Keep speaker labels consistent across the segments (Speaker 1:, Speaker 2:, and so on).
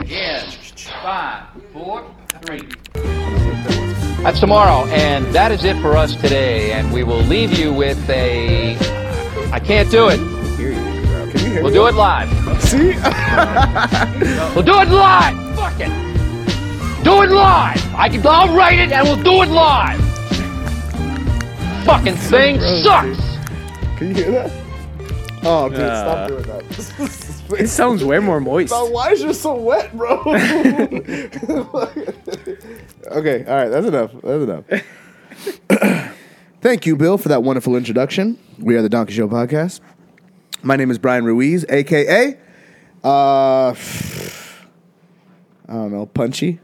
Speaker 1: Okay, in five, four, three. That's tomorrow, and that is it for us today. And we will leave you with a. I can't do it.
Speaker 2: Can you hear
Speaker 1: We'll do it live.
Speaker 2: See?
Speaker 1: We'll do it live. Fuck it. Do it live. I can, I'll write it, and we'll do it live. Fucking thing
Speaker 2: gross,
Speaker 1: sucks.
Speaker 2: Can you hear that? Oh, dude,
Speaker 3: Nah.
Speaker 2: stop doing that.
Speaker 3: It sounds way more moist.
Speaker 2: Now, why is you so wet, bro? okay, all right, that's enough. That's enough. Thank you, Bill, for that wonderful introduction. We are the Donkey Show podcast. My name is Brian Ruiz, aka, uh, I don't know, Punchy.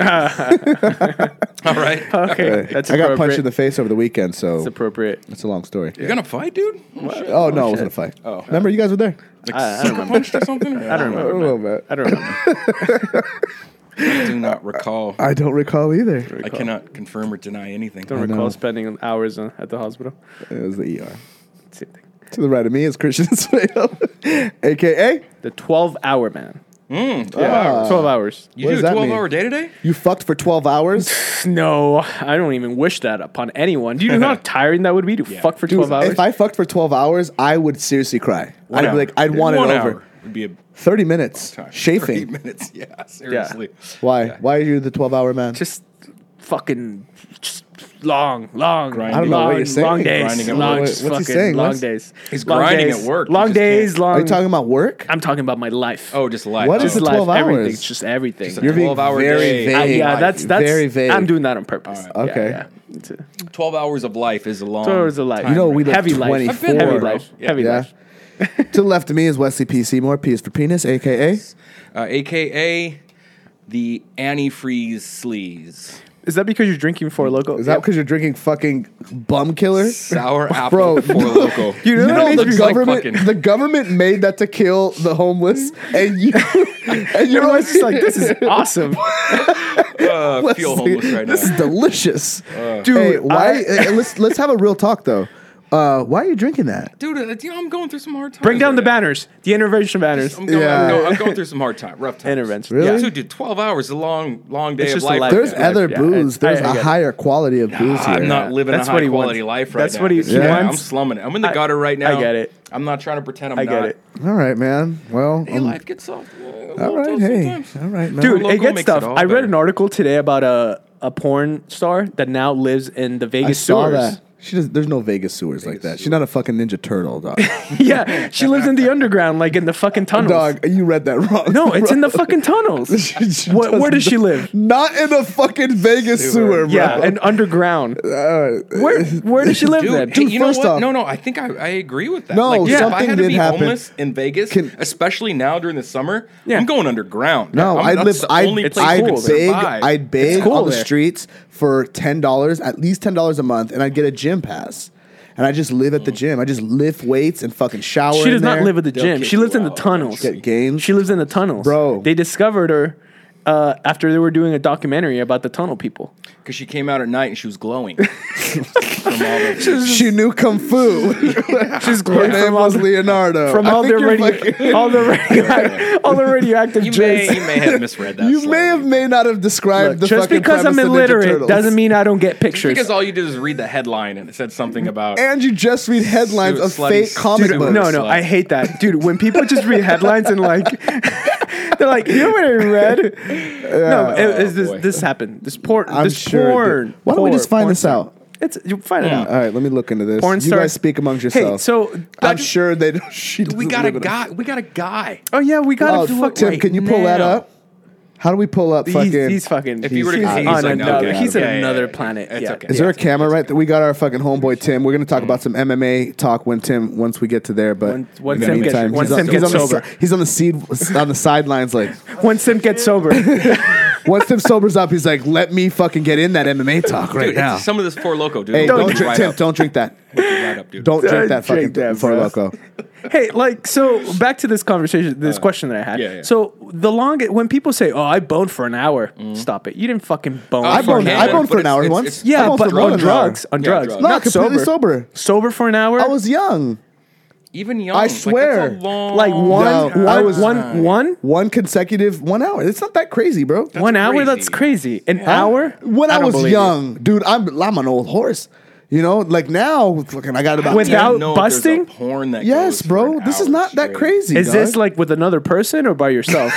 Speaker 4: All right.
Speaker 3: Okay, that's
Speaker 2: I got punched
Speaker 3: appropriate.
Speaker 2: in the face over the weekend, so
Speaker 3: It's appropriate.
Speaker 2: it's a long story.
Speaker 4: You're gonna fight, dude?
Speaker 2: Oh no, it wasn't a fight.
Speaker 4: Oh.
Speaker 2: remember you guys were there?
Speaker 4: Like sucker punched or something? I
Speaker 3: don't
Speaker 2: I
Speaker 3: remember.
Speaker 2: don't know, man.
Speaker 3: I don't remember.
Speaker 4: do not recall.
Speaker 2: I don't recall either.
Speaker 4: I cannot confirm or deny anything.
Speaker 3: Don't
Speaker 2: know.
Speaker 3: recall spending hours on, at the hospital.
Speaker 2: It was the ER.
Speaker 3: Same thing.
Speaker 2: To the right of me is Christian Swale, aka
Speaker 3: The 12 hour man.
Speaker 4: Mm,
Speaker 3: Yeah, 12 hours.
Speaker 4: you
Speaker 2: what
Speaker 4: do
Speaker 2: does
Speaker 4: a
Speaker 2: that
Speaker 4: 12
Speaker 2: mean?
Speaker 4: hour day today?
Speaker 2: you fucked for twelve hours.
Speaker 3: No, I don't even wish that upon anyone. Do you know how tiring that would be to fuck for 12 hours?
Speaker 2: If I fucked for twelve hours, I would seriously cry.
Speaker 4: One
Speaker 2: I'd
Speaker 4: hour.
Speaker 2: be like, I'd want
Speaker 4: One
Speaker 2: it
Speaker 4: hour
Speaker 2: over.
Speaker 4: Would be a
Speaker 2: Thirty minutes,
Speaker 4: time. Thirty
Speaker 2: chafing.
Speaker 4: minutes. Yeah, seriously.
Speaker 2: Why? Why are you the twelve-hour man?
Speaker 3: just fucking just long, long,
Speaker 4: Grinding.
Speaker 3: grinding.
Speaker 4: I don't know
Speaker 3: long,
Speaker 2: what you're saying.
Speaker 3: long days.
Speaker 4: Grinding at
Speaker 3: long,
Speaker 2: work.
Speaker 3: just
Speaker 2: What's he
Speaker 3: fucking
Speaker 2: saying,
Speaker 3: Long
Speaker 2: Wes?
Speaker 3: days.
Speaker 4: He's
Speaker 3: Long
Speaker 4: grinding
Speaker 3: days,
Speaker 4: at work. You
Speaker 3: Long
Speaker 4: just
Speaker 3: days. Long.
Speaker 2: are you talking about work?
Speaker 3: I'm talking about my life.
Speaker 4: Oh, just life.
Speaker 2: What
Speaker 4: oh.
Speaker 2: is it?
Speaker 3: just life.
Speaker 2: 12
Speaker 3: Everything.
Speaker 2: hours?
Speaker 3: It's just everything.
Speaker 4: Just a
Speaker 2: You're being
Speaker 4: 12-hour
Speaker 2: very
Speaker 4: day.
Speaker 2: vague.
Speaker 3: Uh, yeah, that's that's
Speaker 2: very vague.
Speaker 3: I'm doing that on purpose.
Speaker 4: All
Speaker 2: right. Okay. Um,
Speaker 3: Yeah, yeah. It's a-
Speaker 4: 12 hours of life is a long.
Speaker 3: So it's a life.
Speaker 2: You know, we live
Speaker 3: heavy life.
Speaker 2: 24. I've been
Speaker 3: Heavy
Speaker 2: there,
Speaker 3: life.
Speaker 4: bro.
Speaker 3: Heavy
Speaker 2: yeah.
Speaker 3: life.
Speaker 2: to the left of me is Wesley P. Seymour, P is for penis, aka.
Speaker 4: Uh, AKA the antifreeze sleaze.
Speaker 3: Is that because you're drinking for local?
Speaker 2: Is that because you're drinking fucking bum killer?
Speaker 4: Sour
Speaker 2: Bro,
Speaker 4: apple for loco.
Speaker 2: You know,
Speaker 3: know that
Speaker 2: the
Speaker 3: makes me
Speaker 4: like
Speaker 2: government
Speaker 4: fucking-
Speaker 2: the government made that to kill the homeless and you and you're
Speaker 3: Everyone's
Speaker 2: like,
Speaker 3: just like, this is awesome,
Speaker 4: uh,
Speaker 2: Let's
Speaker 4: feel
Speaker 2: see.
Speaker 4: homeless right now.
Speaker 2: This is delicious.
Speaker 3: dude.
Speaker 2: hey, why
Speaker 3: I-
Speaker 2: eh, let's let's have a real talk though. Uh, why are you drinking that?
Speaker 4: Dude, uh, you know, I'm going through some hard times.
Speaker 3: bring down
Speaker 4: right
Speaker 3: the
Speaker 4: now.
Speaker 3: banners, the intervention banners,
Speaker 4: I'm going,
Speaker 2: Yeah.
Speaker 4: I'm, going, I'm going through some hard time, rough times.
Speaker 3: intervention.
Speaker 2: Really?
Speaker 3: Yeah.
Speaker 4: Dude, dude, 12 hours is a long, long day
Speaker 3: It's
Speaker 4: of
Speaker 3: just a
Speaker 4: life.
Speaker 3: life.
Speaker 2: There's
Speaker 3: Yeah,
Speaker 2: other
Speaker 3: yeah,
Speaker 2: booze.
Speaker 3: I-
Speaker 2: There's
Speaker 3: I
Speaker 2: a
Speaker 3: get it.
Speaker 2: higher quality of booze here.
Speaker 4: I'm not living
Speaker 3: That's
Speaker 4: a
Speaker 3: what
Speaker 4: high
Speaker 3: he wants.
Speaker 4: quality life right
Speaker 3: That's
Speaker 4: now.
Speaker 3: what he-
Speaker 4: This is
Speaker 3: he
Speaker 4: why
Speaker 3: wants.
Speaker 4: I'm slumming it. I'm in the
Speaker 3: I-
Speaker 4: gutter right
Speaker 3: I
Speaker 4: now.
Speaker 3: get it.
Speaker 4: I'm not trying to pretend I'm
Speaker 3: I
Speaker 4: not.
Speaker 3: get it.
Speaker 2: All right, man. Well,
Speaker 4: Hey,
Speaker 2: um,
Speaker 4: life gets uh, soft.
Speaker 2: all right, hey, all right, man.
Speaker 3: Dude,
Speaker 4: Local
Speaker 3: it gets
Speaker 4: makes it
Speaker 3: stuff.
Speaker 4: all
Speaker 3: I read
Speaker 4: better.
Speaker 3: an article today about a a porn star that now lives in the
Speaker 2: I
Speaker 3: Vegas
Speaker 2: saw
Speaker 3: sewers.
Speaker 2: that. She does. There's no Vegas sewers like that. She's not a fucking Ninja Turtle, dog.
Speaker 3: yeah, she lives in the underground, like in the fucking tunnels.
Speaker 2: dog, you read that wrong.
Speaker 3: No, it's in the
Speaker 2: bro.
Speaker 3: fucking tunnels.
Speaker 2: She- she
Speaker 3: Wh- where does
Speaker 2: doesn't-
Speaker 3: she live?
Speaker 2: Not in a fucking Vegas sewer, bro.
Speaker 3: Yeah, and underground. Where where does she live
Speaker 4: Dude,
Speaker 3: then?
Speaker 4: hey, you know
Speaker 2: first
Speaker 4: what?
Speaker 2: off-
Speaker 4: no, no. I think I, I agree with that.
Speaker 2: No,
Speaker 4: like, yeah, if I
Speaker 2: something
Speaker 4: had to
Speaker 2: did
Speaker 4: be
Speaker 2: happen.
Speaker 4: homeless in Vegas,
Speaker 2: Can-
Speaker 4: especially now during the summer,
Speaker 3: Yeah.
Speaker 4: I'm going underground.
Speaker 2: No,
Speaker 4: I'm,
Speaker 2: I'd
Speaker 4: that's
Speaker 2: live.
Speaker 4: the
Speaker 2: I'd,
Speaker 4: only
Speaker 2: I'd,
Speaker 4: place you can
Speaker 2: beg.
Speaker 4: survive.
Speaker 2: I'd beg
Speaker 3: cool
Speaker 2: on the
Speaker 3: there.
Speaker 2: streets for ten dollars, at least ten dollars a month, and I'd get a gym pass. And I just live at the gym. I just lift weights and fucking shower.
Speaker 3: she
Speaker 2: in
Speaker 3: does not
Speaker 2: there.
Speaker 3: live at the gym.
Speaker 4: kick
Speaker 3: She lives
Speaker 4: you
Speaker 3: in the
Speaker 4: out,
Speaker 3: tunnels.
Speaker 2: Get games.
Speaker 3: She lives in the tunnels,
Speaker 2: Bro.
Speaker 3: They discovered her uh, after they were doing a documentary about the tunnel people.
Speaker 4: because she came out at night and she was glowing. from all the,
Speaker 2: She knew kung fu.
Speaker 3: She's
Speaker 2: Her
Speaker 3: glowing
Speaker 2: name
Speaker 3: from all
Speaker 2: was
Speaker 3: the,
Speaker 2: Leonardo.
Speaker 3: from
Speaker 2: I
Speaker 3: all,
Speaker 2: think
Speaker 3: the
Speaker 2: you're
Speaker 3: radio,
Speaker 2: fucking-
Speaker 3: all the radio, all the radioactive
Speaker 4: you, may,
Speaker 3: jizz.
Speaker 4: you may have misread that.
Speaker 2: you may
Speaker 4: slightly.
Speaker 2: have may not have described the
Speaker 3: Just
Speaker 2: fucking
Speaker 3: because I'm
Speaker 2: premise of Ninja
Speaker 3: illiterate
Speaker 2: Turtles.
Speaker 3: doesn't mean I don't get pictures.
Speaker 4: because all you did is read the headline and it said something about.
Speaker 2: And you just read headlines
Speaker 4: Dude,
Speaker 2: of
Speaker 4: slutty
Speaker 2: fake comic
Speaker 4: Dude,
Speaker 2: books.
Speaker 3: No, no,
Speaker 4: Slut.
Speaker 3: I hate that, dude. When people just read headlines and like, they're like, you know what I read? no, it, it's
Speaker 4: boy.
Speaker 3: this, this happened. This porn.
Speaker 2: Oh, I'm
Speaker 3: this
Speaker 2: sure. it
Speaker 3: porn.
Speaker 2: did. Why don't we
Speaker 3: porn-
Speaker 2: just find
Speaker 3: porn
Speaker 2: this
Speaker 3: star.
Speaker 2: out?
Speaker 3: It's you find it out.
Speaker 2: All right, let me look into this.
Speaker 3: Porn
Speaker 2: you
Speaker 3: star-
Speaker 2: guys speak amongst
Speaker 3: Hey,
Speaker 2: yourselves.
Speaker 3: so
Speaker 2: I'm
Speaker 3: that-
Speaker 2: sure they don't. She
Speaker 4: we
Speaker 2: doesn't
Speaker 4: got a
Speaker 2: live in
Speaker 4: guy. We got a guy.
Speaker 3: Oh yeah, we got
Speaker 2: Oh,
Speaker 3: to do it
Speaker 2: Tim,
Speaker 3: right
Speaker 2: can you pull that
Speaker 3: now.
Speaker 2: up? How do we pull up? Fucking.
Speaker 3: He's, he's fucking.
Speaker 4: If you were to
Speaker 3: he's
Speaker 4: he's
Speaker 3: on
Speaker 4: like, no,
Speaker 3: another.
Speaker 4: okay,
Speaker 3: he's
Speaker 4: okay,
Speaker 3: on
Speaker 4: yeah,
Speaker 3: another
Speaker 4: yeah, yeah.
Speaker 3: planet.
Speaker 4: It's
Speaker 3: yeah.
Speaker 4: okay.
Speaker 2: is there a camera right there? We got our fucking homeboy Tim. We're gonna talk about some MMA talk when Tim once we get to there. But
Speaker 3: Once- once
Speaker 2: in the
Speaker 3: Tim gets-
Speaker 2: meantime,
Speaker 3: once
Speaker 2: he's, on,
Speaker 3: Tim
Speaker 2: he's
Speaker 3: gets
Speaker 2: on the,
Speaker 3: sober.
Speaker 2: si- he's on the seed on the sidelines. Like
Speaker 3: Once Sim gets sober,
Speaker 2: once Tim sobers up, he's like, "Let me fucking get in that MMA talk right
Speaker 4: Dude,
Speaker 2: now."
Speaker 4: Some of this poor loco, dude.
Speaker 2: Hey,
Speaker 4: It'll
Speaker 2: don't,
Speaker 4: hook you
Speaker 2: drink,
Speaker 4: right
Speaker 2: Tim.
Speaker 4: up.
Speaker 2: Don't drink that.
Speaker 4: Hook you right up, dude.
Speaker 2: Don't drink that
Speaker 3: Don't
Speaker 2: fucking
Speaker 3: drink that,
Speaker 2: for
Speaker 3: bro.
Speaker 2: loco.
Speaker 3: hey, like so. Back to this conversation, this question that I had.
Speaker 4: yeah, yeah.
Speaker 3: So the longest when people say, "Oh, I boned for an hour," stop it. You didn't fucking bone.
Speaker 4: I
Speaker 2: I
Speaker 3: for an
Speaker 2: boned.
Speaker 4: Okay,
Speaker 3: hour.
Speaker 2: I boned
Speaker 4: but
Speaker 2: for an
Speaker 4: it's-
Speaker 2: hour
Speaker 4: it's-
Speaker 2: once.
Speaker 4: it's-
Speaker 2: I
Speaker 3: Yeah,
Speaker 2: boned
Speaker 3: but
Speaker 2: for more
Speaker 3: on
Speaker 2: than an hour.
Speaker 3: drugs, on
Speaker 4: Yeah,
Speaker 3: drugs,
Speaker 4: drugs.
Speaker 2: No,
Speaker 3: not
Speaker 2: completely
Speaker 3: sober.
Speaker 2: sober.
Speaker 3: Sober for an hour.
Speaker 2: I was young.
Speaker 4: even young.
Speaker 2: I
Speaker 4: like, that's a
Speaker 2: swear.
Speaker 4: long-
Speaker 3: Like one,
Speaker 2: No,
Speaker 3: one,
Speaker 2: I was-
Speaker 3: one, one,
Speaker 2: One consecutive one hour. It's not that crazy, bro.
Speaker 3: one hour. That's crazy. An hour.
Speaker 2: When I,
Speaker 3: don't
Speaker 2: was
Speaker 3: believe it.
Speaker 2: young, dude, I'm I'm an old horse. You know, like now, fucking, I got about
Speaker 3: With
Speaker 4: You
Speaker 3: Without
Speaker 4: know there's a
Speaker 3: busting?
Speaker 4: porn that goes
Speaker 2: yes,
Speaker 4: for
Speaker 2: bro.
Speaker 4: an
Speaker 2: This is
Speaker 4: hour
Speaker 2: not that
Speaker 4: straight.
Speaker 2: crazy.
Speaker 3: Is
Speaker 2: dog.
Speaker 3: this like with another person or by yourself?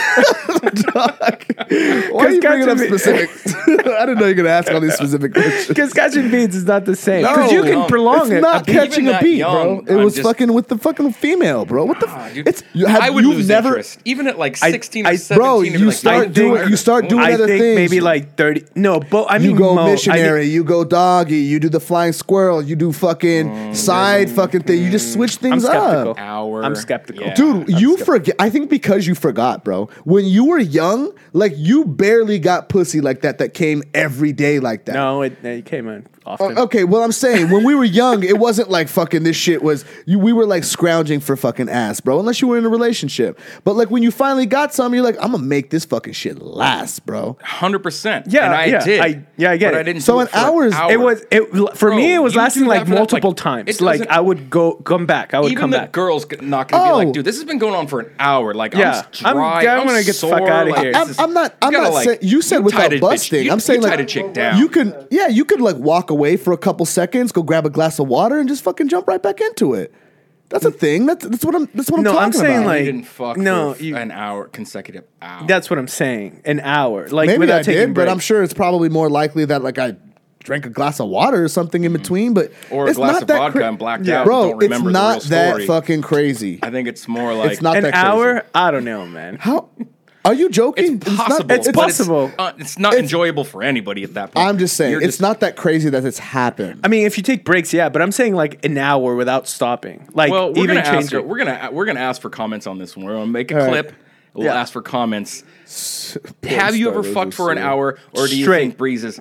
Speaker 2: Why are you
Speaker 3: Cause
Speaker 2: bringing up
Speaker 3: catching me-
Speaker 2: specifics? I didn't know you're gonna ask all these specific questions.
Speaker 3: Because catching beads is not the same. Because you
Speaker 4: No,
Speaker 3: can
Speaker 4: no.
Speaker 3: prolong
Speaker 2: It's
Speaker 3: it.
Speaker 2: not
Speaker 4: I- even
Speaker 2: catching a
Speaker 4: that
Speaker 2: beat,
Speaker 4: young,
Speaker 2: bro. It
Speaker 4: I'm
Speaker 2: was
Speaker 4: just-
Speaker 2: fucking with the fucking female, bro. What the?
Speaker 4: Ah,
Speaker 2: f
Speaker 4: dude,
Speaker 2: it's you have
Speaker 4: I would
Speaker 2: you've
Speaker 4: lose
Speaker 2: never
Speaker 4: interest. Even at like
Speaker 3: I-
Speaker 4: sixteen
Speaker 3: I-
Speaker 4: or seventeen,
Speaker 2: Bro,
Speaker 4: it'd be
Speaker 2: you
Speaker 4: like,
Speaker 2: start
Speaker 4: I
Speaker 3: doing-
Speaker 4: think-
Speaker 2: you start doing
Speaker 4: I-
Speaker 3: I
Speaker 2: other
Speaker 3: think
Speaker 2: things.
Speaker 3: maybe like thirty. No, but I mean,
Speaker 2: You go
Speaker 3: Mo, I think-
Speaker 2: missionary, you go doggy, you do the flying squirrel, you do fucking side fucking thing. You just switch
Speaker 3: Oh, I'm
Speaker 2: things
Speaker 3: skeptical.
Speaker 2: up.
Speaker 4: Hour.
Speaker 3: I'm skeptical.
Speaker 4: Yeah.
Speaker 2: Dude, you forget. I think because you forgot, bro. When you were young, like you barely got pussy like that that came every day like that.
Speaker 3: No, it, it came in often.
Speaker 2: O- Okay, well, I'm saying when we were young, it wasn't like fucking this shit was. You, we were like scrounging for fucking ass, bro. Unless you were in a relationship, but like when you finally got some, you're like, I'm gonna make this fucking shit last, bro.
Speaker 4: hundred percent.
Speaker 3: Yeah,
Speaker 4: and I
Speaker 3: yeah,
Speaker 4: did.
Speaker 3: I- yeah, I get
Speaker 4: but
Speaker 3: it.
Speaker 4: I didn't.
Speaker 2: So
Speaker 4: do
Speaker 2: an
Speaker 4: it for
Speaker 2: hour is-
Speaker 4: An hour.
Speaker 3: It was it for me.
Speaker 4: Bro,
Speaker 3: It was
Speaker 4: you
Speaker 3: lasting
Speaker 4: do that
Speaker 3: like
Speaker 4: for that,
Speaker 3: multiple
Speaker 4: like,
Speaker 3: times.
Speaker 4: it
Speaker 3: Like
Speaker 4: doesn't-
Speaker 3: I would go come back. I would
Speaker 4: Even
Speaker 3: come
Speaker 4: the
Speaker 3: back.
Speaker 4: girls g- not gonna
Speaker 2: Oh.
Speaker 4: be like, dude, this has been going on for an hour. Like,
Speaker 3: Yeah. I'm-
Speaker 4: I'm dry.
Speaker 3: yeah, I
Speaker 4: I'm,
Speaker 3: wanna get the
Speaker 4: sore,
Speaker 3: fuck outta
Speaker 4: like,
Speaker 3: here.
Speaker 4: this
Speaker 2: I'm,
Speaker 4: is-
Speaker 2: I'm not.
Speaker 4: you
Speaker 2: I'm
Speaker 4: gotta,
Speaker 2: not.
Speaker 4: like-
Speaker 2: saying, you said
Speaker 4: tied
Speaker 2: without
Speaker 4: a bitch-
Speaker 2: busting.
Speaker 4: you-
Speaker 2: I'm saying
Speaker 4: you
Speaker 2: like
Speaker 4: tied a chick down.
Speaker 2: You could, yeah, you could like walk away for a couple seconds, go grab a glass of water, and just fucking jump right back into it. That's a thing. That's that's what I'm. That's what I'm
Speaker 3: No,
Speaker 2: talking
Speaker 3: I'm saying,
Speaker 2: about.
Speaker 3: like-
Speaker 4: you didn't fuck
Speaker 3: no,
Speaker 4: no
Speaker 3: you-
Speaker 4: an hour consecutive hour.
Speaker 3: That's what I'm saying. An hour, like
Speaker 2: Maybe
Speaker 3: without
Speaker 2: I
Speaker 3: taking
Speaker 2: did, but
Speaker 3: breaks.
Speaker 2: I'm sure it's probably more likely that like I drank a glass of water or something in between. But
Speaker 4: Mm-hmm. or a
Speaker 2: it's
Speaker 4: glass
Speaker 2: not
Speaker 4: of
Speaker 2: that
Speaker 4: vodka
Speaker 2: cra-
Speaker 4: and blacked
Speaker 3: Yeah.
Speaker 4: out.
Speaker 2: Bro,
Speaker 4: and don't remember
Speaker 2: it's
Speaker 4: the real
Speaker 2: not that
Speaker 4: story.
Speaker 2: fucking crazy.
Speaker 4: I think it's more like
Speaker 2: It's not
Speaker 3: An
Speaker 2: that crazy.
Speaker 3: hour? I don't know, man.
Speaker 2: How are you joking?
Speaker 4: It's possible.
Speaker 3: it's
Speaker 4: but
Speaker 3: possible.
Speaker 4: uh, it's not enjoyable for anybody at that point.
Speaker 2: I'm just saying,
Speaker 4: You're
Speaker 2: it's not that crazy that it's happened.
Speaker 3: I mean, if you take breaks, yeah, but I'm saying like an hour without stopping. Like
Speaker 4: Well, we're
Speaker 3: even
Speaker 4: gonna ask.
Speaker 3: changing.
Speaker 4: Her, we're gonna we're gonna ask for comments on this one. We're gonna make a
Speaker 2: All right.
Speaker 4: clip. We'll
Speaker 3: Yeah.
Speaker 4: ask for comments. Have you ever
Speaker 2: stars,
Speaker 4: fucked for an
Speaker 2: obviously.
Speaker 4: hour, or do you
Speaker 3: Straight.
Speaker 4: think Breeze is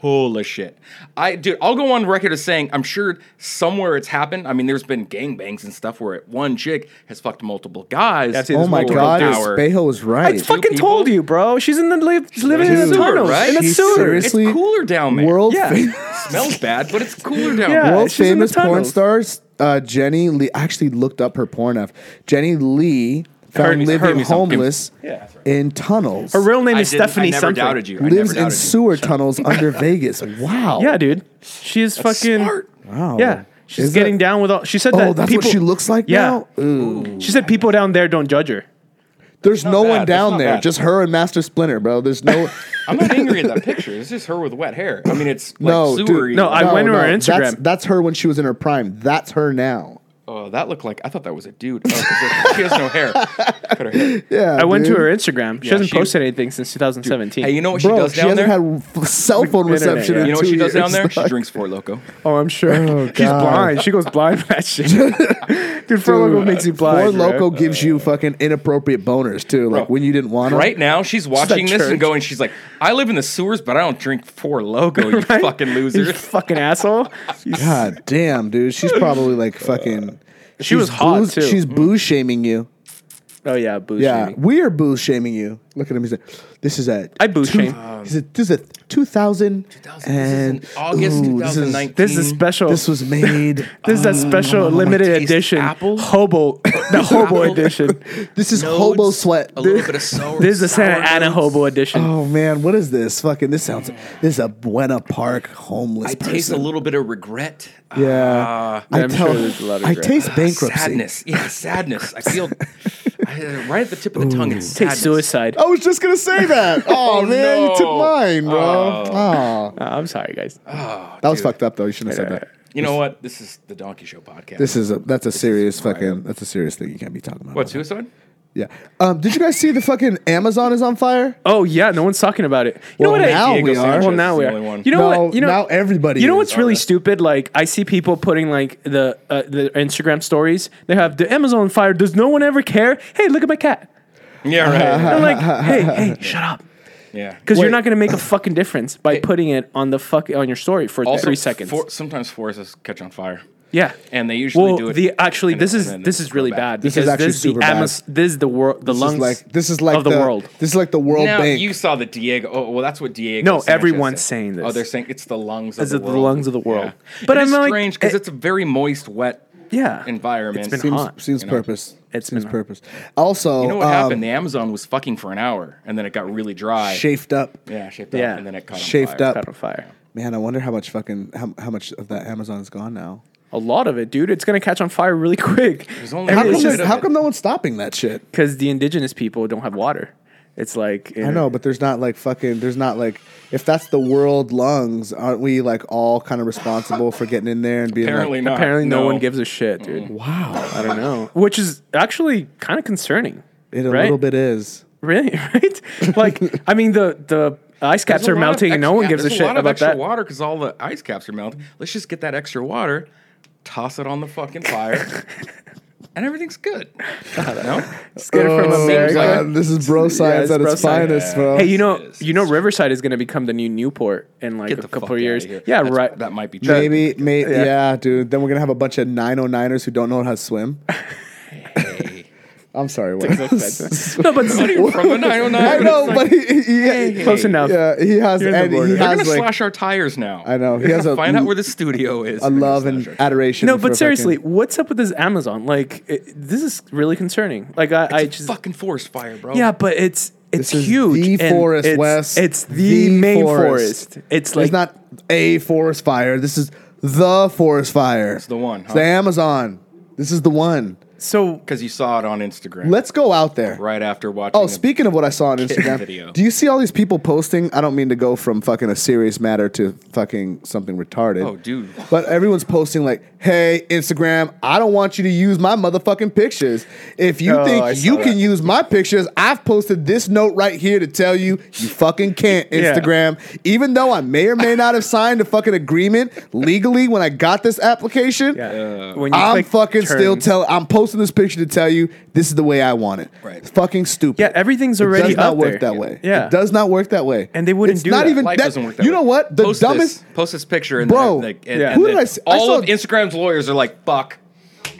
Speaker 4: full of shit? I dude, I'll go on record as saying I'm sure somewhere it's happened. I mean, there's been gangbangs and stuff where one chick has fucked multiple guys.
Speaker 3: Yeah, I've seen
Speaker 2: oh
Speaker 3: this
Speaker 2: my
Speaker 3: whole
Speaker 2: god,
Speaker 4: an
Speaker 2: is-
Speaker 4: hour.
Speaker 2: Bejo was right.
Speaker 3: I fucking
Speaker 4: people?
Speaker 3: told you, bro. She's in the li- living
Speaker 4: in
Speaker 3: in
Speaker 4: the
Speaker 3: the
Speaker 4: sewer,
Speaker 3: tunnels,
Speaker 4: right?
Speaker 3: in the
Speaker 4: She's
Speaker 3: sewer.
Speaker 4: serious. cooler down there.
Speaker 2: World,
Speaker 3: Oh, Yeah.
Speaker 2: fam-
Speaker 4: smells bad, but it's cooler down
Speaker 3: Yeah.
Speaker 4: there.
Speaker 2: world
Speaker 3: she's in the
Speaker 2: famous porn
Speaker 3: tunnels.
Speaker 2: stars uh, Jenny Lee. I actually looked up her porn after Jenny Lee found
Speaker 4: Heard me- heard
Speaker 2: living
Speaker 4: me something.
Speaker 2: homeless
Speaker 3: Yeah.
Speaker 2: in tunnels.
Speaker 3: Her real name
Speaker 4: I
Speaker 3: is
Speaker 4: didn't-
Speaker 3: Stephanie
Speaker 4: I never
Speaker 3: something.
Speaker 4: doubted you. I never
Speaker 2: lives
Speaker 4: doubted
Speaker 2: in
Speaker 4: you.
Speaker 2: sewer tunnels under Vegas. Wow.
Speaker 3: Yeah, dude. She is fucking.
Speaker 4: smart.
Speaker 2: Wow.
Speaker 3: Yeah, she's
Speaker 2: Is
Speaker 3: getting
Speaker 2: that-
Speaker 3: down with all. She said
Speaker 2: Oh,
Speaker 3: that
Speaker 2: that's
Speaker 3: people,
Speaker 2: what she looks like
Speaker 3: Yeah.
Speaker 2: now. Ooh.
Speaker 3: She said people down there don't judge her.
Speaker 2: There's no
Speaker 4: bad.
Speaker 2: one
Speaker 4: That's
Speaker 2: down
Speaker 4: not
Speaker 2: there.
Speaker 4: bad.
Speaker 2: Just her and Master Splinter, bro. There's no.
Speaker 4: I'm not angry at that picture. It's just her with wet hair. I mean, it's like
Speaker 2: No, dude.
Speaker 4: sewery.
Speaker 3: No, I went to her Instagram.
Speaker 2: That's, that's her when she was in her prime. That's her now.
Speaker 4: Oh, that looked like I thought that was a dude. Oh, 'cause she has no hair. Cut her hair.
Speaker 2: Yeah.
Speaker 3: I went to
Speaker 2: dude.
Speaker 3: her Instagram. She
Speaker 4: Yeah,
Speaker 3: hasn't
Speaker 4: she-
Speaker 3: posted anything since 2017.
Speaker 4: Hey, you know what she
Speaker 2: Bro,
Speaker 4: does
Speaker 2: she,
Speaker 4: down
Speaker 2: hasn't
Speaker 4: there?
Speaker 2: had r- f- cell phone
Speaker 3: Internet,
Speaker 2: reception.
Speaker 3: yeah.
Speaker 2: in
Speaker 4: you know what
Speaker 2: two
Speaker 4: she does
Speaker 2: years.
Speaker 4: down there? She drinks Four Loco.
Speaker 3: oh, I'm sure. She's
Speaker 2: God.
Speaker 3: blind. She goes blind for that shit. Dude, Four Loco makes you
Speaker 2: uh, Four
Speaker 3: blind. bro.
Speaker 2: Loco gives you fucking inappropriate boners too, like
Speaker 4: Bro.
Speaker 2: when you didn't want them.
Speaker 4: Right now, she's watching this
Speaker 3: church.
Speaker 4: and going, she's like, I live in the sewers, but I don't drink Four Loco, you
Speaker 3: Right?
Speaker 4: fucking
Speaker 3: You
Speaker 4: loser.
Speaker 3: fucking asshole. You s-
Speaker 2: God damn, dude. She's probably like fucking.
Speaker 3: She
Speaker 2: she's
Speaker 3: was hot,
Speaker 2: booze-
Speaker 3: too.
Speaker 2: She's booze shaming you.
Speaker 3: oh yeah, boo
Speaker 2: Yeah,
Speaker 3: shaming.
Speaker 2: we are booze shaming you. Look at him. He's like, this is a.
Speaker 3: I booze
Speaker 2: two-
Speaker 3: shame.
Speaker 2: He said, this is a 2000.
Speaker 4: This is in
Speaker 2: and
Speaker 4: August
Speaker 2: ooh, this is-
Speaker 4: 2019.
Speaker 3: This is a special.
Speaker 2: This was made.
Speaker 3: this is a special limited
Speaker 4: Mm. taste
Speaker 3: edition
Speaker 4: apple?
Speaker 3: hobo, the hobo
Speaker 4: Apple?
Speaker 3: edition.
Speaker 2: this is
Speaker 4: Nodes,
Speaker 2: hobo sweat.
Speaker 4: A little bit of sour.
Speaker 3: This is the
Speaker 4: sour
Speaker 3: Santa Ana
Speaker 4: notes.
Speaker 3: hobo edition.
Speaker 2: Oh man, what is this? Fucking, this sounds. This is a Buena Park homeless
Speaker 4: I
Speaker 2: person.
Speaker 4: taste a little bit of regret. Uh,
Speaker 2: Yeah, I
Speaker 3: I'm sure there's a lot of Ah,
Speaker 2: I
Speaker 3: regret.
Speaker 2: taste bankruptcy.
Speaker 4: sadness. Yeah, sadness. I feel I- uh, right at the tip of the tongue. It's
Speaker 3: Take
Speaker 4: sadness.
Speaker 3: suicide.
Speaker 2: I was just gonna say that. Oh, man, you took
Speaker 4: no.
Speaker 2: mine, bro. Oh,
Speaker 3: Uh, I'm sorry, guys.
Speaker 2: that was fucked up though. You shouldn't have said that.
Speaker 4: You know what? This is the Donkey Show podcast.
Speaker 2: This is a that's a serious fucking that's a serious thing you can't be talking about.
Speaker 4: what suicide?
Speaker 2: Yeah. Um, did you guys see the fucking Amazon is on fire?
Speaker 3: Oh yeah, no one's talking about it. You know
Speaker 2: Well,
Speaker 3: what?
Speaker 2: now
Speaker 3: I,
Speaker 2: we
Speaker 3: Diego
Speaker 2: are.
Speaker 3: Sanchez Well, now
Speaker 4: is
Speaker 3: Oh, we
Speaker 4: the
Speaker 3: are.
Speaker 4: only one.
Speaker 3: You know
Speaker 2: No,
Speaker 3: what? You know
Speaker 2: now everybody
Speaker 3: You know
Speaker 2: is.
Speaker 3: what's really stupid? Like I see people putting like the uh, the Instagram stories. They have the Amazon fire. Does no one ever care? Hey, look at my cat.
Speaker 4: Yeah, right.
Speaker 3: I'm like, hey, hey, shut up.
Speaker 4: yeah.
Speaker 3: Because
Speaker 2: Wait.
Speaker 3: you're not going to make a fucking difference by putting it on the fuck on your story for
Speaker 4: Also,
Speaker 3: three seconds.
Speaker 4: For, sometimes forests catch on fire.
Speaker 3: yeah,
Speaker 4: And they usually
Speaker 3: well,
Speaker 4: do it
Speaker 3: the actually
Speaker 4: and
Speaker 3: this
Speaker 4: then-
Speaker 3: is
Speaker 4: and then
Speaker 3: this is really
Speaker 4: go
Speaker 3: bad.
Speaker 4: back.
Speaker 2: This is
Speaker 3: because
Speaker 2: actually
Speaker 3: this
Speaker 2: super
Speaker 3: the
Speaker 2: bad.
Speaker 3: Amaz- This is the world. The
Speaker 2: This
Speaker 3: lungs
Speaker 2: is like this is like
Speaker 3: of the, world.
Speaker 2: This is like the World
Speaker 4: Now
Speaker 2: Bank.
Speaker 4: you saw the Diego. Oh, well, that's what Diego.
Speaker 3: No,
Speaker 4: Sanchez
Speaker 3: everyone's
Speaker 4: said.
Speaker 3: saying this.
Speaker 4: Oh, they're saying it's the lungs.
Speaker 3: It's
Speaker 4: of
Speaker 3: the
Speaker 4: the world.
Speaker 3: lungs of the world.
Speaker 4: Yeah.
Speaker 3: But
Speaker 4: It
Speaker 3: I'm
Speaker 4: is
Speaker 3: like- eh
Speaker 4: strange because
Speaker 3: it-
Speaker 4: it's a very moist, wet
Speaker 3: Yeah.
Speaker 4: environment.
Speaker 3: It's been
Speaker 2: Seems,
Speaker 3: hot,
Speaker 2: seems
Speaker 4: you know.
Speaker 2: purpose.
Speaker 3: It's
Speaker 2: seems
Speaker 3: been hot.
Speaker 2: purpose. Also,
Speaker 4: You know what
Speaker 2: um,
Speaker 4: happened? The Amazon was fucking for an hour, and then it got really dry.
Speaker 2: Shafed up.
Speaker 4: yeah, shaped
Speaker 3: Yeah.
Speaker 4: up, and then it caught on
Speaker 2: Shaped
Speaker 4: fire.
Speaker 2: up.
Speaker 3: Caught on fire.
Speaker 2: Man, I wonder how much fucking how, how much of that Amazon is gone now.
Speaker 3: A lot of it, dude. It's gonna catch on fire really quick.
Speaker 4: only
Speaker 2: How
Speaker 4: Every-
Speaker 2: come,
Speaker 4: it's
Speaker 2: there's-
Speaker 4: just-
Speaker 2: how come no one's stopping that shit?
Speaker 3: because the indigenous people don't have water. It's like
Speaker 2: I know, but there's not like fucking. There's not like if that's the world lungs, aren't we like all kind of responsible for getting in there and being
Speaker 4: Apparently
Speaker 2: like,
Speaker 4: not.
Speaker 3: Apparently, no. one gives a shit, dude.
Speaker 2: Mm.
Speaker 3: Wow, I don't know. Which is actually kind of concerning.
Speaker 2: It a
Speaker 3: right?
Speaker 2: little bit is.
Speaker 3: really, right? Like, I mean, the the ice caps
Speaker 4: There's a
Speaker 3: are
Speaker 4: lot of
Speaker 3: melting, and no
Speaker 4: extra-
Speaker 3: one
Speaker 4: yeah,
Speaker 3: gives a
Speaker 4: there's
Speaker 3: shit
Speaker 4: lot of
Speaker 3: about
Speaker 4: extra
Speaker 3: that.
Speaker 4: water because all the ice caps are melting. Let's just get that extra water, toss it on the fucking fire, and everything's good. no?
Speaker 3: Let's get it from
Speaker 2: Oh,
Speaker 3: America.
Speaker 2: God, this is bro science
Speaker 3: it's
Speaker 2: at
Speaker 3: bro
Speaker 2: its
Speaker 3: science.
Speaker 2: finest, bro.
Speaker 3: Hey, you know,
Speaker 4: Jesus.
Speaker 3: you know, Riverside is going to become the new Newport in like
Speaker 4: Get
Speaker 3: a
Speaker 4: the
Speaker 3: couple
Speaker 4: fuck
Speaker 3: of years.
Speaker 4: outta here.
Speaker 3: Yeah,
Speaker 4: That's-
Speaker 3: right.
Speaker 4: That might be true.
Speaker 2: maybe, maybe, yeah. dude. Then we're gonna have a bunch of 909ers who don't know how to swim. I'm sorry, what?
Speaker 3: no, but
Speaker 4: From the 909.
Speaker 2: I know, but he, he, he-
Speaker 3: close enough.
Speaker 2: yeah, he has,
Speaker 3: You're in the
Speaker 2: and
Speaker 3: border.
Speaker 2: he
Speaker 3: They're
Speaker 4: They're
Speaker 2: has
Speaker 4: gonna
Speaker 2: like
Speaker 4: slash our tires now.
Speaker 2: I know, he
Speaker 4: They're
Speaker 2: has
Speaker 4: gonna
Speaker 2: a-
Speaker 4: find out where the studio
Speaker 2: a
Speaker 4: is. They're gonna
Speaker 2: love and
Speaker 4: slash our-
Speaker 2: adoration.
Speaker 3: No,
Speaker 2: for
Speaker 3: but seriously,
Speaker 2: fucking-
Speaker 3: what's up with this Amazon? Like, it, this is really concerning. Like, I, I
Speaker 4: It's
Speaker 3: just
Speaker 4: fucking forest fire, bro.
Speaker 3: yeah, but it's it's
Speaker 2: This is
Speaker 3: huge.
Speaker 2: the
Speaker 3: and
Speaker 2: forest,
Speaker 3: it's,
Speaker 2: Wes.
Speaker 3: It's the,
Speaker 2: The
Speaker 3: main forest.
Speaker 2: forest.
Speaker 3: It's like
Speaker 2: it's not a forest fire. This is the forest fire. It's
Speaker 4: the one,
Speaker 2: It's the
Speaker 4: huh?
Speaker 2: Amazon. This is the one.
Speaker 3: so.
Speaker 4: because you saw it on Instagram
Speaker 2: Let's go out there.
Speaker 4: right after watching.
Speaker 2: Oh,
Speaker 4: the-
Speaker 2: speaking of what I saw on Instagram,
Speaker 4: video.
Speaker 2: do you see all these people posting? I don't mean to go from fucking a serious matter to fucking something retarded.
Speaker 4: Oh, dude.
Speaker 2: But everyone's posting like, "Hey, Instagram, I don't want you to use my motherfucking pictures. If you
Speaker 3: Oh, I
Speaker 2: think
Speaker 3: saw
Speaker 2: you
Speaker 3: that.
Speaker 2: can use my pictures, I've posted this note right here to tell you you fucking can't.
Speaker 3: Yeah.
Speaker 2: Instagram, even though I may or may not have signed a fucking agreement legally when I got this application,
Speaker 3: Yeah. when you
Speaker 2: I'm
Speaker 3: click
Speaker 2: fucking still
Speaker 3: turn-
Speaker 2: tell. I'm posting this picture to tell you this is the way I want it.
Speaker 4: Right.
Speaker 2: It's fucking stupid.
Speaker 3: Yeah, everything's already
Speaker 2: it does not
Speaker 3: up
Speaker 2: work
Speaker 3: there.
Speaker 2: that way.
Speaker 3: Yeah.
Speaker 2: it does not work that way.
Speaker 3: And they wouldn't
Speaker 2: it's
Speaker 3: do
Speaker 2: not
Speaker 3: that.
Speaker 2: even
Speaker 4: Life
Speaker 2: that,
Speaker 4: doesn't work that
Speaker 2: You
Speaker 4: way.
Speaker 2: know what? The
Speaker 4: post
Speaker 2: dumbest.
Speaker 4: This, post this picture and
Speaker 2: Bro,
Speaker 4: then, like, and,
Speaker 3: Yeah.
Speaker 4: and
Speaker 2: Who did
Speaker 4: then
Speaker 2: I s- I
Speaker 4: all
Speaker 2: saw-
Speaker 4: of Instagram's lawyers are like, fuck.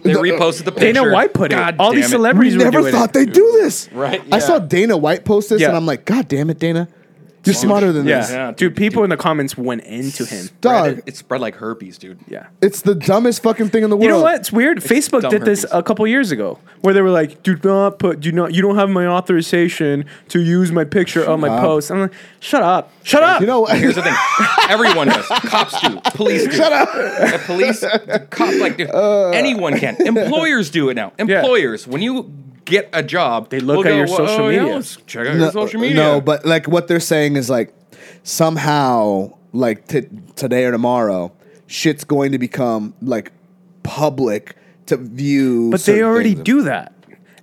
Speaker 4: They
Speaker 2: The-
Speaker 4: reposted the picture.
Speaker 3: Dana White put it.
Speaker 4: God
Speaker 3: All these
Speaker 4: damn it.
Speaker 3: celebrities
Speaker 2: we
Speaker 3: were
Speaker 2: never
Speaker 3: doing
Speaker 2: thought
Speaker 3: it.
Speaker 2: they'd do this.
Speaker 4: Right,
Speaker 2: I saw
Speaker 4: yeah.
Speaker 2: Dana White post this,
Speaker 3: Yeah.
Speaker 2: and I'm like, God damn it, Dana, you're smarter than
Speaker 3: Yeah.
Speaker 2: this,
Speaker 4: Yeah,
Speaker 3: dude,
Speaker 4: dude,
Speaker 3: People in the comments went into him.
Speaker 2: dog.
Speaker 4: It spread like herpes, dude.
Speaker 3: Yeah.
Speaker 2: It's the dumbest fucking thing in the world.
Speaker 3: You know what? It's weird. Facebook
Speaker 4: dumb
Speaker 3: did this
Speaker 4: herpes.
Speaker 3: a couple years ago, where they were like, "Do not put, do not, you don't have my authorization to use my picture on my post." I'm like, "Shut up, shut up."
Speaker 2: You know what?
Speaker 4: Here's the thing. Everyone does. Cops do. Police do. Shut up. The police, the cop, like, dude,
Speaker 2: Uh.
Speaker 4: anyone can. Employers do it now. Employers, when you get a job, they
Speaker 3: look at your social media."
Speaker 4: check out your social media.
Speaker 2: No, but like what they're saying is like somehow, like t- today or tomorrow, shit's going to become like public to view.
Speaker 3: But they
Speaker 2: certain
Speaker 3: already
Speaker 2: things.
Speaker 3: do that.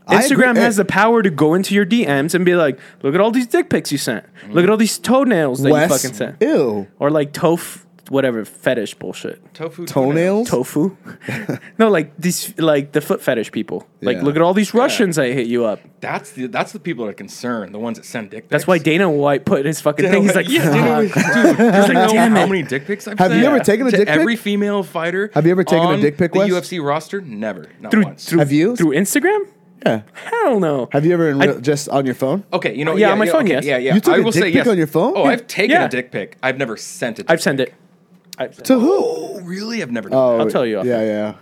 Speaker 2: I
Speaker 3: Instagram
Speaker 2: agree- Eh.
Speaker 3: has the power to go into your DMs and be like, "Look at all these dick pics you sent. Look at all these toenails that
Speaker 2: Wes,
Speaker 3: you fucking sent."
Speaker 2: Ew.
Speaker 3: Or like tofu, whatever fetish bullshit.
Speaker 4: Tofu
Speaker 2: Toenails?
Speaker 3: Tofu? no, like these, like the foot fetish people. Like,
Speaker 2: Yeah.
Speaker 3: look at all these Russians that hit you up.
Speaker 4: That's the that's the people that are concerned. The ones that send dick pics.
Speaker 3: That's why Dana White put his fucking
Speaker 4: Dana
Speaker 3: thing. He's
Speaker 4: White-
Speaker 3: like,
Speaker 4: yeah, Dana
Speaker 3: "Fuck."
Speaker 4: White- dude, there's like no
Speaker 3: Damn
Speaker 4: how
Speaker 3: it.
Speaker 4: many dick pics I've
Speaker 2: Have you
Speaker 4: sent
Speaker 2: ever taken a
Speaker 4: to
Speaker 2: dick pic?
Speaker 4: Every female fighter.
Speaker 2: Have you ever taken a
Speaker 4: on
Speaker 2: dick pic,
Speaker 4: The
Speaker 2: Wes?
Speaker 4: UFC roster? Never. Not
Speaker 3: through,
Speaker 4: once.
Speaker 3: through,
Speaker 2: Have you?
Speaker 3: through Instagram?
Speaker 2: Yeah.
Speaker 3: Hell no.
Speaker 2: Have you ever in real, just on your phone?
Speaker 3: Oh.
Speaker 4: Okay, you know,
Speaker 3: Yeah, on my phone,
Speaker 4: okay,
Speaker 3: yes.
Speaker 4: yeah, yeah.
Speaker 2: You took
Speaker 4: I
Speaker 2: a
Speaker 4: will
Speaker 2: dick
Speaker 4: say
Speaker 2: pic
Speaker 4: yes.
Speaker 2: on your phone?
Speaker 4: Oh, I've taken
Speaker 3: Yeah.
Speaker 4: a dick pic. I've never sent it.
Speaker 3: I've sent it. I've sent
Speaker 2: To who?
Speaker 4: Oh, really? I've never.
Speaker 2: Oh,
Speaker 4: Done
Speaker 3: I'll tell you off
Speaker 2: Yeah, yeah.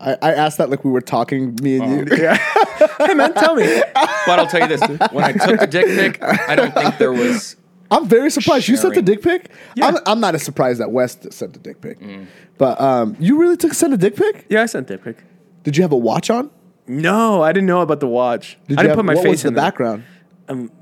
Speaker 2: I, I asked that like we were talking, me
Speaker 3: Oh,
Speaker 2: and you.
Speaker 3: it. Hey man, tell me.
Speaker 4: that. But I'll tell you this: when I took the dick pic, I don't think there was.
Speaker 2: I'm very surprised. You sent the dick
Speaker 4: Sharing.
Speaker 2: pic? I'm, I'm not as surprised that West sent the dick pic.
Speaker 3: Mm.
Speaker 2: But um, you really took sent a dick pic?
Speaker 3: Yeah, I sent dick pic.
Speaker 2: Did you have a watch on?
Speaker 3: No, I didn't know about the watch.
Speaker 2: Did
Speaker 3: I
Speaker 2: you
Speaker 3: didn't
Speaker 2: have-
Speaker 3: put my
Speaker 2: what
Speaker 3: face
Speaker 2: was the
Speaker 3: in there.
Speaker 2: background.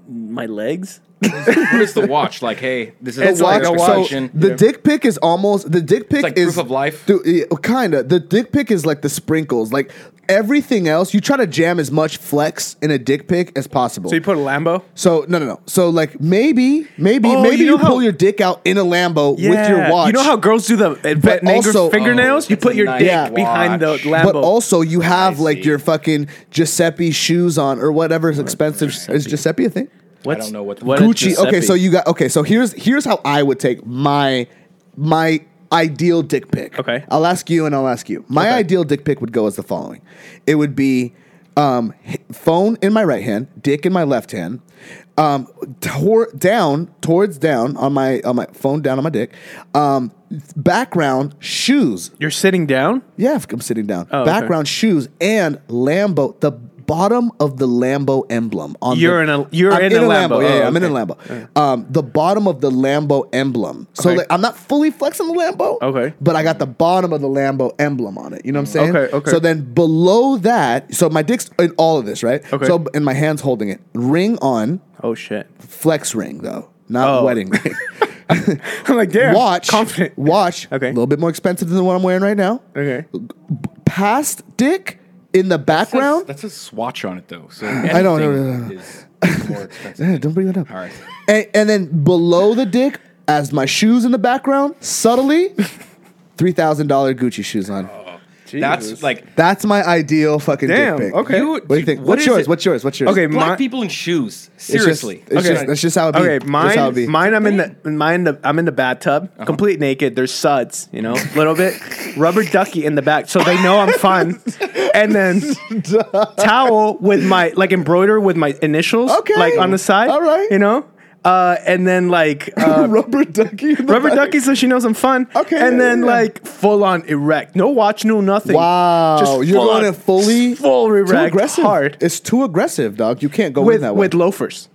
Speaker 3: My legs.
Speaker 4: What is the watch like? Hey, this is
Speaker 3: It's
Speaker 4: a
Speaker 3: like
Speaker 4: watch.
Speaker 3: a
Speaker 2: So
Speaker 3: watch.
Speaker 4: Question.
Speaker 2: the dick pic is almost the dick pic
Speaker 4: like
Speaker 2: is
Speaker 4: proof of life.
Speaker 2: Dude, yeah, kinda. The dick pic is like the sprinkles. Like everything else, you try to jam as much flex in a dick pic as possible.
Speaker 3: So you put a Lambo?
Speaker 2: So no, no, no. So like maybe, maybe,
Speaker 3: Oh,
Speaker 2: maybe
Speaker 3: you
Speaker 2: you,
Speaker 3: know
Speaker 2: pull
Speaker 3: how-
Speaker 2: your dick out in a Lambo with your watch.
Speaker 3: You know how girls do the uh, but
Speaker 2: also-
Speaker 3: fingernails?
Speaker 4: Oh,
Speaker 3: you
Speaker 4: it's a
Speaker 3: put your
Speaker 4: nice
Speaker 3: dick
Speaker 2: Yeah.
Speaker 3: behind the
Speaker 4: watch.
Speaker 3: Lambo.
Speaker 2: But also, you have like
Speaker 4: see.
Speaker 2: your fucking Giuseppe shoes on or whatever's expensive. Is Giuseppe a thing?
Speaker 3: What's-
Speaker 4: I don't know what the-
Speaker 3: is
Speaker 2: Gucci. Okay,
Speaker 3: Giuseppe?
Speaker 2: so you got okay. So here's here's how I would take my my ideal dick pic.
Speaker 3: Okay.
Speaker 2: I'll ask you and I'll ask you. My ideal dick pic would go as the following. It would be um, h- phone in my right hand, dick in my left hand, um, tor- down towards down on my on my phone down on my dick. Um, background shoes.
Speaker 3: You're sitting down.
Speaker 2: Yeah, I'm sitting down.
Speaker 3: Oh, okay.
Speaker 2: background shoes and Lambo. The bottom of the Lambo emblem on
Speaker 3: You're
Speaker 2: the,
Speaker 3: in a- you're
Speaker 2: I'm
Speaker 3: in a Lambo.
Speaker 2: Yeah, yeah,
Speaker 3: Oh,
Speaker 2: I'm in a
Speaker 3: okay.
Speaker 2: Lambo. Um, the bottom of the Lambo emblem. So
Speaker 3: Okay.
Speaker 2: like, I'm not fully flexing the Lambo.
Speaker 3: Okay.
Speaker 2: But I got the bottom of the Lambo emblem on it. You know what I'm saying?
Speaker 3: Okay, okay.
Speaker 2: So then below that, so my dick's in all of this, right?
Speaker 3: Okay.
Speaker 2: So and my hands holding it. Ring on,
Speaker 3: Oh shit!
Speaker 2: flex ring though, not
Speaker 3: Oh.
Speaker 2: wedding ring.
Speaker 3: I'm like, damn.
Speaker 2: watch,
Speaker 3: Confident.
Speaker 2: watch.
Speaker 3: Okay.
Speaker 2: A little bit more expensive than what I'm wearing right now.
Speaker 3: Okay.
Speaker 2: Past dick in the background.
Speaker 4: That's a swatch on it though. So
Speaker 2: I don't know,
Speaker 4: anything
Speaker 2: no, no, no.
Speaker 4: is more
Speaker 2: Eh,
Speaker 4: expensive.
Speaker 2: don't bring that up.
Speaker 4: All right.
Speaker 2: And, and then below the dick, as my shoes in the background, subtly, three thousand dollar Gucci shoes on.
Speaker 4: That's like
Speaker 2: That's my ideal fucking
Speaker 3: Damn,
Speaker 2: dick pic.
Speaker 3: okay.
Speaker 4: You-
Speaker 2: What do you think?
Speaker 4: what
Speaker 2: What's
Speaker 4: is
Speaker 2: yours?
Speaker 4: it?
Speaker 2: What's yours? What's yours?
Speaker 3: Okay,
Speaker 2: It's
Speaker 4: black
Speaker 3: my-
Speaker 4: people in shoes.
Speaker 2: just-
Speaker 4: Seriously.
Speaker 2: it's just- that's just how it be.
Speaker 3: Okay,
Speaker 2: That's how it
Speaker 3: mine,
Speaker 2: be. Uh-huh.
Speaker 3: mine. I'm in the mine. The, I'm in the bathtub, complete naked. There's suds, you know, little bit rubber ducky in the back, so they know I'm fun. and then towel with my like embroider with my initials,
Speaker 2: Okay.
Speaker 3: like on the side.
Speaker 2: All right.
Speaker 3: you know, uh, and then like uh,
Speaker 2: rubber ducky. in the
Speaker 3: rubber
Speaker 2: back.
Speaker 3: ducky, so she knows I'm fun.
Speaker 2: Okay,
Speaker 3: and
Speaker 2: yeah,
Speaker 3: then
Speaker 2: yeah.
Speaker 3: like full on erect, no watch, no nothing.
Speaker 2: Wow, you're
Speaker 3: full
Speaker 2: going
Speaker 3: on-
Speaker 2: in fully
Speaker 3: full
Speaker 2: too
Speaker 3: erect,
Speaker 2: aggressive.
Speaker 3: hard
Speaker 2: It's too aggressive, dog. You can't go in
Speaker 3: with
Speaker 2: that way.
Speaker 3: with loafers.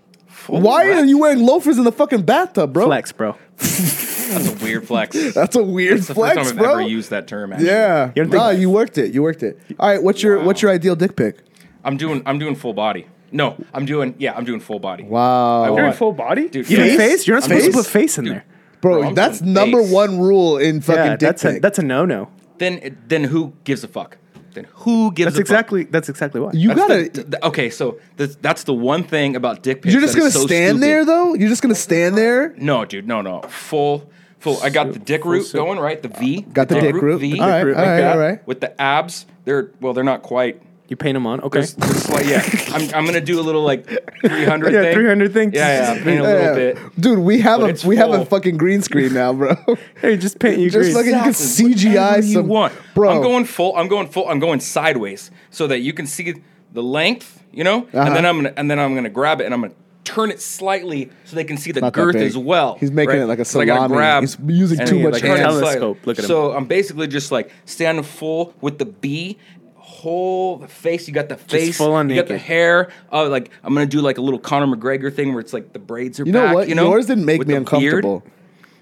Speaker 2: Why are you wearing loafers in the fucking bathtub, bro?
Speaker 3: Flex, bro.
Speaker 4: That's a weird flex.
Speaker 2: That's a weird
Speaker 4: That's the
Speaker 2: flex,
Speaker 4: first time I've
Speaker 2: bro.
Speaker 4: ever used that term. Actually.
Speaker 2: yeah,
Speaker 3: You
Speaker 2: you
Speaker 3: don't think-
Speaker 2: nah, you worked it. You worked it. All right, what's your what's your ideal dick pic?
Speaker 4: I'm doing. I'm doing full body. No, I'm doing. Yeah, I'm doing full body.
Speaker 2: Wow.
Speaker 4: I
Speaker 3: You're in
Speaker 4: want-
Speaker 3: full body,
Speaker 4: Dude,
Speaker 3: Even
Speaker 4: face?
Speaker 3: face. You're not
Speaker 4: I'm
Speaker 3: supposed to
Speaker 4: face?
Speaker 3: put face in there.
Speaker 2: Bro,
Speaker 4: Bro, I'm
Speaker 2: that's
Speaker 4: going
Speaker 2: number
Speaker 4: base.
Speaker 2: one rule in fucking dick
Speaker 3: that's a
Speaker 2: pic.
Speaker 3: that's a no no.
Speaker 4: Then then who gives a fuck? Then who gives
Speaker 3: That's
Speaker 4: a fuck?
Speaker 3: exactly that's exactly why.
Speaker 2: you gotta.
Speaker 4: That's the- the- okay, so th- that's the one thing about dick pics.
Speaker 2: you're just
Speaker 4: that
Speaker 2: gonna
Speaker 4: is so
Speaker 2: stand
Speaker 4: stupid.
Speaker 2: there though. You're just gonna stand there.
Speaker 4: No, dude, no, no, full, full. I got the dick root going right. The V.
Speaker 2: Got the dick root.
Speaker 4: V.
Speaker 2: All right, all right,
Speaker 4: that,
Speaker 2: all right.
Speaker 4: With the abs, they're well, they're not quite.
Speaker 3: you paint them on. Okay.
Speaker 4: It's just like, yeah, I'm, I'm gonna do a little like 300
Speaker 3: Yeah,
Speaker 4: thing.
Speaker 3: 300 thing.
Speaker 4: Yeah, yeah, paint a little
Speaker 2: Yeah.
Speaker 4: bit.
Speaker 2: dude. We have
Speaker 4: But
Speaker 2: a
Speaker 4: it's
Speaker 2: we have a
Speaker 4: full.
Speaker 2: fucking green screen now, bro.
Speaker 3: Hey, just paint you
Speaker 2: just
Speaker 3: green.
Speaker 2: fucking you can
Speaker 4: Whatever
Speaker 2: CGI
Speaker 4: you
Speaker 2: some,
Speaker 4: want.
Speaker 2: bro.
Speaker 4: I'm going full. I'm going full. I'm going sideways so that you can see the length, you know.
Speaker 2: Uh-huh.
Speaker 4: And then I'm gonna and then I'm gonna grab it and I'm gonna turn it slightly so they can see the
Speaker 2: Not that
Speaker 4: girth
Speaker 2: big.
Speaker 4: as well.
Speaker 2: He's making it like a
Speaker 4: So I gotta
Speaker 2: salami. He's using
Speaker 4: and
Speaker 2: too
Speaker 4: then
Speaker 2: much
Speaker 4: turn it
Speaker 3: hand.
Speaker 4: slightly.
Speaker 3: Telescope, look at him.
Speaker 4: So I'm basically just like standing full with the B. Whole the face, you got the face,
Speaker 3: full on
Speaker 4: you got the
Speaker 3: naked.
Speaker 4: hair. Oh, like I'm gonna do like a little Conor McGregor thing where it's like the braids are.
Speaker 2: You know
Speaker 4: back,
Speaker 2: what?
Speaker 4: You know,
Speaker 2: Yours didn't make
Speaker 4: with
Speaker 2: me
Speaker 4: the beard
Speaker 2: uncomfortable.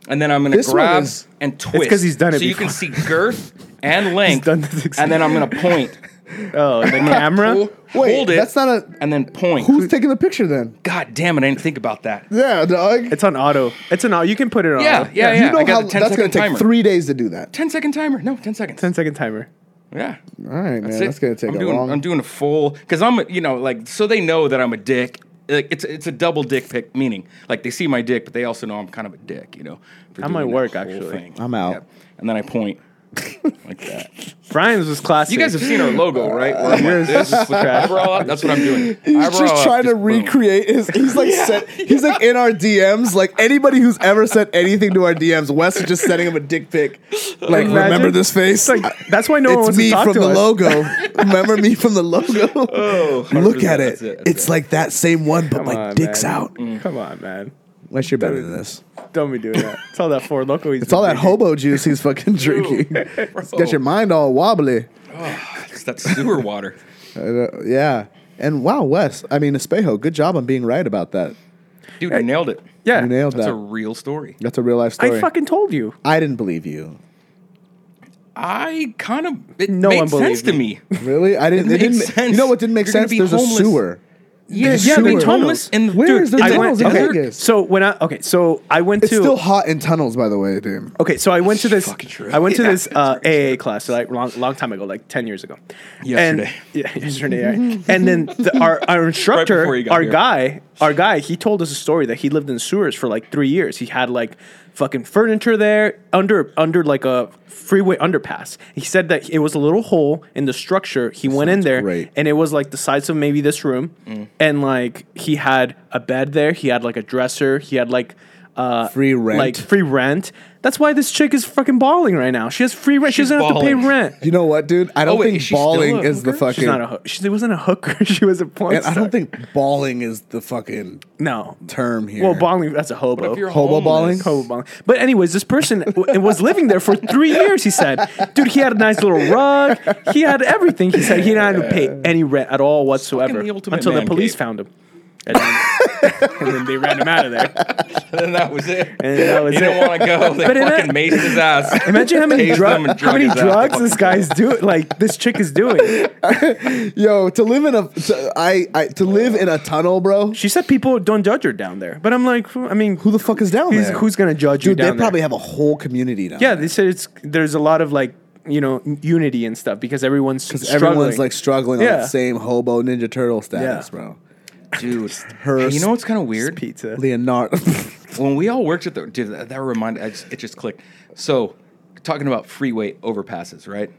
Speaker 4: and then I'm gonna
Speaker 2: This one
Speaker 4: grab
Speaker 2: is-
Speaker 4: and twist.
Speaker 3: 'cause he's done it
Speaker 4: So you can see girth and length,
Speaker 3: done this exact-
Speaker 4: and then I'm gonna point.
Speaker 3: oh, the camera.
Speaker 4: Pull-
Speaker 2: Wait,
Speaker 4: hold it.
Speaker 2: that's not a-
Speaker 4: And then point.
Speaker 2: Who's taking the picture then?
Speaker 4: God damn it! I didn't think about that.
Speaker 2: Yeah, dog.
Speaker 3: It's on auto. It's an auto. You can put it on.
Speaker 4: Yeah,
Speaker 3: auto.
Speaker 4: uh, yeah, yeah.
Speaker 2: you know
Speaker 4: I got
Speaker 2: how
Speaker 4: the 10
Speaker 2: that's gonna
Speaker 4: second
Speaker 2: take
Speaker 4: timer.
Speaker 2: three days to do that.
Speaker 4: 10 second timer. No, 10 seconds.
Speaker 3: 10 second timer.
Speaker 4: Yeah. All
Speaker 2: right, man, that's gonna take
Speaker 4: I'm
Speaker 2: a
Speaker 4: doing,
Speaker 2: long-
Speaker 4: I'm doing a full because I'm a- you know like so they know that I'm a dick. Like it's it's a double dick pic meaning like they see my dick but they also know I'm kind of a dick. You know. for
Speaker 3: That
Speaker 4: doing
Speaker 3: might work,
Speaker 4: whole
Speaker 3: actually.
Speaker 2: I'm out.
Speaker 4: And then I point like that.
Speaker 3: Brian's was classic.
Speaker 4: You guys have seen our logo, right?
Speaker 2: Uh,
Speaker 4: Where I'm like
Speaker 3: Yours is
Speaker 4: this,
Speaker 3: just trash.
Speaker 4: eyebrow up. That's what I'm doing.
Speaker 2: He's
Speaker 4: Eyebrow
Speaker 2: just
Speaker 4: up,
Speaker 2: trying to
Speaker 4: boom.
Speaker 2: recreate his. He's like, set, he's like in our DMs. Like anybody who's ever sent anything to our DMs, Wes is just sending him a dick pic. Like,
Speaker 3: Imagine.
Speaker 2: remember this face?
Speaker 3: It's like that's why no one
Speaker 2: it's
Speaker 3: wants
Speaker 2: me
Speaker 3: to talk
Speaker 2: from
Speaker 3: to
Speaker 2: the
Speaker 3: us.
Speaker 2: logo. remember me from the logo? Oh, look
Speaker 4: 100%,
Speaker 2: at it.
Speaker 4: that's it, that's
Speaker 2: it's like that same one, but my
Speaker 3: on,
Speaker 2: dick's
Speaker 3: man.
Speaker 2: out.
Speaker 4: Mm.
Speaker 3: Come on, man.
Speaker 2: Unless you're better than this.
Speaker 3: Don't be doing that. It's all that Ford Loco.
Speaker 2: It's all that hobo juice he's fucking drinking. It's got your mind all wobbly.
Speaker 4: It's that sewer water.
Speaker 2: Uh, yeah. And wow, Wes. I mean, Espejo, good job on being right about that.
Speaker 4: Dude, you nailed it.
Speaker 3: Yeah.
Speaker 2: You nailed
Speaker 4: That's
Speaker 2: that.
Speaker 4: a real story.
Speaker 2: That's a real life story.
Speaker 3: I fucking told you.
Speaker 2: I didn't believe you.
Speaker 4: I kind of it
Speaker 3: No one
Speaker 4: made sense
Speaker 3: believed
Speaker 4: to
Speaker 3: me.
Speaker 4: me.
Speaker 2: Really? I didn't. It,
Speaker 4: It
Speaker 2: didn't.
Speaker 4: makes sense.
Speaker 2: You know what didn't make
Speaker 4: You're gonna
Speaker 2: sense?
Speaker 4: be
Speaker 2: There's
Speaker 4: homeless.
Speaker 2: a sewer.
Speaker 4: Yeah,
Speaker 2: There's
Speaker 4: yeah,
Speaker 2: sewer.
Speaker 4: they're homeless in the
Speaker 2: Where
Speaker 4: dude,
Speaker 2: is there
Speaker 4: I
Speaker 2: tunnels
Speaker 4: went-
Speaker 2: in
Speaker 4: I
Speaker 2: Vegas?
Speaker 4: heard-
Speaker 3: So when I okay, so I went
Speaker 2: It's
Speaker 3: to
Speaker 2: still hot in tunnels, by the way, dude.
Speaker 3: Okay, so I went to this.
Speaker 4: Fucking true.
Speaker 3: I went to
Speaker 4: Yeah,
Speaker 3: this uh, AA class like long, long time ago, like ten years ago.
Speaker 4: Yesterday.
Speaker 3: And, yeah, yesterday. right. And then the, our our instructor,
Speaker 4: before you got
Speaker 3: our
Speaker 4: here.
Speaker 3: guy, our guy, he told us a story that he lived in sewers for like three years. He had like fucking furniture there under under like a freeway underpass. He said that it was a little hole in the structure. He went in there
Speaker 2: great.
Speaker 3: and it was like the size of maybe
Speaker 4: Mm.
Speaker 3: this room, and like he had a bed there. He had like a dresser. He had like. uh,
Speaker 2: Free rent.
Speaker 3: like free rent. That's why this chick is fucking balling right now. She has free rent. she
Speaker 4: She's
Speaker 3: doesn't have
Speaker 4: balling.
Speaker 3: to pay rent.
Speaker 2: you know what, dude? I don't
Speaker 4: Oh, wait,
Speaker 2: think
Speaker 4: is she still
Speaker 2: balling
Speaker 4: a
Speaker 2: is the
Speaker 4: hooker?
Speaker 2: fucking.
Speaker 3: She's not a hook. She wasn't a hooker. She was a porn
Speaker 2: and I
Speaker 3: star.
Speaker 2: don't think balling is the fucking
Speaker 3: no.
Speaker 2: term here.
Speaker 3: Well, balling. That's a hobo.
Speaker 4: If you're
Speaker 2: Hobo
Speaker 4: homeless-
Speaker 2: balling?
Speaker 3: Hobo bong. But anyways, this person w- was living there for three years. He said, "Dude, he had a nice little rug. He had everything." He said he didn't have to pay any rent at all whatsoever
Speaker 4: fucking the ultimate
Speaker 3: until the
Speaker 4: man
Speaker 3: police
Speaker 4: cave.
Speaker 3: found him, and then, and then they ran him out of there.
Speaker 4: and that was it.
Speaker 3: And that was
Speaker 4: he
Speaker 3: it.
Speaker 4: didn't want to go. They
Speaker 3: But in
Speaker 4: fucking
Speaker 3: that-
Speaker 4: maced his ass.
Speaker 3: Imagine how many,
Speaker 4: Tased
Speaker 3: drug,
Speaker 4: him and
Speaker 3: how
Speaker 4: drug
Speaker 3: many
Speaker 4: his ass the
Speaker 3: drugs
Speaker 4: fuck
Speaker 3: this
Speaker 4: out.
Speaker 3: guy's doing. Like this chick is doing.
Speaker 2: Yo, to live in a to, I, I to live in a tunnel, bro.
Speaker 3: She said people don't judge her down there. But I'm like, I mean,
Speaker 2: Who the fuck is down
Speaker 3: who's,
Speaker 2: there?
Speaker 3: who's gonna judge you
Speaker 2: dude? They
Speaker 3: down there?
Speaker 2: probably have a whole community down.
Speaker 3: yeah, they said it's there's a lot of like you know unity and stuff because everyone's
Speaker 2: there.
Speaker 3: struggling.
Speaker 2: everyone's like struggling on
Speaker 3: Yeah.
Speaker 2: the same hobo Ninja Turtle status,
Speaker 3: Yeah.
Speaker 2: bro.
Speaker 4: Dude,
Speaker 2: Her
Speaker 4: you know what's kind of weird?
Speaker 3: pizza.
Speaker 2: Leonardo.
Speaker 4: when we all worked at the dude, that, that reminded I just, it just clicked. So, talking about freeway overpasses, right?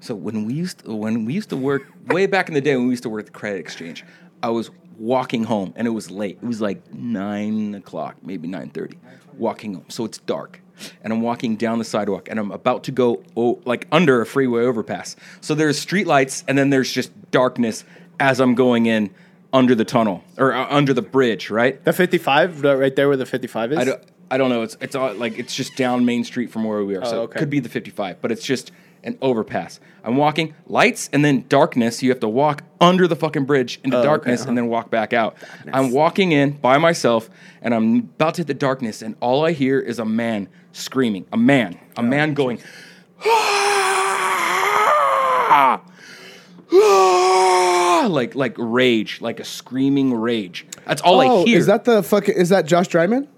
Speaker 4: So when we used to, when we used to work way back in the day when we used to work at the credit exchange, I was walking home and it was late. It was like nine o'clock, maybe nine thirty. Walking home, so it's dark, and I'm walking down the sidewalk and I'm about to go oh, like under a freeway overpass. So there's streetlights and then there's just darkness as I'm going in under the tunnel or uh, under the bridge, right?
Speaker 3: The 55, the- right there where the 55 is?
Speaker 4: I don't, I don't know. It's it's all, like it's just down Main Street from where we
Speaker 2: Oh,
Speaker 4: are. so
Speaker 3: okay.
Speaker 4: it could be the 55, but it's just an overpass. I'm walking, lights, and then darkness. You have to walk under the fucking bridge
Speaker 2: Oh,
Speaker 4: into darkness
Speaker 2: uh-huh.
Speaker 4: and then walk back out. I'm walking in by myself, and I'm about to hit the darkness, and all I hear is a man screaming. A man,
Speaker 2: Oh,
Speaker 4: a man going. "Ah!" Ah! like like rage, like a screaming rage. That's all I
Speaker 2: oh,
Speaker 4: hear.
Speaker 2: is that the fucking? Is that Josh Dryman?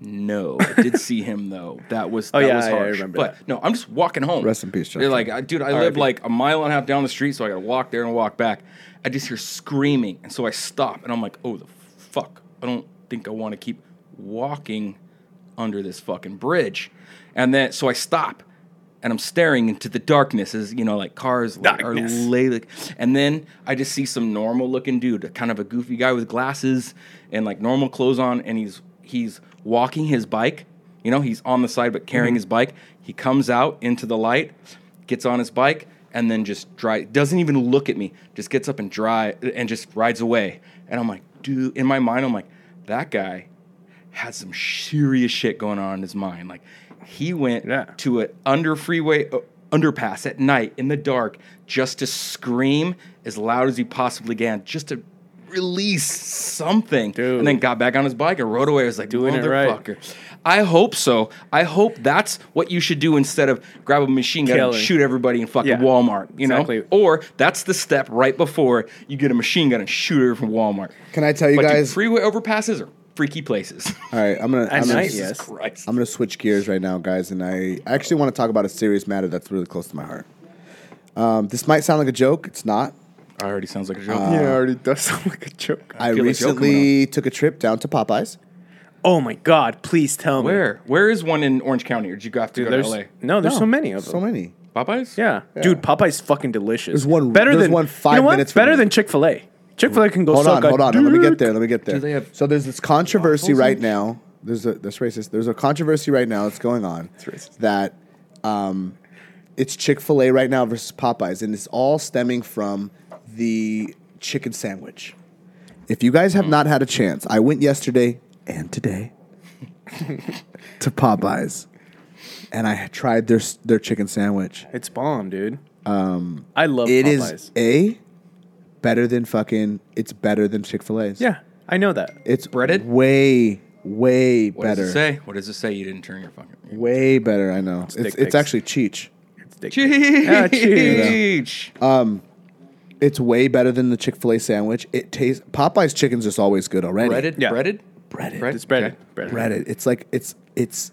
Speaker 4: No, I did see him though. That was that
Speaker 3: yeah,
Speaker 4: was
Speaker 3: yeah, I
Speaker 4: harsh.
Speaker 3: remember
Speaker 4: but no, I'm just walking home.
Speaker 2: Rest in peace, Chuck.
Speaker 4: They're like, I- dude, I live like a mile and a half down the street, so I got to walk there and walk back. I just hear screaming, and so I stop, and I'm like, oh the fuck, I don't think I want to keep walking under this fucking bridge, and then so I stop. And I'm staring into the darkness as you know, like cars like, are
Speaker 3: Darkness.
Speaker 4: lay like, and then I just see some normal looking dude, kind of a goofy guy with glasses and like normal clothes on, and he's he's walking his bike. You know, he's on the side but carrying his bike. He comes out into the light, gets on his bike, and then just dry doesn't even look at me, just gets up and dry and just rides away. And I'm like, dude, in my mind, I'm like, that guy had some serious shit going on in his mind. Like he went
Speaker 3: Yeah.
Speaker 4: to an under freeway uh, underpass at night in the dark just to scream as loud as he possibly can, just to release something, and then got back on his bike and rode away. I was like,
Speaker 3: Doing it right.
Speaker 4: motherfucker. I hope so. I hope that's what you should do instead of grab a machine gun and
Speaker 3: Killing.
Speaker 4: shoot everybody in fucking
Speaker 3: Yeah.
Speaker 4: Walmart. You
Speaker 3: Exactly.
Speaker 4: know, or that's the step right before you get a machine gun and shoot her from Walmart.
Speaker 2: Can I tell you
Speaker 4: But dude,
Speaker 2: guys?
Speaker 4: freeway overpasses are freaky places.
Speaker 2: all right, I'm gonna. I'm gonna
Speaker 3: night, yes.
Speaker 4: Christ.
Speaker 2: I'm going to switch gears right now, guys, and I actually want to talk about a serious matter that's really close to my heart. Um, this might sound like a joke. It's not.
Speaker 4: I already sounds like a joke.
Speaker 3: yeah, it already does sound like a joke.
Speaker 2: I,
Speaker 4: feel a joke coming
Speaker 2: recently took a trip down to Popeyes.
Speaker 3: oh my God, please tell me.
Speaker 4: Where? Where is one in Orange County? Or did you go have to go
Speaker 3: There's,
Speaker 4: to LA?
Speaker 3: No, there's
Speaker 2: No,
Speaker 3: so many of them.
Speaker 2: So many.
Speaker 4: Popeyes?
Speaker 3: Yeah. Dude, Popeye's fucking delicious.
Speaker 2: There's one-
Speaker 3: better
Speaker 2: there's
Speaker 3: than
Speaker 2: one five
Speaker 3: you know what?
Speaker 2: minutes from
Speaker 3: Better
Speaker 2: me.
Speaker 3: than Chick Fil A. Chick Fil A can go.
Speaker 2: Hold on,
Speaker 3: suck a
Speaker 2: hold on. Let me get
Speaker 3: dick.
Speaker 2: there. Let me get there.
Speaker 4: they have
Speaker 2: so there's this controversy
Speaker 4: waffles
Speaker 2: right
Speaker 4: and-
Speaker 2: now. There's a that's racist. There's a controversy right now that's going on
Speaker 3: racist.
Speaker 2: that um, it's Chick Fil A right now versus Popeyes, and it's all stemming from the chicken sandwich. If you guys
Speaker 3: Hmm.
Speaker 2: have not had a chance, I went yesterday and today to Popeyes, and I tried their s- their chicken sandwich.
Speaker 3: It's bomb, dude. Um, I love
Speaker 2: It is
Speaker 3: Popeyes.
Speaker 2: a better than fucking. It's better than Chick Fil A's.
Speaker 3: Yeah, I know that.
Speaker 2: It's
Speaker 4: Breaded?
Speaker 2: Way, way
Speaker 4: What
Speaker 2: better.
Speaker 4: does it say? What does it say? You didn't turn your fucking.
Speaker 2: Way better. I know. It's
Speaker 3: dick
Speaker 2: it's,
Speaker 3: pics.
Speaker 2: actually Cheech.
Speaker 3: It's dick pic. Yeah, cheese.
Speaker 4: Cheech.
Speaker 2: It's way better than the Chick Fil A sandwich. It tastes Popeye's chicken's just always good already.
Speaker 4: breaded.
Speaker 3: Yeah.
Speaker 4: Breaded.
Speaker 2: breaded,
Speaker 4: Bread-
Speaker 3: It's breaded.
Speaker 4: Okay.
Speaker 3: Breaded.
Speaker 2: breaded. It's like it's it's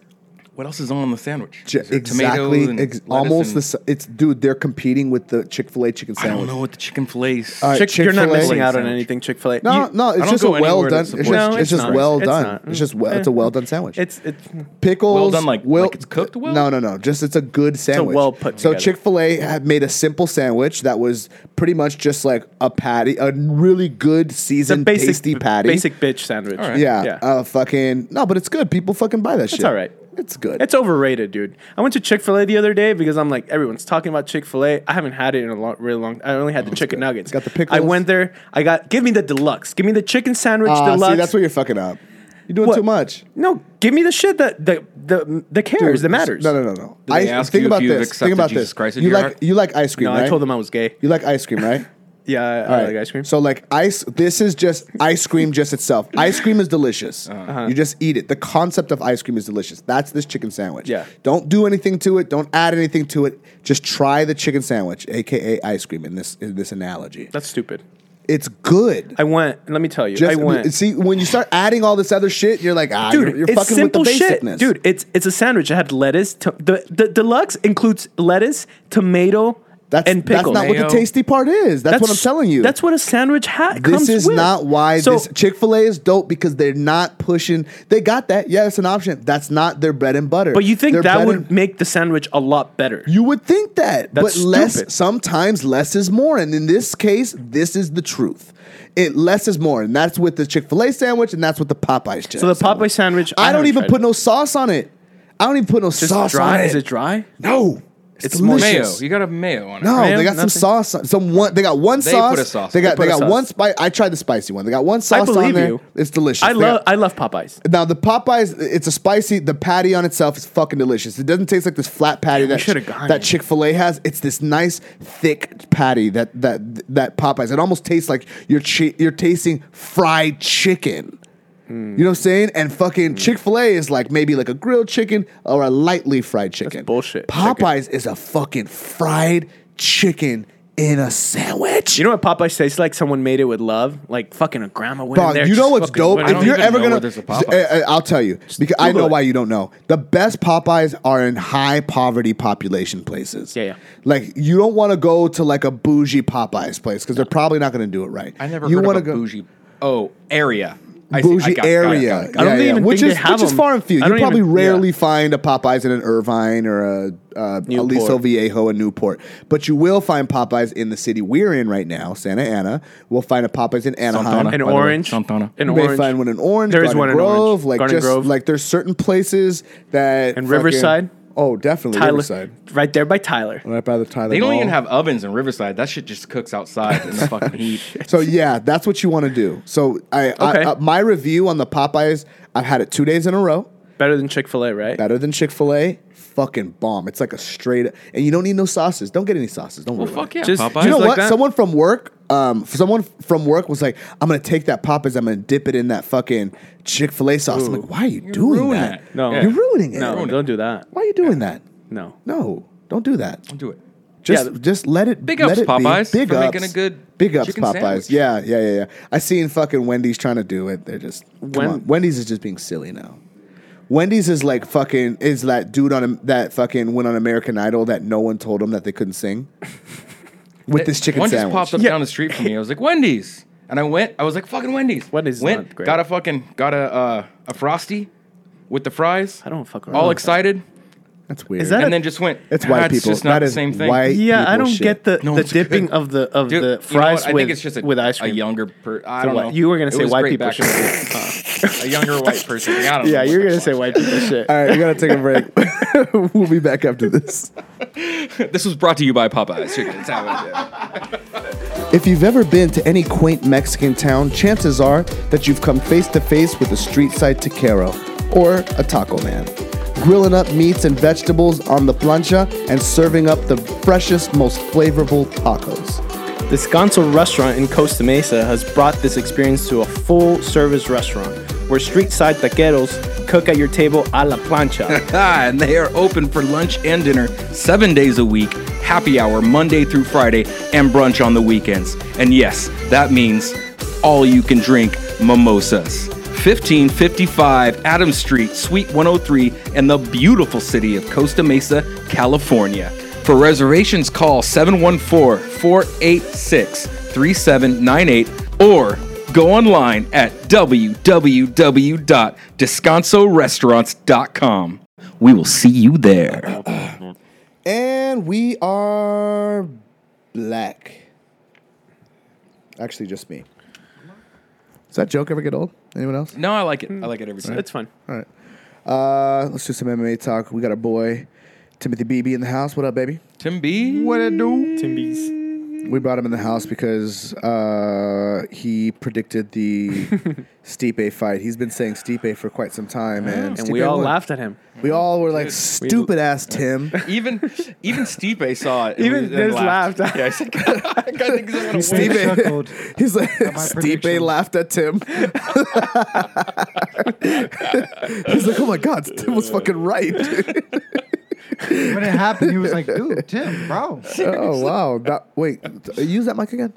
Speaker 4: What else is on the sandwich?
Speaker 2: J-
Speaker 4: Is there
Speaker 2: exactly,
Speaker 4: and
Speaker 2: ex-
Speaker 4: lettuce
Speaker 2: almost
Speaker 4: and-
Speaker 2: the. s- It's dude, they're competing with the Chick Fil A chicken
Speaker 4: I don't
Speaker 2: sandwich.
Speaker 4: know what the chicken fillets.
Speaker 2: right.
Speaker 3: Chick- you're not
Speaker 2: Chick-fil-A.
Speaker 3: missing out on
Speaker 4: Sandwich.
Speaker 3: anything Chick Fil A.
Speaker 2: No, no,
Speaker 4: I
Speaker 2: it's
Speaker 4: don't
Speaker 2: just a
Speaker 4: go anywhere
Speaker 2: well
Speaker 4: that
Speaker 2: done. It's just,
Speaker 4: supports
Speaker 3: No,
Speaker 2: it's
Speaker 3: it's
Speaker 2: just
Speaker 3: not.
Speaker 2: well
Speaker 3: It's
Speaker 2: done.
Speaker 3: not.
Speaker 2: It's just
Speaker 4: Mm.
Speaker 2: well. It's a well done sandwich.
Speaker 3: It's it's
Speaker 2: pickles.
Speaker 4: Well done, like- like it's cooked well?
Speaker 2: No, no, no. Just it's a good sandwich.
Speaker 3: well put
Speaker 2: So
Speaker 3: together.
Speaker 2: Chick Fil A had made a simple sandwich that was pretty much just like a patty, a really good
Speaker 3: it's a
Speaker 2: seasoned,
Speaker 3: basic
Speaker 2: tasty patty.
Speaker 3: basic bitch sandwich.
Speaker 4: All right.
Speaker 2: Yeah.
Speaker 3: yeah.
Speaker 2: Uh, fucking no, but it's good. People fucking buy that shit.
Speaker 3: all right.
Speaker 2: It's good.
Speaker 3: It's overrated, dude. I went to Chick Fil A the other day because I'm like everyone's talking about Chick Fil A. I haven't had it in a long, really long. I only had the chicken nuggets.
Speaker 2: Got the
Speaker 3: I
Speaker 2: pickles.
Speaker 3: went there. I got give me the deluxe. Give me the chicken sandwich
Speaker 2: Ah,
Speaker 3: deluxe.
Speaker 2: see, that's what you're fucking up. You're doing
Speaker 3: What?
Speaker 2: too much.
Speaker 3: no, give me the shit that the the the cares that matters.
Speaker 2: No, no, no, no.
Speaker 4: they ask you if you've accepted Jesus Christ in
Speaker 2: you
Speaker 4: your
Speaker 2: like
Speaker 4: heart?
Speaker 2: you like ice cream,
Speaker 3: No,
Speaker 2: right?
Speaker 3: I told them I was gay.
Speaker 2: you like ice cream, right?
Speaker 3: Yeah, I, I
Speaker 2: All
Speaker 3: like ice cream.
Speaker 2: So like ice, this is just ice cream, just itself. Ice cream is delicious.
Speaker 3: Uh-huh.
Speaker 2: You just eat it. The concept of ice cream is delicious. That's this chicken sandwich.
Speaker 3: Yeah.
Speaker 2: Don't do anything to it. Don't add anything to it. Just try the chicken sandwich, aka ice cream. In this in this analogy,
Speaker 3: that's stupid.
Speaker 2: it's good.
Speaker 3: I went. Let me tell you,
Speaker 2: Just
Speaker 3: I went.
Speaker 2: see when you start adding all this other shit, you're like, ah,
Speaker 3: Dude,
Speaker 2: you're, you're
Speaker 3: it's
Speaker 2: fucking
Speaker 3: simple
Speaker 2: with the
Speaker 3: shit,
Speaker 2: basicness,
Speaker 3: dude. It's it's a sandwich. I had lettuce. To, the the deluxe includes lettuce, tomato,
Speaker 2: That's
Speaker 3: and
Speaker 2: that's
Speaker 3: pickles.
Speaker 2: not what the
Speaker 4: Mayo.
Speaker 2: tasty part is. That's, what I'm telling you.
Speaker 3: That's what a sandwich ha- comes
Speaker 2: this is
Speaker 3: with.
Speaker 2: not why
Speaker 3: So-
Speaker 2: this Chick-fil-A is dope because they're not pushing. They got that. Yeah, it's an option. That's not their bread and butter.
Speaker 3: But you think
Speaker 2: Their
Speaker 3: that
Speaker 2: bread
Speaker 3: would
Speaker 2: and-
Speaker 3: make the sandwich a lot better?
Speaker 2: you would think that, but
Speaker 3: That's
Speaker 2: less
Speaker 3: stupid.
Speaker 2: sometimes less is more, and in this case, this is the truth. It less is more, and that's with the Chick Fil A sandwich, and that's with the Popeyes.
Speaker 3: so the Popeye sandwich.
Speaker 2: I, don't
Speaker 3: haven't
Speaker 2: even
Speaker 3: tried
Speaker 2: put
Speaker 3: it.
Speaker 2: no sauce on it. I don't even put no
Speaker 3: Just
Speaker 2: sauce
Speaker 3: dry.
Speaker 2: on it.
Speaker 3: Is it dry?
Speaker 2: No, it's,
Speaker 3: It's more
Speaker 2: delicious.
Speaker 4: mayo. You got a mayo on it.
Speaker 2: No,
Speaker 4: right?
Speaker 3: Mayo?
Speaker 2: they got
Speaker 3: Nothing?
Speaker 2: some sauce. on- Some one. They got one
Speaker 4: They
Speaker 2: sauce.
Speaker 4: put a sauce.
Speaker 2: They got. They,
Speaker 3: They put a
Speaker 2: got
Speaker 3: sauce.
Speaker 2: one spice. I tried the spicy one. They got one sauce on
Speaker 3: believe
Speaker 2: there.
Speaker 3: you.
Speaker 2: It's delicious.
Speaker 3: I
Speaker 2: They
Speaker 3: love
Speaker 2: got-
Speaker 3: I love Popeyes.
Speaker 2: now the Popeyes, it's a spicy. The patty on itself is fucking delicious. It doesn't taste like this flat patty that
Speaker 3: should've gone in.
Speaker 2: that Chick Fil A has. It's this nice thick patty that that that Popeyes. It almost tastes like you're chi- you're tasting fried chicken. You know what I'm saying? And fucking Chick Fil A is like maybe like a grilled chicken or a lightly fried chicken.
Speaker 3: bullshit.
Speaker 2: Popeyes is a fucking fried chicken in a sandwich.
Speaker 3: You know what Popeyes tastes like? Someone made it with love. Like fucking a grandma went in
Speaker 2: Dog,
Speaker 3: there.
Speaker 2: you know
Speaker 3: just
Speaker 2: what's
Speaker 3: fucking
Speaker 2: dope?
Speaker 3: went
Speaker 4: I
Speaker 2: If
Speaker 3: in.
Speaker 4: don't
Speaker 2: you're
Speaker 4: even
Speaker 2: ever
Speaker 4: know
Speaker 2: gonna,
Speaker 4: where there's a Popeyes.
Speaker 2: I- I- I'll tell you because I
Speaker 3: Google
Speaker 2: know
Speaker 3: it.
Speaker 2: why you don't know. The best Popeyes are in high poverty population places.
Speaker 3: Yeah, yeah.
Speaker 2: Like you don't want to go to like a bougie Popeyes place because they're probably not going to do it right.
Speaker 4: I never
Speaker 2: you
Speaker 4: heard of
Speaker 2: wanna
Speaker 4: a bougie. Oh, area. I see. I
Speaker 2: Bougie
Speaker 4: got it, got it,
Speaker 2: area,
Speaker 4: got it, got
Speaker 3: I
Speaker 4: it.
Speaker 3: don't
Speaker 2: Yeah, yeah.
Speaker 3: even
Speaker 2: which
Speaker 3: think
Speaker 2: is
Speaker 3: they have
Speaker 2: which is
Speaker 3: them.
Speaker 2: far and few.
Speaker 3: I
Speaker 2: You
Speaker 3: don't
Speaker 2: probably
Speaker 3: even- yeah.
Speaker 2: rarely find a Popeyes in an Irvine or a, uh Aliso
Speaker 3: Newport.
Speaker 2: Viejo in Newport, but you will find Popeyes in the city we're in right now, Santa Ana. We'll find a Popeyes in Anaheim.
Speaker 4: Santana.
Speaker 3: An
Speaker 4: By the way,
Speaker 3: orange.
Speaker 4: Santana.
Speaker 3: An
Speaker 2: You may
Speaker 3: orange.
Speaker 2: find one in Orange.
Speaker 3: There is
Speaker 2: Garden
Speaker 3: one in
Speaker 2: Grove,
Speaker 3: Orange.
Speaker 2: Like
Speaker 3: Garden
Speaker 2: just
Speaker 3: Grove.
Speaker 2: like there's certain places that
Speaker 3: And
Speaker 2: fucking-
Speaker 3: Riverside?
Speaker 2: Oh, definitely
Speaker 3: Tyler.
Speaker 2: Riverside.
Speaker 3: Right there by Tyler.
Speaker 2: Right by the Tyler.
Speaker 4: They don't even
Speaker 2: Mall.
Speaker 4: have ovens in Riverside. That shit just cooks outside in the fucking heat.
Speaker 2: So yeah, that's what you want to do. So I, I
Speaker 3: Okay.
Speaker 2: uh, my review on the Popeyes, I've had it two days in a row.
Speaker 3: Better than Chick Fil A, right?
Speaker 2: Better than Chick Fil A. Fucking bomb. It's like a straight. And you don't need no sauces. Don't get any sauces. Don't worry.
Speaker 4: Well,
Speaker 2: about it.
Speaker 4: fuck yeah,
Speaker 3: Just-
Speaker 4: Popeyes.
Speaker 2: You know
Speaker 3: like
Speaker 2: what?
Speaker 3: that?
Speaker 2: Someone from work, um, someone from work was like, "I'm gonna take that Popeyes, I'm gonna dip it in that fucking Chick Fil A sauce." I'm like, "Why are you doing
Speaker 4: ruining
Speaker 2: that?
Speaker 4: it.
Speaker 3: No.
Speaker 2: you're ruining it.
Speaker 3: no, don't do that.
Speaker 2: Why are you doing that?
Speaker 3: No.
Speaker 2: No, don't do that.
Speaker 4: do it.
Speaker 2: Just,
Speaker 3: Yeah.
Speaker 2: just let it.
Speaker 4: Big
Speaker 2: let
Speaker 4: ups,
Speaker 2: it be.
Speaker 4: Popeyes,
Speaker 2: Big
Speaker 4: for
Speaker 2: ups,
Speaker 4: making a good
Speaker 2: Big ups,
Speaker 4: chicken
Speaker 2: Popeyes.
Speaker 4: sandwich.
Speaker 2: Yeah, yeah, yeah, yeah. I seen fucking Wendy's trying to do it. They're just come
Speaker 3: Wen-
Speaker 2: on. Wendy's is just being silly now. Wendy's is like fucking is that dude on that fucking went on American Idol that no one told him that they couldn't sing with this chicken
Speaker 4: one
Speaker 2: sandwich.
Speaker 4: just popped up
Speaker 3: Yeah.
Speaker 4: down the street from me. I was like Wendy's, and I went. I was like fucking Wendy's.
Speaker 3: Wendy's is
Speaker 4: Went.
Speaker 3: not great.
Speaker 4: Got a fucking got a uh, a frosty with the fries.
Speaker 3: I don't fuck around
Speaker 4: All
Speaker 3: with that.
Speaker 4: excited,
Speaker 2: That's weird.
Speaker 3: Is that
Speaker 4: and
Speaker 3: a-
Speaker 4: then just went.
Speaker 2: That's white
Speaker 4: "That's
Speaker 2: people.
Speaker 4: Just not
Speaker 2: That
Speaker 4: the
Speaker 2: is
Speaker 4: same thing.
Speaker 2: white
Speaker 3: Yeah, I don't
Speaker 2: shit.
Speaker 3: get the,
Speaker 4: No,
Speaker 3: the
Speaker 4: it's good.
Speaker 3: dipping of the of
Speaker 4: Dude, you know
Speaker 3: the
Speaker 4: what?
Speaker 3: fries
Speaker 4: I
Speaker 3: with
Speaker 4: think it's just a,
Speaker 3: with ice
Speaker 4: A
Speaker 3: cream.
Speaker 4: younger per, I don't
Speaker 3: what?
Speaker 4: know.
Speaker 3: You were gonna
Speaker 4: It
Speaker 3: say
Speaker 4: was
Speaker 3: white
Speaker 4: great
Speaker 3: people
Speaker 4: back in the day. a younger white person. I don't know
Speaker 3: yeah,
Speaker 4: what
Speaker 3: you're
Speaker 4: the
Speaker 3: gonna
Speaker 4: fuck.
Speaker 3: say white people shit.
Speaker 2: All right, we gotta take a break. we'll be back after this.
Speaker 4: This was brought to you by Popeyes chicken sandwich.
Speaker 2: If you've ever been to any quaint Mexican town, chances are that you've come face to face with a street side taquero or a taco man. Grilling up meats and vegetables on the plancha and serving up the freshest, most flavorful tacos.
Speaker 3: This Gonzo restaurant in Costa Mesa has brought this experience to a full service restaurant where street side taqueros cook at your table a la plancha.
Speaker 4: Ah, and they are open for lunch and dinner seven days a week, happy hour Monday through Friday, and brunch on the weekends. And yes, that means all you can drink mimosas. 1555 Adams Street, Suite 103, in the beautiful city of Costa Mesa, California. For reservations, call 714 486 3798 or go online at www.descansorestaurants.com. We will see you there.
Speaker 2: And we are black. Actually, just me. Does that joke ever get old? Anyone else?
Speaker 4: No, I like it. I like it every time.
Speaker 3: It's fun.
Speaker 2: All right. Uh, let's do some MMA talk. We got our boy Timothy BB in the house. What up, baby?
Speaker 4: Tim B. What?
Speaker 2: it do?
Speaker 3: Timbies.
Speaker 2: We brought him in the house because uh, he predicted the Stipe fight. He's been saying Stipe for quite some time, and,
Speaker 3: And we
Speaker 2: Stipe
Speaker 3: all
Speaker 2: won.
Speaker 3: laughed at him.
Speaker 2: We all were like, "Stupid ass Tim."
Speaker 4: Even even Stipe saw it. and
Speaker 3: Even
Speaker 4: was- and
Speaker 3: Diz laughed.
Speaker 4: Yeah, I said, God, I think he's gonna win.
Speaker 2: Stipe,
Speaker 5: chuckled
Speaker 2: he's like,
Speaker 5: my
Speaker 2: Stipe
Speaker 5: prediction.
Speaker 2: laughed at Tim. he's like, "Oh my god, Tim was fucking right."
Speaker 5: When it happened, he was like, dude, Tim, bro.
Speaker 2: oh wow! That- wait, use that mic again.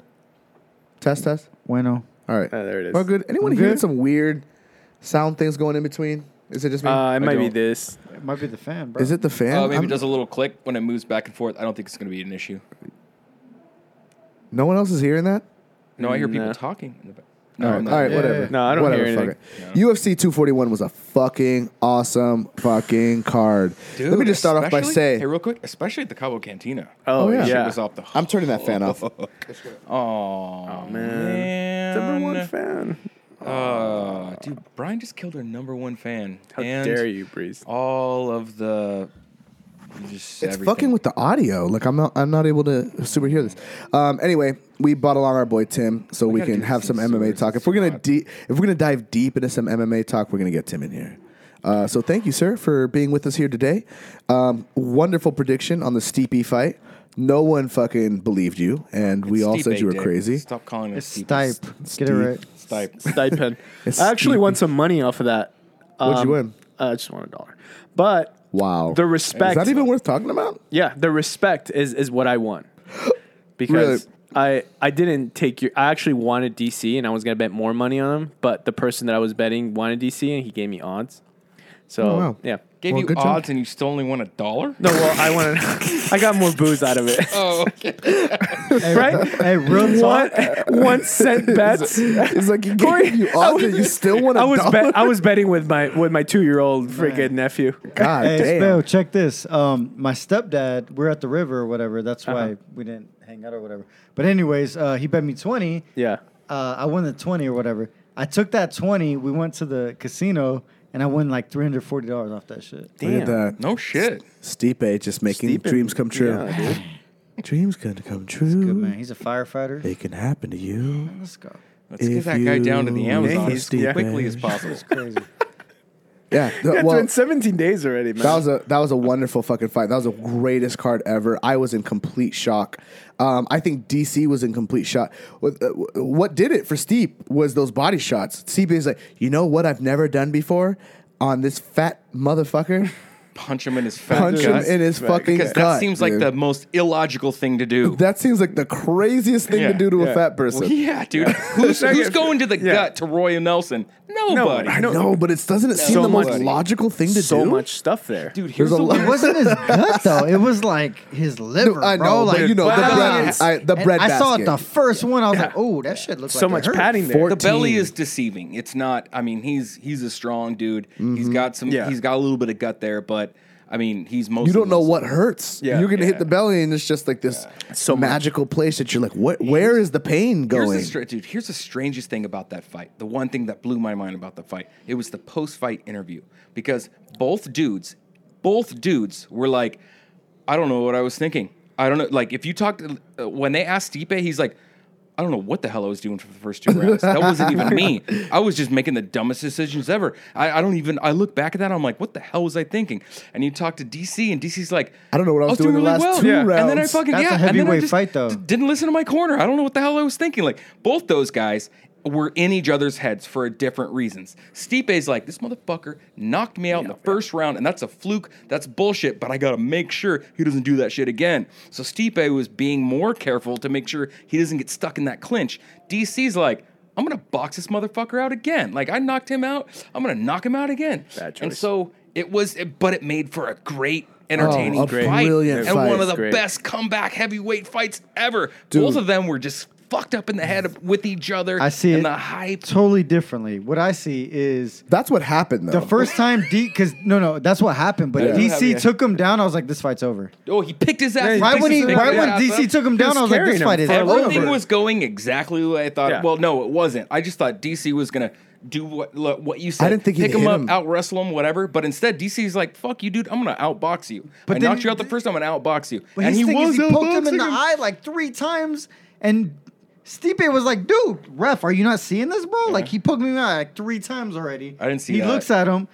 Speaker 2: Test test.
Speaker 5: Bueno.
Speaker 2: All right.
Speaker 3: Oh, there it is.
Speaker 2: We're good. Anyone
Speaker 5: I'm
Speaker 2: hearing
Speaker 5: good.
Speaker 2: some weird sound things going in between? Is it just me?
Speaker 3: Uh, it might be
Speaker 4: don't.
Speaker 3: this.
Speaker 5: It might be the fan, bro.
Speaker 2: Is it the fan?
Speaker 4: Oh, maybe
Speaker 2: I'm-
Speaker 4: it does a little click when it moves back and forth. I don't think it's going to be an issue.
Speaker 2: No one else is hearing that.
Speaker 4: No, I hear people
Speaker 3: No.
Speaker 4: talking in the back. No,
Speaker 2: all right,
Speaker 4: I'm not.
Speaker 2: all right,
Speaker 5: Yeah.
Speaker 2: whatever.
Speaker 3: No, I don't
Speaker 2: whatever,
Speaker 3: hear
Speaker 2: fuck
Speaker 3: anything.
Speaker 2: it. UFC 241 was a fucking awesome fucking card.
Speaker 4: Dude,
Speaker 2: Let me just start off by
Speaker 4: especially-
Speaker 2: saying,
Speaker 4: hey, real quick, especially at the Cabo Cantina.
Speaker 3: Oh,
Speaker 2: Oh, yeah.
Speaker 3: yeah.
Speaker 2: Shit
Speaker 4: It was off the
Speaker 2: I'm turning that fan off.
Speaker 4: Oh, man.
Speaker 3: man. Number one fan.
Speaker 4: Oh, dude, Brian just killed our number one fan.
Speaker 3: How
Speaker 4: and
Speaker 3: dare you, Breeze?
Speaker 4: All of the. Just
Speaker 2: It's fucking with the audio. Like I'm not, I'm not able to super hear this. Um, anyway, we brought along our boy Tim so we
Speaker 4: gotta
Speaker 2: can
Speaker 4: do
Speaker 2: have some
Speaker 4: some
Speaker 2: MMA
Speaker 4: sewers
Speaker 2: talk.
Speaker 4: and
Speaker 2: If we're gonna
Speaker 4: squat.
Speaker 2: de- if we're gonna dive deep into some MMA talk, we're gonna get Tim in here. Uh, so thank you, sir, for being with us here today. Um, wonderful prediction on the Steepy fight. No one fucking believed you, and we all said you were crazy.
Speaker 4: Stop calling it
Speaker 5: It's
Speaker 4: Stipe.
Speaker 5: Stipe. Get it right.
Speaker 4: Stipe.
Speaker 3: Stipend.
Speaker 2: It's
Speaker 3: I actually won
Speaker 2: Stipe.
Speaker 3: some money off of that. Uh,
Speaker 2: What'd you win?
Speaker 3: I just won a dollar. But
Speaker 2: Wow,
Speaker 3: um, the
Speaker 2: is
Speaker 3: respect.
Speaker 2: that even worth talking about?
Speaker 3: Yeah, the respect is is what I won because I I didn't take your. I actually wanted DC and I was gonna bet more money on him, but the person that I was betting wanted DC and he gave me odds. So
Speaker 2: Oh, wow.
Speaker 3: yeah,
Speaker 4: Gave
Speaker 2: Well,
Speaker 4: you
Speaker 2: good job.
Speaker 4: odds and you still only won a dollar?
Speaker 3: no, well I wanted. I got more booze out of it.
Speaker 4: Oh, okay.
Speaker 5: Hey,
Speaker 3: Right?
Speaker 5: Hey, real
Speaker 3: One
Speaker 5: talk.
Speaker 3: one cent bets.
Speaker 2: It's like you
Speaker 3: Corey,
Speaker 2: gave you
Speaker 3: I
Speaker 2: all
Speaker 3: was-
Speaker 2: that you still want
Speaker 3: I
Speaker 2: to.
Speaker 3: was bet, I was betting with my with my two year old freaking nephew.
Speaker 2: God
Speaker 5: Hey,
Speaker 2: damn.
Speaker 5: Spell, check this. Um, my stepdad, we're at the river or whatever. That's why we didn't hang out or whatever. But anyways, uh, he bet me twenty.
Speaker 3: Yeah.
Speaker 5: Uh, I won the twenty or whatever. I took that twenty. We went to the casino and I won like three hundred forty dollars off that shit.
Speaker 2: Look at that.
Speaker 4: No shit.
Speaker 2: Stipe just making
Speaker 3: Stipe-
Speaker 2: dreams come true.
Speaker 3: Yeah, dude.
Speaker 2: Dreams gonna come
Speaker 5: Good
Speaker 2: true.
Speaker 5: man. He's a firefighter.
Speaker 2: They can happen to you.
Speaker 5: Let's go.
Speaker 4: Let's get
Speaker 2: If
Speaker 4: that guy down to
Speaker 2: you
Speaker 4: the Amazon
Speaker 2: love
Speaker 4: as quickly
Speaker 2: Stipe.
Speaker 4: as possible.
Speaker 5: Crazy.
Speaker 2: Yeah. th-
Speaker 3: It's
Speaker 2: well,
Speaker 3: been 17 days already, man.
Speaker 2: that was a that was a wonderful fucking fight. That was the greatest card ever. I was in complete shock. Um, I think DC was in complete shock. What, uh, what did it for Steep was those body shots. Steep is like, you know what I've never done before on this fat motherfucker.
Speaker 4: Punch him in his fat
Speaker 2: Punch him
Speaker 4: guts.
Speaker 2: in his fucking
Speaker 4: Because
Speaker 2: gut,
Speaker 4: that seems like
Speaker 2: dude.
Speaker 4: the most illogical thing to do.
Speaker 2: that seems like the craziest thing
Speaker 4: Yeah,
Speaker 2: to do to a
Speaker 3: yeah.
Speaker 2: fat person.
Speaker 4: Well, yeah, dude. Who's,
Speaker 3: Like
Speaker 4: who's
Speaker 3: if-
Speaker 4: going to the
Speaker 3: yeah.
Speaker 4: gut to Roy Nelson? Nobody.
Speaker 2: I know, but it's doesn't it seem
Speaker 3: So
Speaker 2: the most
Speaker 3: much-
Speaker 2: logical thing to
Speaker 3: so
Speaker 2: do?
Speaker 3: much stuff there.
Speaker 4: Dude, here's
Speaker 2: There's a
Speaker 4: a
Speaker 2: lot.
Speaker 5: It wasn't his gut though. It was like his liver.
Speaker 2: I know,
Speaker 5: bro.
Speaker 2: but
Speaker 5: like
Speaker 2: you know, the
Speaker 5: God.
Speaker 2: bread- I- the
Speaker 5: And
Speaker 2: bread
Speaker 5: I saw
Speaker 2: basket.
Speaker 5: it the first one. I was like, oh, that shit looks
Speaker 3: so
Speaker 5: like
Speaker 3: much
Speaker 5: it hurt.
Speaker 3: padding there.
Speaker 4: the belly is deceiving. It's not. I mean, he's he's a strong dude. He's
Speaker 2: Mm-hmm.
Speaker 4: got some.
Speaker 3: Yeah.
Speaker 4: He's got a little bit of gut there, but I mean, he's mostly.
Speaker 2: You don't know what hurts.
Speaker 3: Yeah.
Speaker 2: You're gonna hit
Speaker 4: Yeah.
Speaker 2: the belly, and it's just like this
Speaker 3: So much.
Speaker 2: magical place that you're like, what? Where is the pain
Speaker 4: Here's the
Speaker 2: going?
Speaker 4: stra- dude. Here's the strangest thing about that fight. The one thing that blew my mind about the fight. It was the post-fight interview because both dudes, both dudes were like, I don't know what I was thinking. I don't know. Like if you talked uh, when they asked Stipe, he's like. I don't know what the hell I was doing for the first two rounds. That wasn't even me. I was just making the dumbest decisions ever. I, I don't even. I look back at that. I'm like, what the hell was I thinking? And you talk to DC, and DC's like,
Speaker 2: I don't know what I was doing the last two
Speaker 4: And then I
Speaker 2: rounds.
Speaker 4: fucking
Speaker 5: That's a
Speaker 4: yeah. and then I
Speaker 5: heavyweight
Speaker 4: just
Speaker 5: fight, though.
Speaker 4: d- didn't listen to my corner. I don't know what the hell I was thinking. Like both those guys were in each other's heads for different reasons. Stipe's like, this motherfucker knocked me out in the first round, and that's a fluke. That's bullshit. But I gotta make sure he doesn't do that shit again. So Stipe was being more careful to make sure he doesn't get stuck in that clinch. DC's like, I'm gonna box this motherfucker out again. Like I knocked him out, I'm gonna knock him out again.
Speaker 3: Bad
Speaker 4: And
Speaker 3: choice.
Speaker 4: so it was, it, but it made for a great, entertaining
Speaker 2: a
Speaker 4: fight,
Speaker 2: brilliant
Speaker 4: and
Speaker 2: fight.
Speaker 4: one of the
Speaker 3: Great.
Speaker 4: best comeback heavyweight fights ever.
Speaker 2: Dude.
Speaker 4: Both of them were just fucked up in the head with each other.
Speaker 5: I see
Speaker 4: and
Speaker 5: it
Speaker 4: the hype.
Speaker 5: totally differently. What I see is
Speaker 2: That's what happened though.
Speaker 5: the first time D because no no that's what happened. But
Speaker 4: Yeah.
Speaker 5: DC
Speaker 4: Yeah.
Speaker 5: took him down. I was like, this fight's over.
Speaker 4: Oh, he picked his ass.
Speaker 5: Why
Speaker 4: picked
Speaker 5: when he
Speaker 4: his
Speaker 5: why
Speaker 4: ass
Speaker 5: when
Speaker 4: up.
Speaker 5: DC took him down, I was like,
Speaker 3: carrying
Speaker 5: this
Speaker 3: him
Speaker 5: fight is
Speaker 3: for a little
Speaker 5: over.
Speaker 4: Everything was going exactly the way I thought.
Speaker 3: Yeah.
Speaker 4: Well, no, it wasn't. I just thought DC was gonna do what look, what you said.
Speaker 2: I didn't think he'd
Speaker 4: pick him
Speaker 2: hit
Speaker 4: up,
Speaker 2: him.
Speaker 4: out wrestle him, whatever. But instead, DC's like, "Fuck you, dude. I'm gonna outbox you.
Speaker 5: But
Speaker 4: I
Speaker 5: then-
Speaker 4: knocked you out the first time. I'm gonna outbox you."
Speaker 5: But his thing is he poked him in the eye like three times, and Stipe was like, "Dude, ref, are you not seeing this, bro? Like he poked me in the eye like three times already."
Speaker 4: I didn't see
Speaker 5: He
Speaker 4: that.
Speaker 5: looks at him.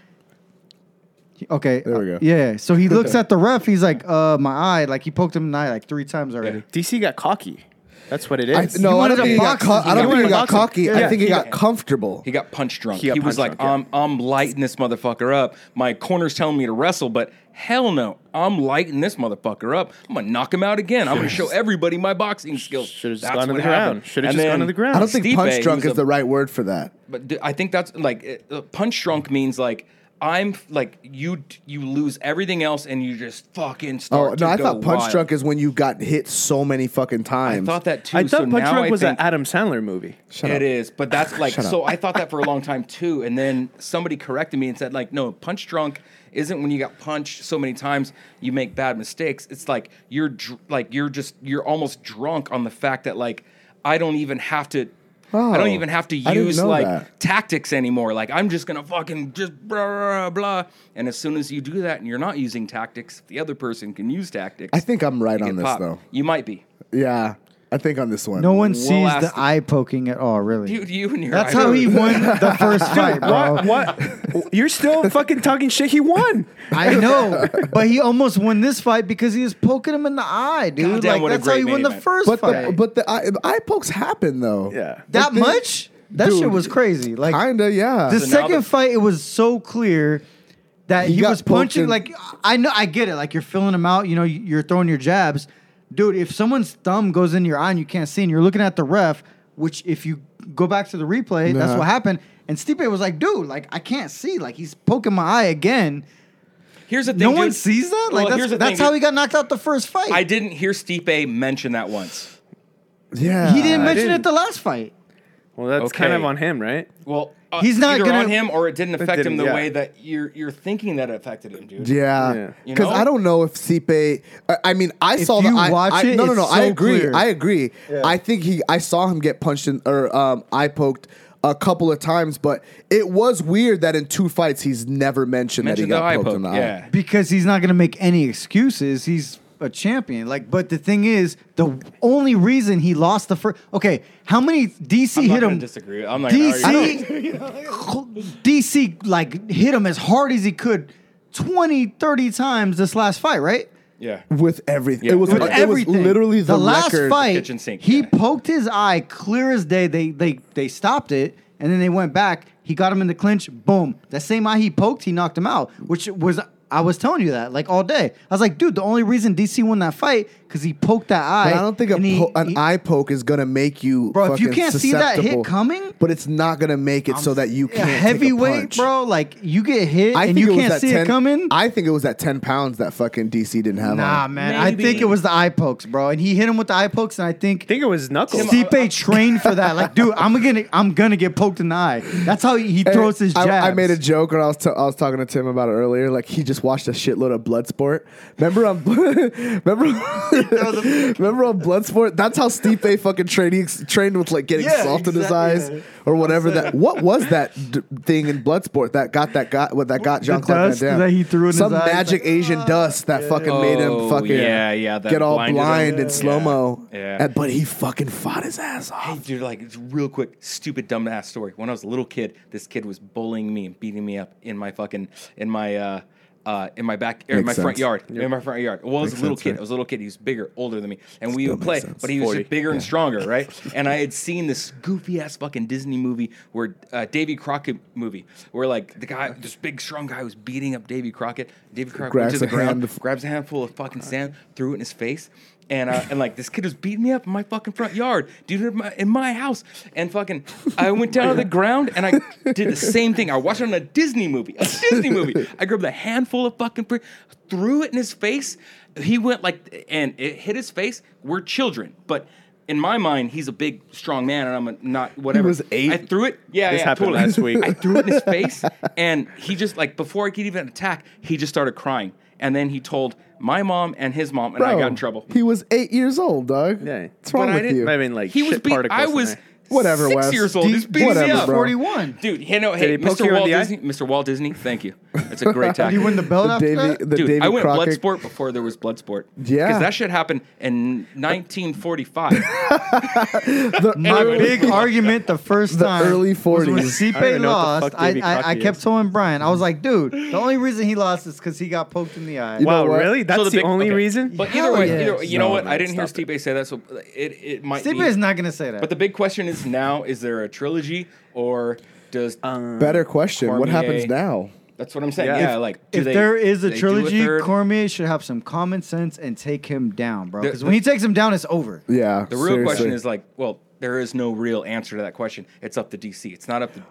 Speaker 5: He- Okay.
Speaker 2: There we go.
Speaker 5: uh, yeah. So he looks at the ref. He's like, "Uh, my eye." Like he poked him in the eye like three times already.
Speaker 3: DC got cocky. That's what it
Speaker 2: I,
Speaker 3: is.
Speaker 2: no, I don't
Speaker 5: wanted to
Speaker 2: think he got.
Speaker 5: box
Speaker 2: Co-
Speaker 5: him.
Speaker 2: I
Speaker 5: You
Speaker 2: don't think
Speaker 5: wanted
Speaker 2: he
Speaker 5: to
Speaker 2: got
Speaker 5: box him.
Speaker 2: cocky. I
Speaker 3: Yeah,
Speaker 2: think he
Speaker 3: he
Speaker 2: got comfortable.
Speaker 4: He got punch drunk.
Speaker 3: He
Speaker 4: He,
Speaker 3: got
Speaker 4: was
Speaker 3: punch
Speaker 4: like,
Speaker 3: drunk,
Speaker 4: I'm, I'm lighting this motherfucker up. My corner's telling me to wrestle, but hell no. I'm lighting this motherfucker up. I'm going to knock him out again. I'm going to show everybody my boxing skills.
Speaker 3: Should've just
Speaker 4: That's
Speaker 3: gone to
Speaker 4: what
Speaker 3: the ground.
Speaker 4: happened.
Speaker 3: Should've
Speaker 4: And
Speaker 3: just gone
Speaker 4: then
Speaker 3: to the ground.
Speaker 2: I don't think
Speaker 4: Stipe,
Speaker 2: punch drunk is
Speaker 4: who's a-
Speaker 2: the right word for that.
Speaker 4: But d- I think that's like uh, punch drunk means like I'm f- like you you lose everything else and you just fucking
Speaker 2: Oh
Speaker 4: start. to
Speaker 2: no, I
Speaker 4: go
Speaker 2: thought punch
Speaker 4: wild.
Speaker 2: drunk is when you got hit so many fucking
Speaker 4: I
Speaker 2: times.
Speaker 4: thought that too.
Speaker 3: I thought
Speaker 4: so
Speaker 3: Punch
Speaker 4: now
Speaker 3: Drunk
Speaker 4: I
Speaker 3: was an
Speaker 4: think-
Speaker 3: Adam Sandler movie.
Speaker 2: Shut
Speaker 4: It is,
Speaker 2: up.
Speaker 4: but that's like
Speaker 2: Shut
Speaker 4: so. I thought that for a long time too, and then somebody corrected me and said like, no, punch drunk isn't when you got punched so many times you make bad mistakes. It's like you're dr- like you're just you're almost drunk on the fact that like I don't even have to. I
Speaker 2: Oh,
Speaker 4: don't even have to
Speaker 2: I didn't
Speaker 4: use
Speaker 2: know
Speaker 4: like
Speaker 2: that.
Speaker 4: tactics anymore. Like I'm just gonna fucking just blah, blah blah. blah. And as soon as you do that, and you're not using tactics, the other person can use tactics.
Speaker 2: I think I'm right
Speaker 4: you
Speaker 2: on
Speaker 4: get
Speaker 2: this
Speaker 4: popped.
Speaker 2: though.
Speaker 4: You might be,
Speaker 2: Yeah, I think on this one.
Speaker 5: No one
Speaker 4: Well,
Speaker 5: sees
Speaker 4: asked
Speaker 5: the
Speaker 4: him.
Speaker 5: eye poking at all, really.
Speaker 4: dude. You and your
Speaker 5: That's how he won the first fight, bro.
Speaker 3: What? What? You're still fucking talking shit. He won.
Speaker 5: I know, but he almost won this fight because he was poking him in the eye, dude.
Speaker 4: Goddamn,
Speaker 5: like
Speaker 4: what a
Speaker 5: that's how
Speaker 4: great
Speaker 5: he won
Speaker 4: main
Speaker 5: the
Speaker 4: event.
Speaker 5: first
Speaker 2: but
Speaker 5: fight.
Speaker 2: the, but the eye, the eye pokes happen though.
Speaker 3: Yeah.
Speaker 5: that
Speaker 2: the-
Speaker 5: much? That shit
Speaker 2: Dude,
Speaker 5: was crazy. Like
Speaker 2: Kinda, yeah.
Speaker 5: the
Speaker 4: So now
Speaker 5: second
Speaker 4: the-
Speaker 5: fight, it was so clear that
Speaker 2: He
Speaker 5: he,
Speaker 2: got
Speaker 5: was
Speaker 2: poked
Speaker 5: punching.
Speaker 2: in-
Speaker 5: Like I know, I get it. Like you're filling him out. You know, you- you're throwing your jabs, dude. If someone's thumb goes in your eye and you can't see, and you're looking at the ref, which if you go back to the replay, that's
Speaker 2: Nah.
Speaker 5: what happened. And Stipe was like, dude, like I can't see. Like he's poking my eye again.
Speaker 4: Here's the thing.
Speaker 5: No one
Speaker 4: dude.
Speaker 5: sees that.
Speaker 4: Well,
Speaker 5: Like
Speaker 4: here's
Speaker 5: that's,
Speaker 4: the
Speaker 5: that's
Speaker 4: thing,
Speaker 5: how
Speaker 4: dude.
Speaker 5: he got knocked out the first fight.
Speaker 4: I didn't hear Stipe mention that once.
Speaker 2: yeah.
Speaker 5: He didn't mention
Speaker 3: didn't.
Speaker 5: it the last fight.
Speaker 3: Well, that's kind
Speaker 4: Okay.
Speaker 3: of on him, right?
Speaker 4: Well, uh,
Speaker 5: He's not
Speaker 4: either
Speaker 5: gonna-
Speaker 4: on him, or it didn't affect
Speaker 3: didn't,
Speaker 4: him the
Speaker 3: yeah.
Speaker 4: way that you're you're thinking that it affected him, dude.
Speaker 3: Yeah.
Speaker 2: Yeah,
Speaker 4: You
Speaker 2: because
Speaker 4: know?
Speaker 2: I don't know if Stipe. I, I mean, I
Speaker 5: If
Speaker 2: saw the.
Speaker 5: you
Speaker 2: I,
Speaker 5: watch
Speaker 2: I-
Speaker 5: it,
Speaker 2: no, no, no.
Speaker 5: it's
Speaker 2: I
Speaker 5: so
Speaker 2: agree.
Speaker 5: clear.
Speaker 2: I agree.
Speaker 5: Yeah.
Speaker 2: I think he. I saw him get punched in or um, eye poked a couple of times, but it was weird that in two fights he's never mentioned,
Speaker 4: Mention
Speaker 2: that he
Speaker 4: the
Speaker 2: got
Speaker 4: eye
Speaker 2: poked
Speaker 4: poke.
Speaker 2: in the
Speaker 4: Yeah.
Speaker 2: eye.
Speaker 5: because he's not going to make any excuses. He's a champion. Like, but the thing is, the only reason he lost the first. Okay, how many DC
Speaker 4: I'm not
Speaker 5: hit
Speaker 4: gonna
Speaker 5: him?
Speaker 4: disagree. I'm not gonna argue.
Speaker 5: DC, DC, like hit him as hard as he could, 20, 30 times this last fight, right?
Speaker 4: Yeah.
Speaker 2: With everything, it
Speaker 4: Yeah.
Speaker 2: was
Speaker 4: With
Speaker 2: it was
Speaker 5: everything.
Speaker 2: literally the,
Speaker 5: last
Speaker 2: record.
Speaker 5: fight.
Speaker 4: Kitchen sink,
Speaker 5: he
Speaker 4: yeah.
Speaker 5: poked his eye clear as day. They they they stopped it, and then they went back. He got him in the clinch. Boom. That same eye he poked, he knocked him out. Which was I was telling you that like all day. I was like, dude, the only reason DC won that fight because he poked that eye.
Speaker 2: But I don't think a
Speaker 5: and he-
Speaker 2: po- an
Speaker 5: he-
Speaker 2: eye poke is gonna make you.
Speaker 5: Bro, if you
Speaker 2: fucking
Speaker 5: can't see that hit
Speaker 2: susceptible,
Speaker 5: coming-
Speaker 2: but it's not gonna make it so that you
Speaker 5: a
Speaker 2: can't take a
Speaker 5: heavyweight,
Speaker 2: punch.
Speaker 5: bro. Like you get hit
Speaker 2: I
Speaker 5: and
Speaker 2: think
Speaker 5: you
Speaker 2: it was
Speaker 5: can't
Speaker 2: that
Speaker 5: see
Speaker 2: 10,
Speaker 5: it coming.
Speaker 2: I think it was that ten pounds that fucking DC didn't have.
Speaker 5: nah,
Speaker 2: on.
Speaker 5: man. I think
Speaker 4: Maybe.
Speaker 5: it was the eye pokes, bro. And he hit him with the eye pokes, and I think
Speaker 3: I think it was Knuckles.
Speaker 5: Stipe trained for that. Like, dude, I'm gonna I'm gonna get poked in the eye. That's how he
Speaker 2: Hey,
Speaker 5: throws his
Speaker 2: I-
Speaker 5: jab.
Speaker 2: I, made a joke when I was t- I was talking to Tim about it earlier. Like he just watched a shitload of Bloodsport. Remember on remember remember on Bloodsport. That's how Stipe fucking trained. He ex- trained with like getting
Speaker 5: Yeah,
Speaker 2: salt in his eyes
Speaker 5: exactly.
Speaker 2: or whatever. That what was that d- thing in Bloodsport that got that got what that got
Speaker 5: The
Speaker 2: Jean Claude
Speaker 5: dust
Speaker 2: Van Damme
Speaker 5: that he threw in his
Speaker 2: some
Speaker 5: eyes,
Speaker 2: magic
Speaker 5: like,
Speaker 2: Asian dust that fucking made him
Speaker 4: Oh,
Speaker 2: fucking
Speaker 4: yeah, yeah, that
Speaker 2: get all
Speaker 4: blinded him.
Speaker 2: blind
Speaker 4: Yeah.
Speaker 2: and slow mo.
Speaker 4: Yeah.
Speaker 2: but he fucking fought his ass off.
Speaker 4: Hey, dude, like it's real quick, stupid dumbass story. When I was a little kid, this kid was bullying me and beating me up in my fucking in my uh uh, in my back, or in
Speaker 2: Makes
Speaker 4: my front
Speaker 2: sense.
Speaker 4: yard, in my front yard. Well, I was
Speaker 2: Makes
Speaker 4: a little
Speaker 2: sense,
Speaker 4: kid.
Speaker 2: right?
Speaker 4: I was a little kid. He was bigger, older than me, and we would
Speaker 2: makes
Speaker 4: play.
Speaker 2: sense.
Speaker 4: But he was
Speaker 3: 40.
Speaker 4: just bigger and stronger, right? and I had seen this goofy ass fucking Disney movie where uh, Davy Crockett movie, where like the guy, this big strong guy, was beating up Davy Crockett. Davy Crockett went
Speaker 2: Grabs
Speaker 4: to the
Speaker 2: a
Speaker 4: ground,
Speaker 2: hand-
Speaker 3: Uh-huh.
Speaker 4: grabs a handful of fucking sand, threw it in his face, and uh, and like this kid was beating me up in my fucking front yard, dude, in my, in my house, and fucking I went down to the ground and I did the same thing. I watched it on a Disney movie, a Disney movie. I grabbed a handful of fucking pre- threw it in his face. He went like and it hit his face. We're children, but. In my mind, he's a big, strong man, and I'm a, not whatever.
Speaker 3: was eight?
Speaker 4: I threw it. Yeah,
Speaker 3: This
Speaker 4: yeah,
Speaker 3: happened
Speaker 4: totally.
Speaker 3: last week.
Speaker 4: I threw it in his face, and he just like before I could even attack, he just started crying, and then he told my mom and his mom, and I
Speaker 2: Bro,
Speaker 4: got in trouble.
Speaker 2: Oh, He was eight years old, dog.
Speaker 3: Yeah.
Speaker 2: What's wrong
Speaker 4: But I
Speaker 2: with
Speaker 4: didn't-
Speaker 2: you?
Speaker 3: I mean, like
Speaker 4: he
Speaker 3: shit
Speaker 4: was being,
Speaker 3: particles.
Speaker 4: I
Speaker 3: in
Speaker 4: was
Speaker 3: there.
Speaker 2: Whatever,
Speaker 4: six
Speaker 2: Wes.
Speaker 4: years old.
Speaker 2: Do-
Speaker 4: He's beating me
Speaker 2: whatever,
Speaker 4: up.
Speaker 2: bro.
Speaker 5: 41.
Speaker 4: Dude, you know, hey,
Speaker 3: he poke you
Speaker 4: Mr.
Speaker 3: in
Speaker 4: Walt
Speaker 3: the eye?
Speaker 4: Disney, Mr. Walt Disney, thank you. That's a great
Speaker 5: Did he
Speaker 4: time.
Speaker 5: win the belt
Speaker 2: the
Speaker 5: after
Speaker 2: Davy,
Speaker 5: that?
Speaker 2: the
Speaker 4: Dude,
Speaker 2: Davy
Speaker 4: I went
Speaker 2: Crockett.
Speaker 4: Bloodsport before there was Bloodsport.
Speaker 2: Yeah.
Speaker 4: because that shit happened in 1945.
Speaker 5: My
Speaker 4: Anyway.
Speaker 5: big argument the first
Speaker 2: The
Speaker 5: time.
Speaker 2: early
Speaker 5: was
Speaker 2: 40s.
Speaker 5: When
Speaker 3: I don't
Speaker 5: Stipe
Speaker 3: even know what the
Speaker 5: lost,
Speaker 3: fuck
Speaker 5: I,
Speaker 3: Davy
Speaker 5: I, I
Speaker 3: Crockett
Speaker 5: kept
Speaker 3: is.
Speaker 5: telling Brian, I was like, dude, the only reason he lost is because he got poked in the eye.
Speaker 2: You
Speaker 3: Wow,
Speaker 2: know what?
Speaker 3: really? That's
Speaker 4: So
Speaker 3: the,
Speaker 4: big-
Speaker 3: only
Speaker 4: okay.
Speaker 3: reason.
Speaker 4: But
Speaker 5: Hell
Speaker 4: either way,
Speaker 5: yes.
Speaker 4: either way, you know
Speaker 3: No,
Speaker 4: what?
Speaker 3: man,
Speaker 4: I didn't hear
Speaker 3: stop
Speaker 4: Stipe say that, so it it might.
Speaker 5: Stipe
Speaker 4: be-
Speaker 5: is not going to say that.
Speaker 4: But the big question is now: Is there a trilogy or does?
Speaker 2: Better question. What
Speaker 4: Cormier.
Speaker 2: happens now?
Speaker 4: that's what I'm saying.
Speaker 3: Yeah.
Speaker 4: Yeah,
Speaker 3: If-
Speaker 4: like do
Speaker 5: Um, if
Speaker 4: they-
Speaker 5: there is a
Speaker 4: do they do
Speaker 5: trilogy,
Speaker 4: third?
Speaker 5: Cormier should have some common sense and take him down, bro.
Speaker 4: The-
Speaker 5: Because
Speaker 4: the-
Speaker 5: when he takes him down, it's over.
Speaker 2: Yeah.
Speaker 4: The real question is like, well, there is no real answer to that question. It's up to DC. It's not up to
Speaker 2: um,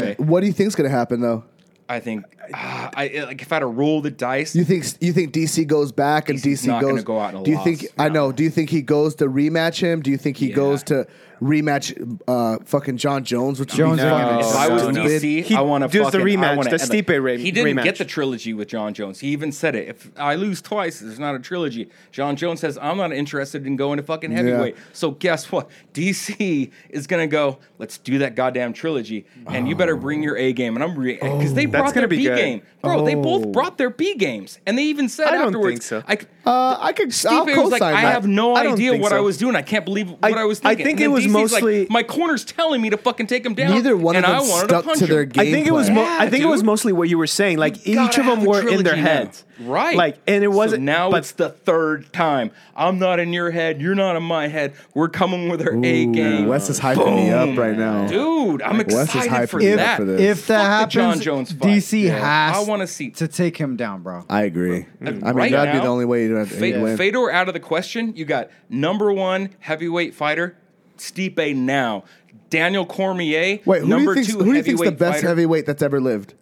Speaker 4: Stipe.
Speaker 2: what do you think's gonna happen though?
Speaker 4: I think ah, I like if I had to roll the dice.
Speaker 2: You think you think DC goes back and
Speaker 4: DC's
Speaker 2: DC
Speaker 4: not gonna
Speaker 2: goes?
Speaker 4: go out in a
Speaker 2: do you
Speaker 4: loss.
Speaker 2: think I know? Do you think he goes to rematch him? Do you think he
Speaker 4: Yeah.
Speaker 2: goes to rematch uh, fucking John Jones? Which
Speaker 5: Jones
Speaker 2: would be fucking
Speaker 5: rematch.
Speaker 4: if I
Speaker 2: stupid.
Speaker 4: was
Speaker 3: Oh, no, no.
Speaker 4: DC,
Speaker 3: He
Speaker 4: I want to
Speaker 3: does the
Speaker 4: fucking, I
Speaker 3: rematch,
Speaker 4: wanna
Speaker 3: the
Speaker 4: end it.
Speaker 3: Stipe re-
Speaker 4: He didn't
Speaker 3: rematch.
Speaker 4: get the trilogy with John Jones. He even said it. If I lose twice, there's not a trilogy. John Jones says I'm not interested in going to fucking heavyweight. So guess what? DC is gonna go. Let's do that goddamn trilogy, and you better bring your A game. And I'm re because they
Speaker 3: Oh, That's gonna
Speaker 4: brought their
Speaker 3: be
Speaker 4: B
Speaker 3: good.
Speaker 4: game, bro. They both
Speaker 2: Oh.
Speaker 4: brought their B games, and they even said
Speaker 3: I don't
Speaker 4: afterwards.
Speaker 3: think so.
Speaker 4: I c-
Speaker 2: Uh, I could. I'll
Speaker 4: Stipe was like,
Speaker 2: co-sign
Speaker 4: I
Speaker 2: that.
Speaker 4: have no
Speaker 3: I don't
Speaker 4: idea
Speaker 3: think
Speaker 4: what
Speaker 3: so.
Speaker 4: I was doing. I can't believe what I,
Speaker 3: I-
Speaker 4: was
Speaker 3: I
Speaker 4: thinking.
Speaker 3: think
Speaker 4: And
Speaker 3: it was
Speaker 4: DC's like,
Speaker 3: mostly-
Speaker 4: my corner's telling me to fucking take him down.
Speaker 2: Neither one of
Speaker 4: and
Speaker 2: them
Speaker 4: I wanted
Speaker 2: stuck
Speaker 4: to, punch
Speaker 2: to their
Speaker 4: him.
Speaker 2: game
Speaker 3: I think it was.
Speaker 2: plan.
Speaker 3: Mo-
Speaker 4: Yeah,
Speaker 3: I think it was
Speaker 4: dude.
Speaker 3: mostly what you were saying. Like
Speaker 4: You
Speaker 3: each
Speaker 4: gotta
Speaker 3: of them
Speaker 4: have a
Speaker 3: were in their
Speaker 4: trilogy now.
Speaker 3: heads,
Speaker 4: right?
Speaker 3: Like, and it wasn't.
Speaker 4: So now
Speaker 3: but
Speaker 4: it's the third time. I'm not in your head. You're not in my head. We're coming with our A
Speaker 2: Ooh,
Speaker 4: game.
Speaker 2: Wes is hyping me up right now.
Speaker 4: dude. I'm
Speaker 2: Wes is
Speaker 4: excited
Speaker 2: hyping
Speaker 4: for
Speaker 2: me up
Speaker 4: that.
Speaker 2: for this.
Speaker 5: If that
Speaker 4: Fuck
Speaker 5: happens,
Speaker 4: the John Jones fight.
Speaker 5: DC has
Speaker 4: I want to see.
Speaker 5: to take him down, bro.
Speaker 2: I agree. I mean,
Speaker 4: Right
Speaker 2: that'd be
Speaker 4: now,
Speaker 2: the only way to
Speaker 4: Fa-
Speaker 2: win.
Speaker 4: Fedor out of the question. You got number one heavyweight fighter Stipe now. Daniel Cormier.
Speaker 2: Wait, who do you
Speaker 4: number
Speaker 2: think's,
Speaker 4: two
Speaker 2: who do you
Speaker 4: heavyweight
Speaker 2: think's the best
Speaker 4: fighter,
Speaker 2: heavyweight that's ever lived?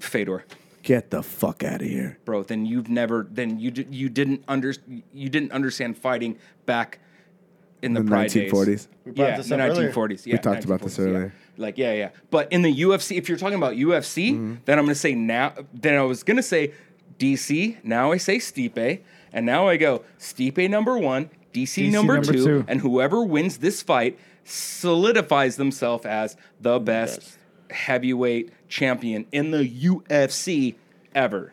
Speaker 4: Fedor.
Speaker 2: Get the fuck out of here.
Speaker 4: bro, then you've never, then you di- you didn't under you didn't understand fighting back in the,
Speaker 2: The
Speaker 4: pride
Speaker 2: 1940s.
Speaker 4: days.
Speaker 5: We brought
Speaker 4: Yeah,
Speaker 5: this
Speaker 4: the
Speaker 5: up earlier.
Speaker 4: 1940s. Yeah, we
Speaker 2: talked about this earlier. Mm-hmm.
Speaker 4: Like, yeah, yeah. But in the UFC, if you're talking about UFC, then I'm gonna say now. Then I was gonna say DC. Now I say Stipe, and now I go Stipe number one, DC,
Speaker 5: DC
Speaker 4: number,
Speaker 5: number
Speaker 4: two,
Speaker 5: two.
Speaker 4: and whoever wins this fight solidifies themselves as the best, heavyweight champion in the UFC ever.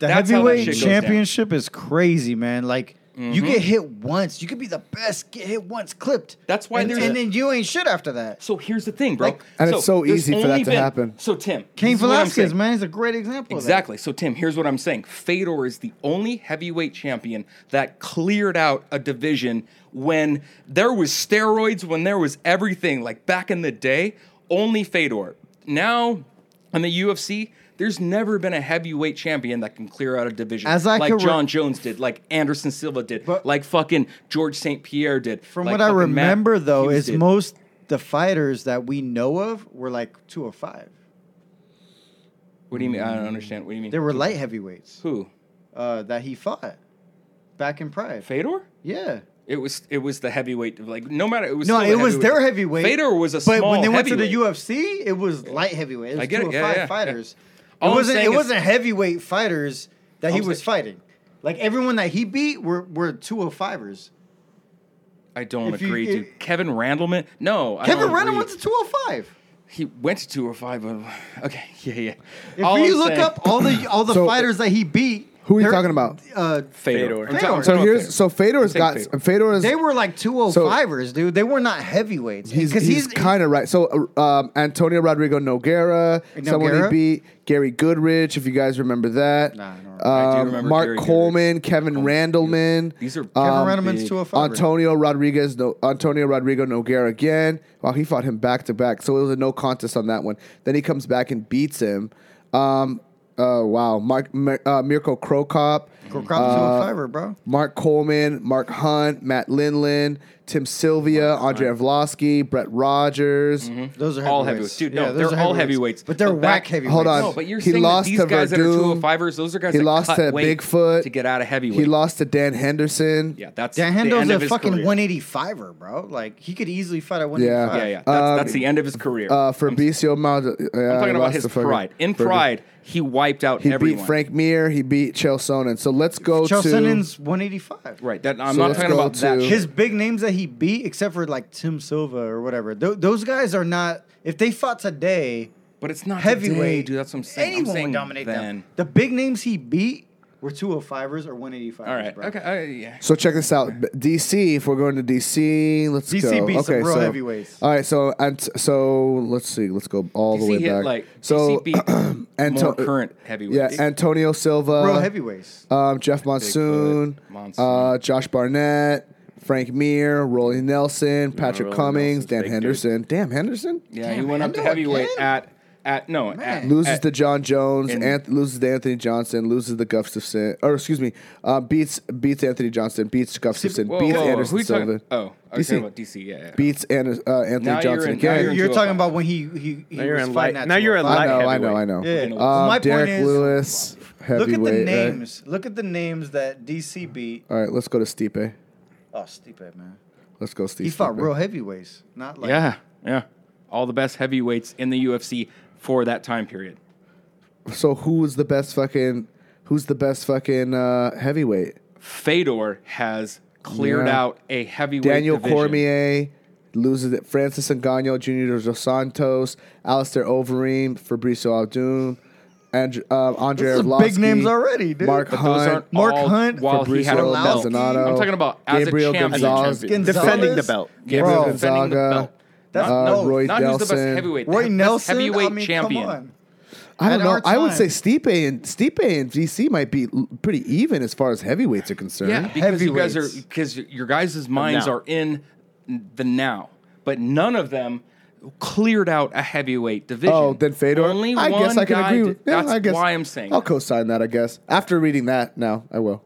Speaker 5: The
Speaker 4: That's how that
Speaker 5: heavyweight
Speaker 4: shit goes down. Mm-hmm.
Speaker 5: championship is crazy, man. Like you get hit once, you could be the best. Get hit once, clipped.
Speaker 4: That's why
Speaker 5: and,
Speaker 4: there's
Speaker 5: and
Speaker 4: a-
Speaker 5: then you ain't shit after that.
Speaker 4: So here's the thing, bro.
Speaker 5: Like-
Speaker 2: And it's so
Speaker 4: there's
Speaker 2: easy for that
Speaker 4: only
Speaker 2: to happen.
Speaker 4: So Tim,
Speaker 5: Cain
Speaker 4: this is what I'm saying.
Speaker 5: Velasquez, man, is a great example. of that.
Speaker 4: Exactly. So Tim, here's what I'm saying. Fedor is the only heavyweight champion that cleared out a division when there was steroids, when there was everything. Like back in the day, only Fedor. Now, in the UFC. There's never been a heavyweight champion that can clear out a division
Speaker 5: As I
Speaker 4: like
Speaker 5: could re-
Speaker 4: John Jones did, like Anderson Silva did,
Speaker 5: But-
Speaker 4: like fucking George St. Pierre did.
Speaker 5: From
Speaker 4: like
Speaker 5: what I
Speaker 4: fucking Matt
Speaker 5: remember, though,
Speaker 4: Hughes
Speaker 5: is
Speaker 4: did.
Speaker 5: most the fighters that we know of were like two or five.
Speaker 4: What do you mean? I don't understand. What do you mean?
Speaker 5: Mm. They were light heavyweights
Speaker 4: Who?
Speaker 5: uh, that he fought back in Pride.
Speaker 4: Fedor?
Speaker 5: Yeah.
Speaker 4: It was it was the heavyweight like no matter it was
Speaker 5: No,
Speaker 4: still a
Speaker 5: it was their
Speaker 4: heavyweight.
Speaker 5: heavyweight.
Speaker 4: Fedor was a
Speaker 5: but
Speaker 4: small
Speaker 5: when they went to the
Speaker 4: heavyweight.
Speaker 5: UFC, it was light heavyweight. It was
Speaker 4: I get
Speaker 5: two
Speaker 4: it.
Speaker 5: or
Speaker 4: Yeah,
Speaker 5: five
Speaker 4: yeah, yeah.
Speaker 5: fighters.
Speaker 4: All
Speaker 5: It
Speaker 4: I'm
Speaker 5: wasn't.
Speaker 4: saying
Speaker 5: It
Speaker 4: is-
Speaker 5: wasn't heavyweight fighters that he
Speaker 4: I'm
Speaker 5: was
Speaker 4: saying-
Speaker 5: fighting. Like everyone that he beat were were two or fivers.
Speaker 4: I don't
Speaker 5: if you-
Speaker 4: agree,
Speaker 5: if-
Speaker 4: dude. Kevin Randleman? No, I
Speaker 5: Kevin
Speaker 4: don't
Speaker 5: Renner
Speaker 4: agree.
Speaker 5: went to two or five.
Speaker 4: He went to 205. But, okay, yeah, yeah.
Speaker 5: If
Speaker 4: All
Speaker 5: you
Speaker 4: I'm
Speaker 5: look
Speaker 4: saying-
Speaker 5: up all the all the
Speaker 2: So-
Speaker 5: fighters that he beat,
Speaker 2: Who are you
Speaker 5: they're-
Speaker 2: talking about?
Speaker 5: Uh,
Speaker 4: Fedor.
Speaker 3: Fedor.
Speaker 4: I'm talking- I'm
Speaker 5: So
Speaker 4: talking
Speaker 2: So
Speaker 4: about
Speaker 2: here's
Speaker 4: Fedor.
Speaker 2: so Fedor's
Speaker 4: Take
Speaker 2: got
Speaker 4: Fedor.
Speaker 2: Fedor's
Speaker 5: they were like two o
Speaker 2: So-
Speaker 5: fivers, dude. They were not heavyweights
Speaker 2: he's,
Speaker 5: because
Speaker 2: he's,
Speaker 5: he's,
Speaker 2: kind of right. So uh, um, Antonio Rodrigo Noguera, someone he
Speaker 5: Nogueira?
Speaker 2: beat, Gary Goodrich, if you guys remember that.
Speaker 5: Nah, I don't remember.
Speaker 4: I do
Speaker 2: Um,
Speaker 4: remember
Speaker 2: Mark
Speaker 4: Gary
Speaker 2: Coleman, Kevin Randleman.
Speaker 4: These are
Speaker 5: Kevin
Speaker 2: um,
Speaker 5: Rennerman's
Speaker 4: big.
Speaker 5: two o five.
Speaker 2: Antonio Rodriguez, no, Antonio Rodrigo Noguera again. Wow, he fought him back to back, so it was a no contest on that one. Then he comes back and beats him. Um, Uh, wow, Mark Mir- uh, Mirko Krokop,
Speaker 5: Crocop's
Speaker 2: uh,
Speaker 5: on Fiverr, oh bro.
Speaker 2: Mark Coleman, Mark Hunt, Matt Linlin, Tim Sylvia, Andre Avlosky, Brett Rogers.
Speaker 4: Mm-hmm.
Speaker 5: Those are
Speaker 4: all heavyweights.
Speaker 5: heavyweights.
Speaker 4: Dude,
Speaker 5: Yeah,
Speaker 4: no,
Speaker 5: those
Speaker 4: they're
Speaker 5: are
Speaker 4: all
Speaker 5: heavyweights.
Speaker 4: heavyweights.
Speaker 5: But they're whack
Speaker 4: heavyweights.
Speaker 5: heavyweights.
Speaker 2: Hold on.
Speaker 4: No, but you're
Speaker 2: He
Speaker 4: saying
Speaker 2: lost
Speaker 4: that these
Speaker 2: to
Speaker 4: guys that are
Speaker 2: Verdum.
Speaker 4: 205ers, those are guys
Speaker 2: He
Speaker 4: that
Speaker 2: lost
Speaker 4: cut
Speaker 2: to
Speaker 4: weight
Speaker 2: Bigfoot.
Speaker 4: to get out of heavyweight.
Speaker 2: He lost to Dan Henderson.
Speaker 4: Yeah, that's
Speaker 5: Dan
Speaker 4: the
Speaker 5: Hendo's
Speaker 4: end
Speaker 5: a
Speaker 4: of his
Speaker 5: fucking
Speaker 4: career.
Speaker 5: 185er, bro. Like he could easily fight at
Speaker 2: Yeah.
Speaker 5: 185.
Speaker 4: Yeah, yeah. That's,
Speaker 2: Um,
Speaker 4: that's the end of his career.
Speaker 2: Uh, Fabricio uh, Maldonado.
Speaker 4: I'm talking about his pride. In pride, he wiped out
Speaker 2: He
Speaker 4: everyone.
Speaker 2: beat Frank Mir. He beat Chelsonen. So let's go
Speaker 5: Chael
Speaker 2: to.
Speaker 5: Sonnen's 185.
Speaker 4: Right. That, I'm
Speaker 2: So
Speaker 4: not
Speaker 2: let's
Speaker 4: talking
Speaker 2: go
Speaker 4: about that.
Speaker 2: to-
Speaker 4: shit.
Speaker 5: His big names that he beat, except for like Tim Silva or whatever, tho- those guys are not. If they fought today,
Speaker 4: But it's not
Speaker 5: heavyweight,
Speaker 4: today, dude. That's what I'm saying. I'm
Speaker 5: Anyone
Speaker 4: saying
Speaker 5: would dominate
Speaker 4: then.
Speaker 5: them. The big names he beat were 205ers or 185ers.
Speaker 4: All right.
Speaker 5: bro.
Speaker 4: Okay. Uh, yeah.
Speaker 2: So check this out. B- DC. If we're going to DC, let's
Speaker 5: DC
Speaker 2: go.
Speaker 5: beat some
Speaker 2: Okay,
Speaker 5: real
Speaker 2: so-
Speaker 5: heavyweights.
Speaker 2: All right. So and so let's see. Let's go all the
Speaker 4: DC
Speaker 2: way
Speaker 4: hit,
Speaker 2: back.
Speaker 4: like,
Speaker 2: so
Speaker 4: DC beat more current
Speaker 2: Yeah,
Speaker 4: heavyweights.
Speaker 2: Antonio Silva.
Speaker 5: Real heavyweights.
Speaker 2: Um, Jeff Monsoon,
Speaker 4: Monsoon.
Speaker 2: uh, Josh Barnett, Frank Mir, Rolly Nelson, Patrick
Speaker 4: Rolly
Speaker 2: Cummings,
Speaker 4: Nelson's
Speaker 2: Dan
Speaker 4: big
Speaker 2: Henderson. Damn, Henderson?
Speaker 4: Yeah, he went up to
Speaker 5: Hendo
Speaker 4: heavyweight
Speaker 5: again?
Speaker 4: at at no at,
Speaker 2: Loses
Speaker 4: at-
Speaker 2: to John Jones,
Speaker 4: and-
Speaker 2: Anth- loses to Anthony Johnson, loses to Gustafson, or excuse me, uh, beats beats Anthony Johnson, beats Gustafson,
Speaker 4: Whoa,
Speaker 2: beats
Speaker 4: whoa, whoa, who
Speaker 2: Anderson
Speaker 4: you talking-
Speaker 2: Silva,
Speaker 4: Oh, I was
Speaker 2: DC.
Speaker 4: talking about DC. Yeah. yeah.
Speaker 2: beats An- uh, Anthony
Speaker 4: Now you're
Speaker 2: Johnson
Speaker 4: in- now
Speaker 2: again.
Speaker 4: you're in
Speaker 5: You're talking
Speaker 4: 205.
Speaker 5: about when he he, he
Speaker 3: Now you're
Speaker 5: was
Speaker 3: in
Speaker 5: fighting oh
Speaker 3: light-
Speaker 5: at
Speaker 3: now you're in
Speaker 5: 205.
Speaker 2: I
Speaker 3: light
Speaker 2: know, I know, I
Speaker 3: heavyweight.
Speaker 2: know.
Speaker 5: Yeah.
Speaker 2: Um,
Speaker 5: Well, my point
Speaker 2: Derek
Speaker 5: is-
Speaker 2: Lewis,
Speaker 5: Look
Speaker 2: heavyweight.
Speaker 5: at the
Speaker 2: right?
Speaker 5: names. Look at the names that DC beat.
Speaker 2: All right, let's go to Stipe.
Speaker 5: Oh, Stipe, man.
Speaker 2: Let's go, Stipe.
Speaker 5: He fought real heavyweights, not like
Speaker 4: Yeah. Yeah. All the best heavyweights in the UFC for that time period.
Speaker 2: So who's the best fucking? Who's the best fucking uh, heavyweight?
Speaker 4: Fedor has cleared
Speaker 2: Yeah.
Speaker 4: out a heavyweight
Speaker 2: Daniel
Speaker 4: division.
Speaker 2: Cormier loses it. Francis Ngannou, Junior Dos Santos, Alistair Overeem, Fabricio Aldoon, and uh, Andre
Speaker 5: Those are
Speaker 2: Arlovski,
Speaker 5: big names already, dude.
Speaker 2: Mark
Speaker 4: Those
Speaker 5: But
Speaker 2: Hunt,
Speaker 4: aren't
Speaker 5: Mark
Speaker 4: all
Speaker 5: Hunt,
Speaker 4: while he had a
Speaker 2: Fabricio
Speaker 4: belt.
Speaker 2: Maldonado,
Speaker 4: I'm talking about as
Speaker 2: Gabriel
Speaker 4: a champion.
Speaker 2: Gonzalez.
Speaker 4: champion.
Speaker 5: Gonzalez.
Speaker 3: defending the belt.
Speaker 4: Gabriel
Speaker 5: Bro.
Speaker 4: defending the
Speaker 2: Gonzaga,
Speaker 4: belt.
Speaker 5: That's
Speaker 2: uh,
Speaker 5: no,
Speaker 2: Roy
Speaker 4: Not who's the best
Speaker 2: Nelson.
Speaker 4: heavyweight.
Speaker 5: Roy
Speaker 4: the
Speaker 5: Nelson,
Speaker 4: heavyweight
Speaker 5: I mean,
Speaker 4: champion.
Speaker 5: Come on.
Speaker 2: I
Speaker 5: At
Speaker 2: don't know.
Speaker 5: our
Speaker 2: I would
Speaker 5: time.
Speaker 2: say Stipe and Stipe and VC might be l- pretty even as far as heavyweights are concerned.
Speaker 4: Yeah, because you guys are
Speaker 5: Heavyweights.
Speaker 4: because your guys' minds
Speaker 3: now.
Speaker 4: are in the now, but none of them cleared out a heavyweight division.
Speaker 2: Oh, then Fedor.
Speaker 4: Only
Speaker 2: I
Speaker 4: one
Speaker 2: guess I can
Speaker 4: guy
Speaker 2: agree.
Speaker 4: did-
Speaker 2: With, yeah,
Speaker 4: that's
Speaker 2: I guess.
Speaker 4: why I'm saying
Speaker 2: I'll
Speaker 4: that.
Speaker 2: co-sign that. I guess after reading that, now I will.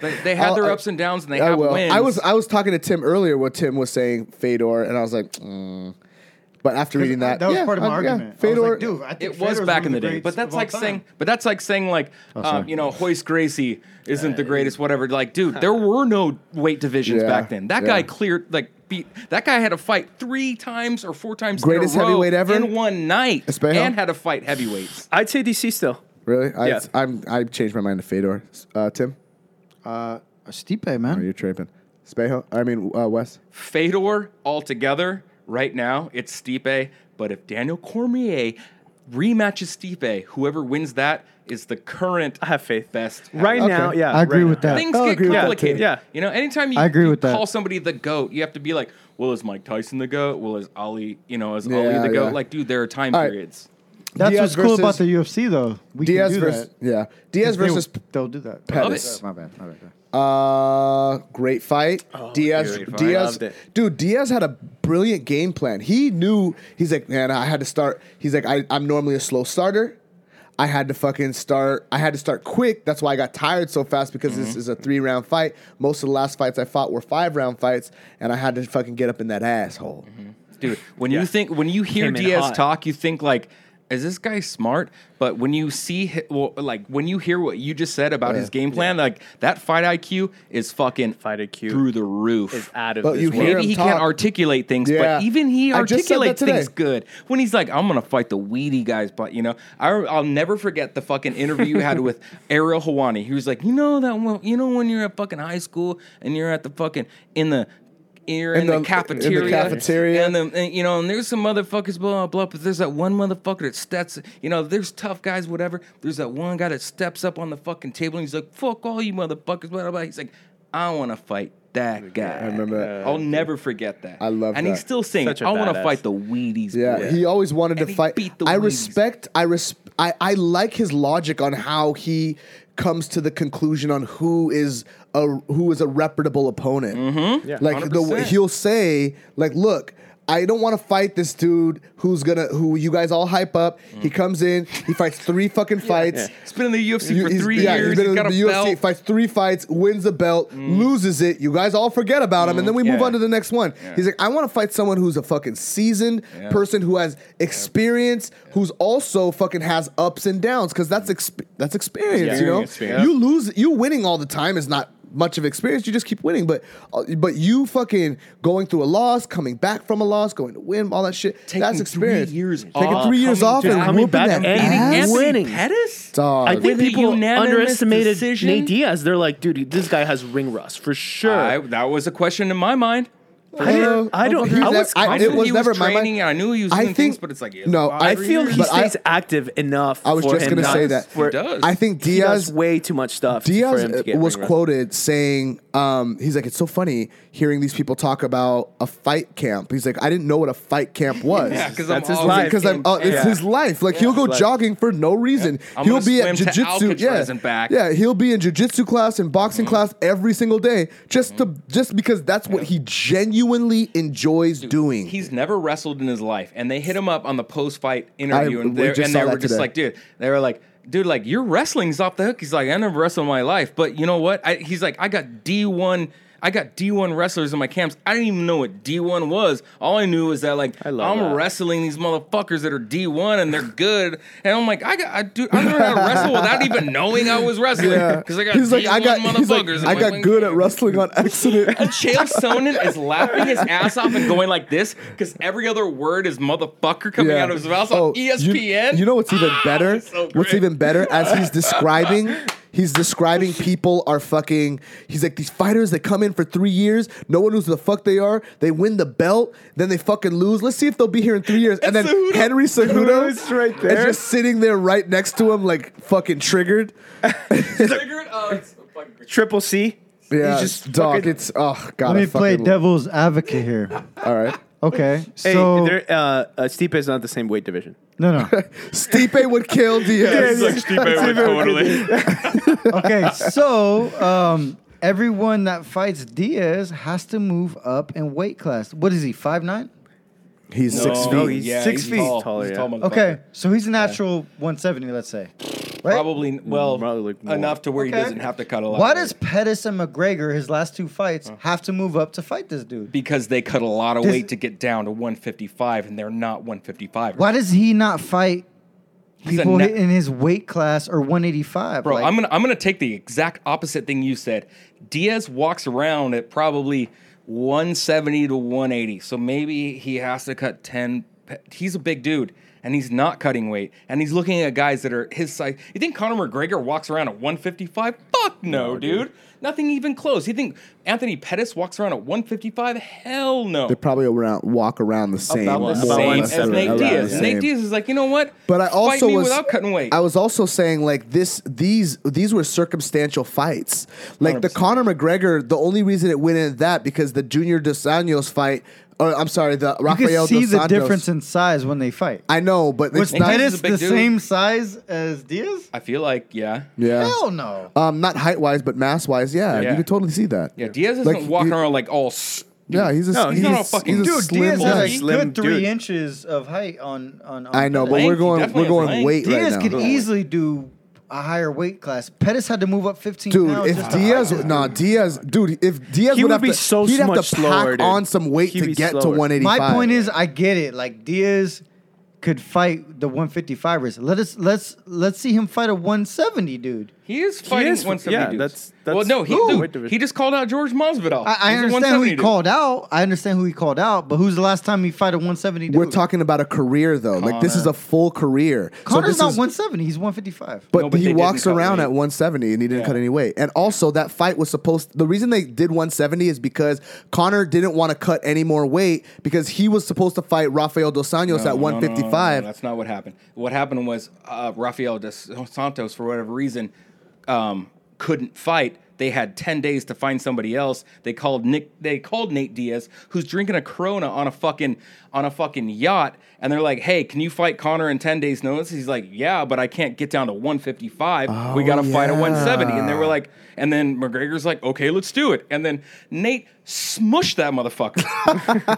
Speaker 4: they, they had
Speaker 2: I'll-
Speaker 4: their
Speaker 2: I-
Speaker 4: ups and downs, and they
Speaker 2: I
Speaker 4: have
Speaker 2: will.
Speaker 4: wins.
Speaker 2: I was I was talking to Tim earlier. What Tim was saying, Fedor, and I was like, mm. but after reading that,
Speaker 5: was
Speaker 2: yeah,
Speaker 5: part of my
Speaker 2: I- yeah,
Speaker 5: argument. I was
Speaker 2: Fedor,
Speaker 5: like, dude, I think
Speaker 4: it was
Speaker 5: Federer's
Speaker 4: back in
Speaker 5: one of
Speaker 4: the day,
Speaker 5: greats
Speaker 4: but that's
Speaker 5: of all
Speaker 4: like
Speaker 5: time.
Speaker 4: saying, but that's like saying like,
Speaker 2: Oh,
Speaker 4: um, you know, Hoist Gracie isn't the greatest, whatever. Like, dude, there were no weight divisions
Speaker 2: Yeah,
Speaker 4: back then. That
Speaker 2: yeah.
Speaker 4: guy cleared like beat. That guy had to fight three times or four times.
Speaker 2: Greatest
Speaker 4: in a row
Speaker 2: heavyweight ever?
Speaker 4: in one night,
Speaker 2: Espejo?
Speaker 4: and had to fight heavyweights.
Speaker 3: I'd say DC still.
Speaker 2: really, I,
Speaker 3: Yeah.
Speaker 2: I'm I changed my mind to Fedor. Uh, Tim,
Speaker 5: Uh, Stipe,
Speaker 2: are
Speaker 5: man.
Speaker 2: you tripping? Spejo, I mean uh, Wes.
Speaker 4: Fedor altogether right now, it's Stipe. But if Daniel Cormier rematches Stipe, whoever wins that is the current
Speaker 3: I have faith.
Speaker 4: best.
Speaker 3: Right
Speaker 4: heavyweight.
Speaker 3: now, yeah.
Speaker 5: I agree
Speaker 3: right
Speaker 5: with
Speaker 3: now.
Speaker 5: that.
Speaker 4: Things
Speaker 2: I'll
Speaker 4: get
Speaker 2: agree with that,
Speaker 4: complicated.
Speaker 3: too. Yeah.
Speaker 4: You know, anytime you,
Speaker 5: I agree
Speaker 4: you
Speaker 5: with that.
Speaker 4: call somebody the GOAT, you have to be like, well, is Mike Tyson the GOAT? Well, is Ali, you know, is
Speaker 2: Yeah,
Speaker 4: Ali the GOAT?
Speaker 2: yeah.
Speaker 4: Like, dude, there are time
Speaker 2: All right.
Speaker 4: periods.
Speaker 5: That's
Speaker 2: Diaz
Speaker 5: what's cool
Speaker 2: versus-
Speaker 5: about the UFC, though. We
Speaker 2: Diaz
Speaker 5: can do
Speaker 2: versus
Speaker 5: that.
Speaker 2: yeah, Diaz
Speaker 5: They-
Speaker 2: versus
Speaker 5: They'll do that.
Speaker 2: Pettis.
Speaker 5: My bad. My bad.
Speaker 2: Uh, great fight.
Speaker 3: Oh,
Speaker 2: Diaz,
Speaker 3: great fight.
Speaker 2: Diaz,
Speaker 3: Loved it.
Speaker 2: dude, Diaz had a brilliant game plan. He knew he's like, man, I had to start. He's like, I, I'm normally a slow starter. I had to fucking start. I had to start quick. That's why I got tired so fast because this
Speaker 3: Mm-hmm.
Speaker 2: is a three round fight. Most of the last fights I fought were five round fights, and I had to fucking get up in that asshole.
Speaker 3: Mm-hmm.
Speaker 4: Dude, when you
Speaker 3: Yeah.
Speaker 4: think, when you hear
Speaker 3: Came in
Speaker 4: Diaz
Speaker 3: hot.
Speaker 4: talk, you think like, is this guy smart? But when you see, hi- well, like when you hear what you just said about his game plan, like that fight IQ is fucking
Speaker 3: Fight IQ
Speaker 4: through the roof.
Speaker 3: Is out of
Speaker 2: But
Speaker 3: this
Speaker 2: you
Speaker 3: world.
Speaker 2: hear- him
Speaker 4: Maybe he
Speaker 2: talk.
Speaker 4: can't articulate things,
Speaker 2: Yeah.
Speaker 4: but even he
Speaker 2: I just said that
Speaker 4: articulates
Speaker 2: today.
Speaker 4: things good. When he's like, "I'm gonna fight the weedy guys," but you know, I, I'll never forget the fucking interview you had with Ariel Hawani. He was like, "You know that one, you know when you're at fucking high school and you're at the fucking in the." You're in,
Speaker 2: In
Speaker 4: the,
Speaker 2: the- in the
Speaker 4: cafeteria,
Speaker 2: cafeteria.
Speaker 4: and, the, and, you know, and there's some motherfuckers, blah blah. blah but there's that one motherfucker that steps, you know, there's tough guys, whatever. There's that one guy that steps up on the fucking table and he's like, "Fuck all you motherfuckers," blah blah. blah. He's like, "I want to fight that guy." I
Speaker 2: remember that.
Speaker 4: I'll never forget that.
Speaker 2: I love
Speaker 4: and
Speaker 2: that.
Speaker 4: he's still saying,
Speaker 3: Uh, Such a
Speaker 4: "I want to
Speaker 3: badass.
Speaker 4: fight the Wheaties."
Speaker 2: Yeah,
Speaker 4: boy."
Speaker 2: he always wanted
Speaker 4: And
Speaker 2: to
Speaker 4: he
Speaker 2: fight.
Speaker 4: beat the
Speaker 2: I
Speaker 4: leagues.
Speaker 2: respect. I res. I, I like his logic on how he comes to the conclusion on who is a who is a reputable opponent.
Speaker 3: Yeah,
Speaker 2: like the
Speaker 4: 100%.
Speaker 2: he'll say like, look. I don't want to fight this dude who's gonna who you guys all hype up. He comes in, he fights three fucking fights.
Speaker 4: He's been in the UFC
Speaker 2: You-
Speaker 4: for
Speaker 2: he's-
Speaker 4: three
Speaker 2: yeah,
Speaker 4: years.
Speaker 2: He's been in
Speaker 4: got a
Speaker 2: the UFC,
Speaker 4: belt. Mm.
Speaker 2: fights three fights, wins the belt, loses it. You guys all forget about him, and then we move
Speaker 4: yeah.
Speaker 2: on to the next one. He's like, I want to fight someone who's a fucking seasoned person who has experience, who's also fucking has ups and downs, because that's exp- that's experience. You know,
Speaker 4: Mm. Experience.
Speaker 2: you lose, you winning all the time is not much of experience. You just keep winning, but uh, but you fucking going through a loss, coming back from a loss, going to win, all that shit. that's
Speaker 4: three
Speaker 2: experience.
Speaker 4: years
Speaker 2: taking
Speaker 4: off,
Speaker 2: three years
Speaker 4: coming
Speaker 2: off,
Speaker 4: back,
Speaker 2: and
Speaker 4: coming
Speaker 2: whooping
Speaker 3: back
Speaker 2: that
Speaker 3: and beating
Speaker 2: ass.
Speaker 3: Anthony
Speaker 4: Anthony
Speaker 3: winning.
Speaker 4: Pettis?
Speaker 2: Dog.
Speaker 3: I think
Speaker 4: With a
Speaker 3: people
Speaker 4: unanimous
Speaker 3: underestimated
Speaker 4: decision?
Speaker 3: Nate Diaz. They're like, dude, this guy has ring rust for sure.
Speaker 4: I, that was a question in my mind.
Speaker 3: I didn't- I don't-
Speaker 2: He
Speaker 3: I was
Speaker 2: never-
Speaker 4: I
Speaker 2: it
Speaker 4: knew
Speaker 2: was
Speaker 4: he
Speaker 2: never
Speaker 4: was
Speaker 2: my mind.
Speaker 4: training, and I knew he was
Speaker 2: I
Speaker 4: doing
Speaker 2: think,
Speaker 4: things, but it's like, yeah,
Speaker 2: no.
Speaker 4: five
Speaker 2: I
Speaker 3: I feel he
Speaker 2: but I-
Speaker 3: stays active enough.
Speaker 2: I was
Speaker 3: for
Speaker 2: just
Speaker 3: him
Speaker 2: gonna
Speaker 3: not-
Speaker 2: say that.
Speaker 3: for-
Speaker 4: He does.
Speaker 2: I think
Speaker 3: he does
Speaker 2: Diaz
Speaker 3: way too much stuff. for
Speaker 2: Diaz
Speaker 3: him to get
Speaker 2: uh, was
Speaker 3: ring rust.
Speaker 2: quoted saying, um, he's like, it's so funny hearing these people talk about a fight camp. He's like, I didn't know what a fight camp was.
Speaker 4: Yeah, because I'm
Speaker 3: That's his
Speaker 4: always
Speaker 3: life.
Speaker 2: Because I'm,
Speaker 4: in
Speaker 2: oh, it's
Speaker 4: pain.
Speaker 2: his life. Like he'll go
Speaker 3: His life.
Speaker 2: jogging for no reason.
Speaker 4: I'm
Speaker 2: He'll
Speaker 4: gonna
Speaker 2: be at
Speaker 4: swim to
Speaker 2: jujitsu. Yeah,
Speaker 4: Alcatraz and back.
Speaker 2: yeah. He'll be in jujitsu class and boxing
Speaker 3: Mm-hmm.
Speaker 2: class every single day, just to just because that's what he genuinely enjoys doing.
Speaker 4: He's never wrestled in his life, and they hit him up on the post-fight interview,
Speaker 2: I-
Speaker 4: and,
Speaker 2: we
Speaker 4: they-
Speaker 2: just
Speaker 4: and
Speaker 2: saw
Speaker 4: they
Speaker 2: that
Speaker 4: were just
Speaker 2: today.
Speaker 4: like, "Dude, they were like, dude, like your wrestling's off the hook." He's like, "I never wrestled in my life, but you know what? I, he's like, I got D one, I got D one wrestlers in my camps. I didn't even know what D one was. All I knew was that like I'm
Speaker 3: love that.
Speaker 4: wrestling these motherfuckers that are D one and they're good, and I'm like, I got, I do, I learned how to wrestle without even knowing I was wrestling because I got
Speaker 2: he's
Speaker 4: D1
Speaker 2: like, I got, he's like,
Speaker 4: motherfuckers. in
Speaker 2: I
Speaker 4: my
Speaker 2: got
Speaker 4: wing-
Speaker 2: good at wrestling on accident.
Speaker 4: Chael Sonnen is laughing his ass off and going like this because every other word is motherfucker coming out of his mouth on
Speaker 2: Oh,
Speaker 4: E
Speaker 2: you-
Speaker 4: ESPN.
Speaker 2: You, know what's even better?
Speaker 4: so
Speaker 2: what's
Speaker 4: great.
Speaker 2: even better as he's describing. He's describing people are fucking. He's like these fighters that come in for three years, no one knows who the fuck they are. They win the belt, then they fucking lose. Let's see if they'll be here in three years. And, then
Speaker 4: Cejudo-
Speaker 2: Henry Cejudo
Speaker 3: Cejudo's
Speaker 2: is
Speaker 3: right there.
Speaker 2: just sitting there right next to him, like fucking triggered.
Speaker 4: Triggered, uh, it's so fucking great.
Speaker 3: Triple C.
Speaker 2: Yeah,
Speaker 3: just
Speaker 2: dog.
Speaker 3: fucking-
Speaker 2: it's oh god.
Speaker 5: Let
Speaker 2: I
Speaker 5: me play
Speaker 2: fucking-
Speaker 5: devil's advocate here.
Speaker 2: All right,
Speaker 5: Okay,
Speaker 3: Hey,
Speaker 5: so
Speaker 3: they're, uh, uh, Stipe is not the same weight division.
Speaker 5: no, no.
Speaker 2: Stipe would kill Diaz.
Speaker 5: Okay, so um, everyone that fights Diaz has to move up in weight class. What is he? Five nine?
Speaker 2: He's six feet.
Speaker 3: no, he's six feet.
Speaker 4: tall.
Speaker 3: Taller,
Speaker 4: He's a
Speaker 3: yeah.
Speaker 4: tall motherfucker.
Speaker 5: Okay, so he's a natural 170, let's say. Right?
Speaker 4: Probably, well,
Speaker 3: Probably like more.
Speaker 4: enough to where
Speaker 5: Okay.
Speaker 4: he doesn't have to cut a lot.
Speaker 5: Why
Speaker 4: of weight.
Speaker 5: does Pettis and McGregor, his last two fights, have to move up to fight this dude?
Speaker 4: Because they cut a lot of
Speaker 5: Does-
Speaker 4: weight to get down to 155, and they're not 155.
Speaker 5: Why does he not fight
Speaker 4: a
Speaker 5: people
Speaker 4: na-
Speaker 5: hit in his weight class or 185?
Speaker 4: Bro,
Speaker 5: Like,
Speaker 4: I'm gonna I'm gonna take the exact opposite thing you said. Diaz walks around at probably 170 to 180, so maybe he has to cut 10. pe- He's a big dude, and he's not cutting weight, and he's looking at guys that are his size. You think Conor McGregor walks around at 155? Fuck no, dude. Nothing even close. You think Anthony Pettis walks around at 155? Hell no.
Speaker 2: They probably around, walk around the same.
Speaker 3: About the
Speaker 2: more or
Speaker 3: same
Speaker 4: Same
Speaker 2: less
Speaker 4: as
Speaker 2: around
Speaker 4: Nate
Speaker 2: the
Speaker 4: Diaz. Nate
Speaker 2: same.
Speaker 4: Diaz is like, you know what?
Speaker 2: But I
Speaker 4: Fight
Speaker 2: also
Speaker 4: me
Speaker 2: was
Speaker 4: without cutting weight.
Speaker 2: I was also saying like this these these were circumstantial fights. Like the
Speaker 4: 100%.
Speaker 2: Conor McGregor, the only reason it went in that because the Junior Dos Anjos fight or I'm sorry, the
Speaker 5: you
Speaker 2: Rafael
Speaker 5: can see
Speaker 2: Dos
Speaker 5: the
Speaker 2: Anjos-
Speaker 5: difference in size when they fight.
Speaker 2: I know, but
Speaker 5: Was
Speaker 2: it's not
Speaker 4: Diaz
Speaker 5: Pettis
Speaker 4: is a
Speaker 5: the
Speaker 4: big dude.
Speaker 5: same size as Diaz?
Speaker 4: I feel like, yeah.
Speaker 2: yeah.
Speaker 5: Hell no.
Speaker 2: Um not height wise but mass wise, yeah,
Speaker 4: Yeah.
Speaker 2: You could totally see that.
Speaker 4: Yeah, Diaz isn't
Speaker 2: Like,
Speaker 4: walking
Speaker 2: he-
Speaker 4: around like all. s-
Speaker 2: Yeah, he's a
Speaker 3: No,
Speaker 2: he's,
Speaker 3: he's
Speaker 2: a-
Speaker 4: not a fucking-
Speaker 2: he's a
Speaker 5: Dude,
Speaker 2: slim
Speaker 5: Diaz
Speaker 2: guy.
Speaker 5: had a
Speaker 4: guy.
Speaker 3: Slim
Speaker 5: good three
Speaker 3: dude.
Speaker 5: inches of height on on. on
Speaker 2: I know, but
Speaker 4: Lanky,
Speaker 2: we're going
Speaker 4: definitely
Speaker 2: we're
Speaker 4: is
Speaker 2: going
Speaker 4: lanky.
Speaker 2: weight
Speaker 5: Diaz
Speaker 2: right
Speaker 5: could
Speaker 2: now.
Speaker 5: easily do a higher weight class. Pettis had to move up 15
Speaker 2: Dude,
Speaker 5: pounds.
Speaker 2: if
Speaker 5: just to
Speaker 2: Diaz,
Speaker 5: fight this
Speaker 2: nah, Diaz, dude, if Diaz would
Speaker 3: He would
Speaker 2: have
Speaker 3: be
Speaker 2: to,
Speaker 3: so
Speaker 2: he'd have
Speaker 3: much
Speaker 2: to pack
Speaker 3: slower, dude.
Speaker 2: on some weight
Speaker 3: He'd
Speaker 2: to
Speaker 3: be
Speaker 2: get to
Speaker 3: slower.
Speaker 2: 185.
Speaker 5: My point is, I get it. Like Diaz could fight the 155ers. Let us let's let's see him fight a 170 dude.
Speaker 4: He is fighting
Speaker 3: is-
Speaker 4: 170
Speaker 3: yeah,
Speaker 4: dudes.
Speaker 3: that's- that's-
Speaker 4: well, no, he,
Speaker 3: Who?
Speaker 4: dude,
Speaker 3: Wait a minute.
Speaker 4: he just called out George Masvidal.
Speaker 5: I, I
Speaker 4: He's a
Speaker 5: understand who
Speaker 4: 170
Speaker 5: he
Speaker 4: dude.
Speaker 5: called out. I understand who he called out. But who's the last time he fought a 170 dude?
Speaker 2: we're talking about a career though. Like this is a full career. So
Speaker 5: Connor's
Speaker 2: this
Speaker 5: not
Speaker 2: is-
Speaker 5: 170. He's 155.
Speaker 2: But,
Speaker 4: No, but
Speaker 2: he
Speaker 4: they didn't
Speaker 2: walks
Speaker 4: cut
Speaker 2: around
Speaker 4: weight.
Speaker 2: at 170 and he didn't cut any weight. And also, that fight was supposed. The reason they did 170 is because Connor didn't want to cut any more weight because he was supposed to fight Rafael Dos Anjos
Speaker 4: No,
Speaker 2: at
Speaker 4: no, no, no, no,
Speaker 2: 155.
Speaker 4: that's not what happened. What happened was uh, Rafael dos Santos, for whatever reason, um, couldn't fight. They had ten days to find somebody else. They called Nick. They called Nate Diaz, who's drinking a Corona on a fucking on a fucking yacht, and they're like, "Hey, can you fight Connor in ten days' notice?" He's like, "Yeah, but I can't get down to 155. we got to
Speaker 5: Oh,
Speaker 4: fight at 170." And they were like, and then McGregor's like, "Okay, let's do it." And then Nate smushed that motherfucker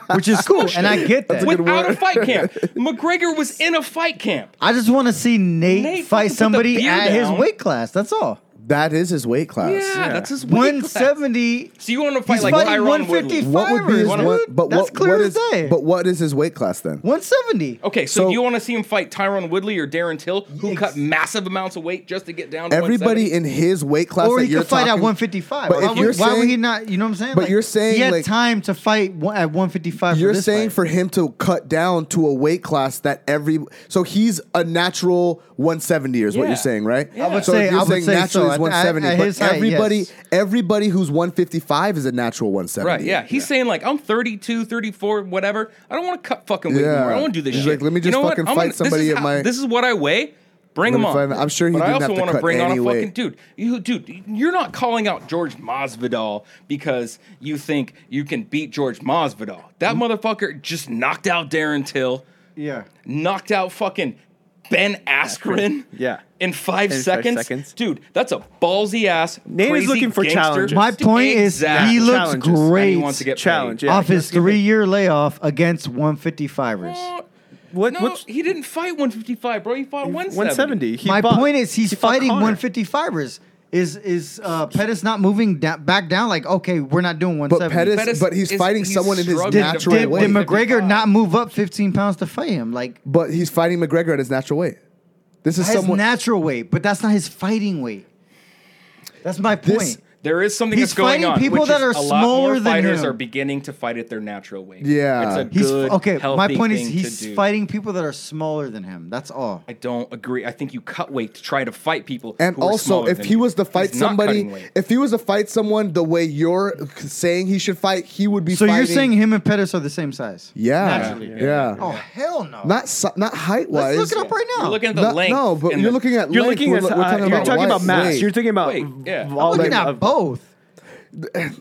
Speaker 5: which is cool, and I get that.
Speaker 4: without a fight camp. McGregor was in a fight camp.
Speaker 5: I just want to see Nate,
Speaker 4: Nate fucking
Speaker 5: fight
Speaker 4: put the
Speaker 5: somebody
Speaker 4: beer
Speaker 5: at his
Speaker 4: down.
Speaker 5: weight class. That's all.
Speaker 2: That is his weight class.
Speaker 4: Yeah, that's his weight class.
Speaker 5: 170.
Speaker 4: So you want to fight
Speaker 5: He's
Speaker 4: like
Speaker 5: fighting
Speaker 4: Tyron Woodley?
Speaker 5: 155.
Speaker 2: What would be his
Speaker 5: Fivers,
Speaker 2: one?
Speaker 5: dude.
Speaker 2: But
Speaker 5: That's
Speaker 2: what,
Speaker 5: clear
Speaker 2: what
Speaker 5: as
Speaker 2: is?
Speaker 5: day.
Speaker 2: But what is his weight class then?
Speaker 5: 170.
Speaker 4: Okay, so,
Speaker 2: So-
Speaker 4: you want to see him fight Tyron Woodley or Darren Till, who
Speaker 5: Yikes.
Speaker 4: cut massive amounts of weight just to get down to
Speaker 2: Everybody
Speaker 4: 170?
Speaker 2: in his weight class.
Speaker 5: Or
Speaker 2: that
Speaker 5: he
Speaker 2: you're
Speaker 5: could fight at
Speaker 2: talking-
Speaker 5: 155.
Speaker 2: But
Speaker 5: why,
Speaker 2: if
Speaker 5: would-
Speaker 2: you're
Speaker 5: why would
Speaker 2: saying-
Speaker 5: he not? You know what I'm saying?
Speaker 2: but you're saying,
Speaker 5: he had
Speaker 2: like-
Speaker 5: time to fight one, at 155. for
Speaker 2: You're
Speaker 5: this
Speaker 2: saying
Speaker 5: fight.
Speaker 2: for him to cut down to a weight class that every so he's a natural 170 is what
Speaker 4: Yeah.
Speaker 2: you're saying, right?
Speaker 4: I would
Speaker 2: so
Speaker 5: say-
Speaker 2: if
Speaker 5: I
Speaker 2: you're
Speaker 5: would
Speaker 2: saying
Speaker 5: say
Speaker 2: natural
Speaker 5: so.
Speaker 2: is
Speaker 5: At-
Speaker 2: 170,
Speaker 5: at- at his
Speaker 2: but
Speaker 5: height,
Speaker 2: everybody
Speaker 5: yes.
Speaker 2: everybody who's 155 is a natural 170.
Speaker 4: Right, yeah. He's saying, like, I'm 32, 34, whatever. I don't want to cut fucking weight
Speaker 2: Yeah.
Speaker 4: anymore. I don't want to do this
Speaker 2: He's
Speaker 4: shit.
Speaker 2: like, let me
Speaker 4: you
Speaker 2: just
Speaker 4: know what?
Speaker 2: fucking fight
Speaker 4: I'm gonna- this is
Speaker 2: somebody at
Speaker 4: how-
Speaker 2: my-
Speaker 4: This is what I weigh. Bring
Speaker 2: Let
Speaker 4: him
Speaker 2: me
Speaker 4: on.
Speaker 2: find- I'm sure he
Speaker 4: but I
Speaker 2: didn't
Speaker 4: also
Speaker 2: have to
Speaker 4: wanna
Speaker 2: cut
Speaker 4: bring on
Speaker 2: any
Speaker 4: a fucking
Speaker 2: weight.
Speaker 4: dude. You, dude, you're not calling out George Masvidal because you think you can beat George Masvidal. That
Speaker 2: Mm-hmm.
Speaker 4: motherfucker just knocked out Darren Till.
Speaker 5: yeah.
Speaker 4: knocked out fucking Ben Askren.
Speaker 3: Yeah.
Speaker 4: In
Speaker 3: In
Speaker 4: five,
Speaker 3: five
Speaker 4: seconds?
Speaker 3: seconds.
Speaker 4: dude. That's a ballsy ass.
Speaker 3: Nate is
Speaker 4: crazy
Speaker 3: looking for
Speaker 4: gangster.
Speaker 3: challenges.
Speaker 5: My point
Speaker 4: Exactly.
Speaker 5: is, he looks
Speaker 3: Challenges. And he
Speaker 5: great
Speaker 4: And he wants to get paid.
Speaker 3: Challenge, yeah.
Speaker 5: off his three-year layoff against 155ers.
Speaker 4: What?
Speaker 3: What-
Speaker 4: no,
Speaker 3: what's-
Speaker 4: he didn't fight 155, bro. He fought 170.
Speaker 3: 170. He
Speaker 5: My
Speaker 3: fought-
Speaker 5: point is, he's
Speaker 3: he fought
Speaker 5: fighting
Speaker 3: Conor.
Speaker 5: 155ers. Is is uh, Pettis not moving da- back down? Like, okay, we're not doing
Speaker 2: But
Speaker 5: 170.
Speaker 2: Pettis,
Speaker 4: Pettis
Speaker 2: but he's
Speaker 4: is-
Speaker 2: fighting
Speaker 4: he's
Speaker 2: someone in his
Speaker 4: struggling to
Speaker 2: natural
Speaker 4: fight
Speaker 5: did,
Speaker 2: weight.
Speaker 5: did McGregor
Speaker 4: 155.
Speaker 5: not move up 15 pounds to fight him? Like
Speaker 2: but he's fighting McGregor at his natural weight. This is
Speaker 5: his
Speaker 2: someone
Speaker 5: natural weight, but that's not his fighting weight. That's my point.
Speaker 2: This-
Speaker 4: There is something
Speaker 5: He's
Speaker 4: that's going
Speaker 5: fighting
Speaker 4: on.
Speaker 5: people
Speaker 4: which
Speaker 5: that
Speaker 4: is
Speaker 5: are
Speaker 4: a lot more
Speaker 5: smaller than
Speaker 4: fighters
Speaker 5: him.
Speaker 4: are beginning to fight at their natural weight.
Speaker 2: Yeah.
Speaker 4: it's a
Speaker 5: he's
Speaker 4: good,
Speaker 5: okay. My
Speaker 4: healthy
Speaker 5: point is,
Speaker 4: thing to
Speaker 5: he's
Speaker 4: do.
Speaker 5: fighting people that are smaller than him. That's all.
Speaker 4: I don't agree. I think you cut weight to try to fight people.
Speaker 2: And
Speaker 4: who are
Speaker 2: also,
Speaker 4: smaller
Speaker 2: if
Speaker 4: than
Speaker 2: he
Speaker 4: you.
Speaker 2: was to fight
Speaker 4: He's not
Speaker 2: somebody,
Speaker 4: cutting weight.
Speaker 2: if he was to fight someone the way you're saying he should fight, he would be.
Speaker 5: So
Speaker 2: fighting.
Speaker 5: you're saying him and Pettis are the same size?
Speaker 2: yeah,
Speaker 4: Naturally,
Speaker 2: yeah,
Speaker 4: yeah.
Speaker 5: Oh hell no.
Speaker 2: not si- not height wise.
Speaker 5: Let's look it up right now.
Speaker 4: You're looking at the
Speaker 2: Not-
Speaker 4: length.
Speaker 2: no, but
Speaker 4: and
Speaker 2: you're
Speaker 4: the-
Speaker 2: looking at
Speaker 3: You're
Speaker 2: length.
Speaker 3: looking
Speaker 2: We're
Speaker 3: at.
Speaker 2: lo-
Speaker 3: uh,
Speaker 2: we're talking
Speaker 3: you're
Speaker 2: about
Speaker 3: talking about
Speaker 2: weight.
Speaker 3: mass.
Speaker 2: Weight.
Speaker 3: You're talking about
Speaker 4: Wait, yeah. I'm
Speaker 5: I'm
Speaker 3: volume
Speaker 5: looking at
Speaker 3: of-
Speaker 5: both.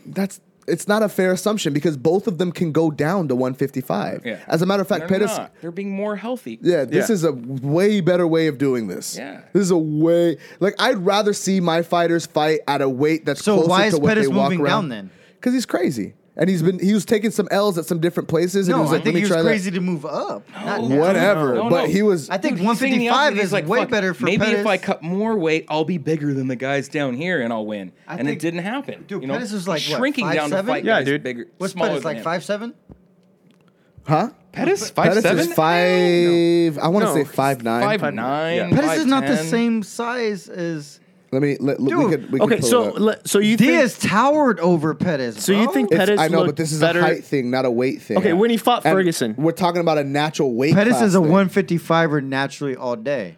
Speaker 2: that's it's not a fair assumption because both of them can go down to 155.
Speaker 4: Yeah.
Speaker 2: As a matter of fact,
Speaker 4: They're
Speaker 2: Pettis.
Speaker 4: not. They're being more healthy.
Speaker 2: Yeah, this
Speaker 3: Yeah.
Speaker 2: is a way better way of doing this.
Speaker 4: Yeah.
Speaker 2: this is a way. Like I'd rather see my fighters fight at a weight that's
Speaker 5: So
Speaker 2: closer
Speaker 5: why is
Speaker 2: to what
Speaker 5: Pettis
Speaker 2: they walk
Speaker 5: moving
Speaker 2: around.
Speaker 5: down then?
Speaker 2: because he's crazy and he's been he was taking some L's at some different places and
Speaker 5: No,
Speaker 2: he was like,
Speaker 5: I
Speaker 2: let
Speaker 5: think
Speaker 2: me
Speaker 5: he was
Speaker 2: try that.
Speaker 5: crazy to move up. Not
Speaker 4: No.
Speaker 5: now.
Speaker 2: Whatever,
Speaker 4: No, no.
Speaker 2: but he was.
Speaker 5: I think
Speaker 4: Dude, he's thinking the
Speaker 5: 155
Speaker 4: opposite.
Speaker 5: is
Speaker 4: He's like,
Speaker 5: way
Speaker 4: "Fuck,
Speaker 5: better for
Speaker 4: maybe
Speaker 5: Pettis."
Speaker 4: if I cut more weight, I'll be bigger than the guys down here and I'll win.
Speaker 5: I
Speaker 4: and
Speaker 5: think-
Speaker 4: it didn't happen.
Speaker 5: Dude,
Speaker 4: you know?
Speaker 5: Pettis was like, what,
Speaker 4: shrinking down
Speaker 5: 5'7"?
Speaker 4: to fight
Speaker 3: Yeah,
Speaker 4: guys
Speaker 3: dude.
Speaker 4: bigger.
Speaker 5: What's
Speaker 4: smaller
Speaker 5: Pettis
Speaker 4: than
Speaker 5: like
Speaker 4: him.
Speaker 5: five seven?
Speaker 2: huh?
Speaker 4: Pettis five
Speaker 2: Pettis
Speaker 4: seven.
Speaker 2: is five. I want to
Speaker 3: No,
Speaker 2: say
Speaker 3: he's
Speaker 2: five nine.
Speaker 4: Five
Speaker 3: Five-
Speaker 4: nine.
Speaker 3: yeah.
Speaker 5: Pettis is not the
Speaker 4: 5'10".
Speaker 5: same size as
Speaker 2: Let me. Let, let- we
Speaker 5: Dude,
Speaker 2: could. We
Speaker 3: Okay,
Speaker 2: could pull
Speaker 3: so
Speaker 2: it up.
Speaker 3: le- so you
Speaker 5: Diaz
Speaker 3: think
Speaker 5: towered over Pettis.
Speaker 3: so you
Speaker 5: bro.
Speaker 3: think
Speaker 2: It's-
Speaker 3: Pettis?
Speaker 2: I know,
Speaker 3: looked
Speaker 2: but this is
Speaker 3: better,
Speaker 2: a height thing, not a weight thing.
Speaker 3: Okay, when he fought
Speaker 2: And
Speaker 3: Ferguson.
Speaker 2: we're talking about a natural weight.
Speaker 5: Pettis
Speaker 2: class
Speaker 5: is a
Speaker 2: thing.
Speaker 5: 155er naturally all day.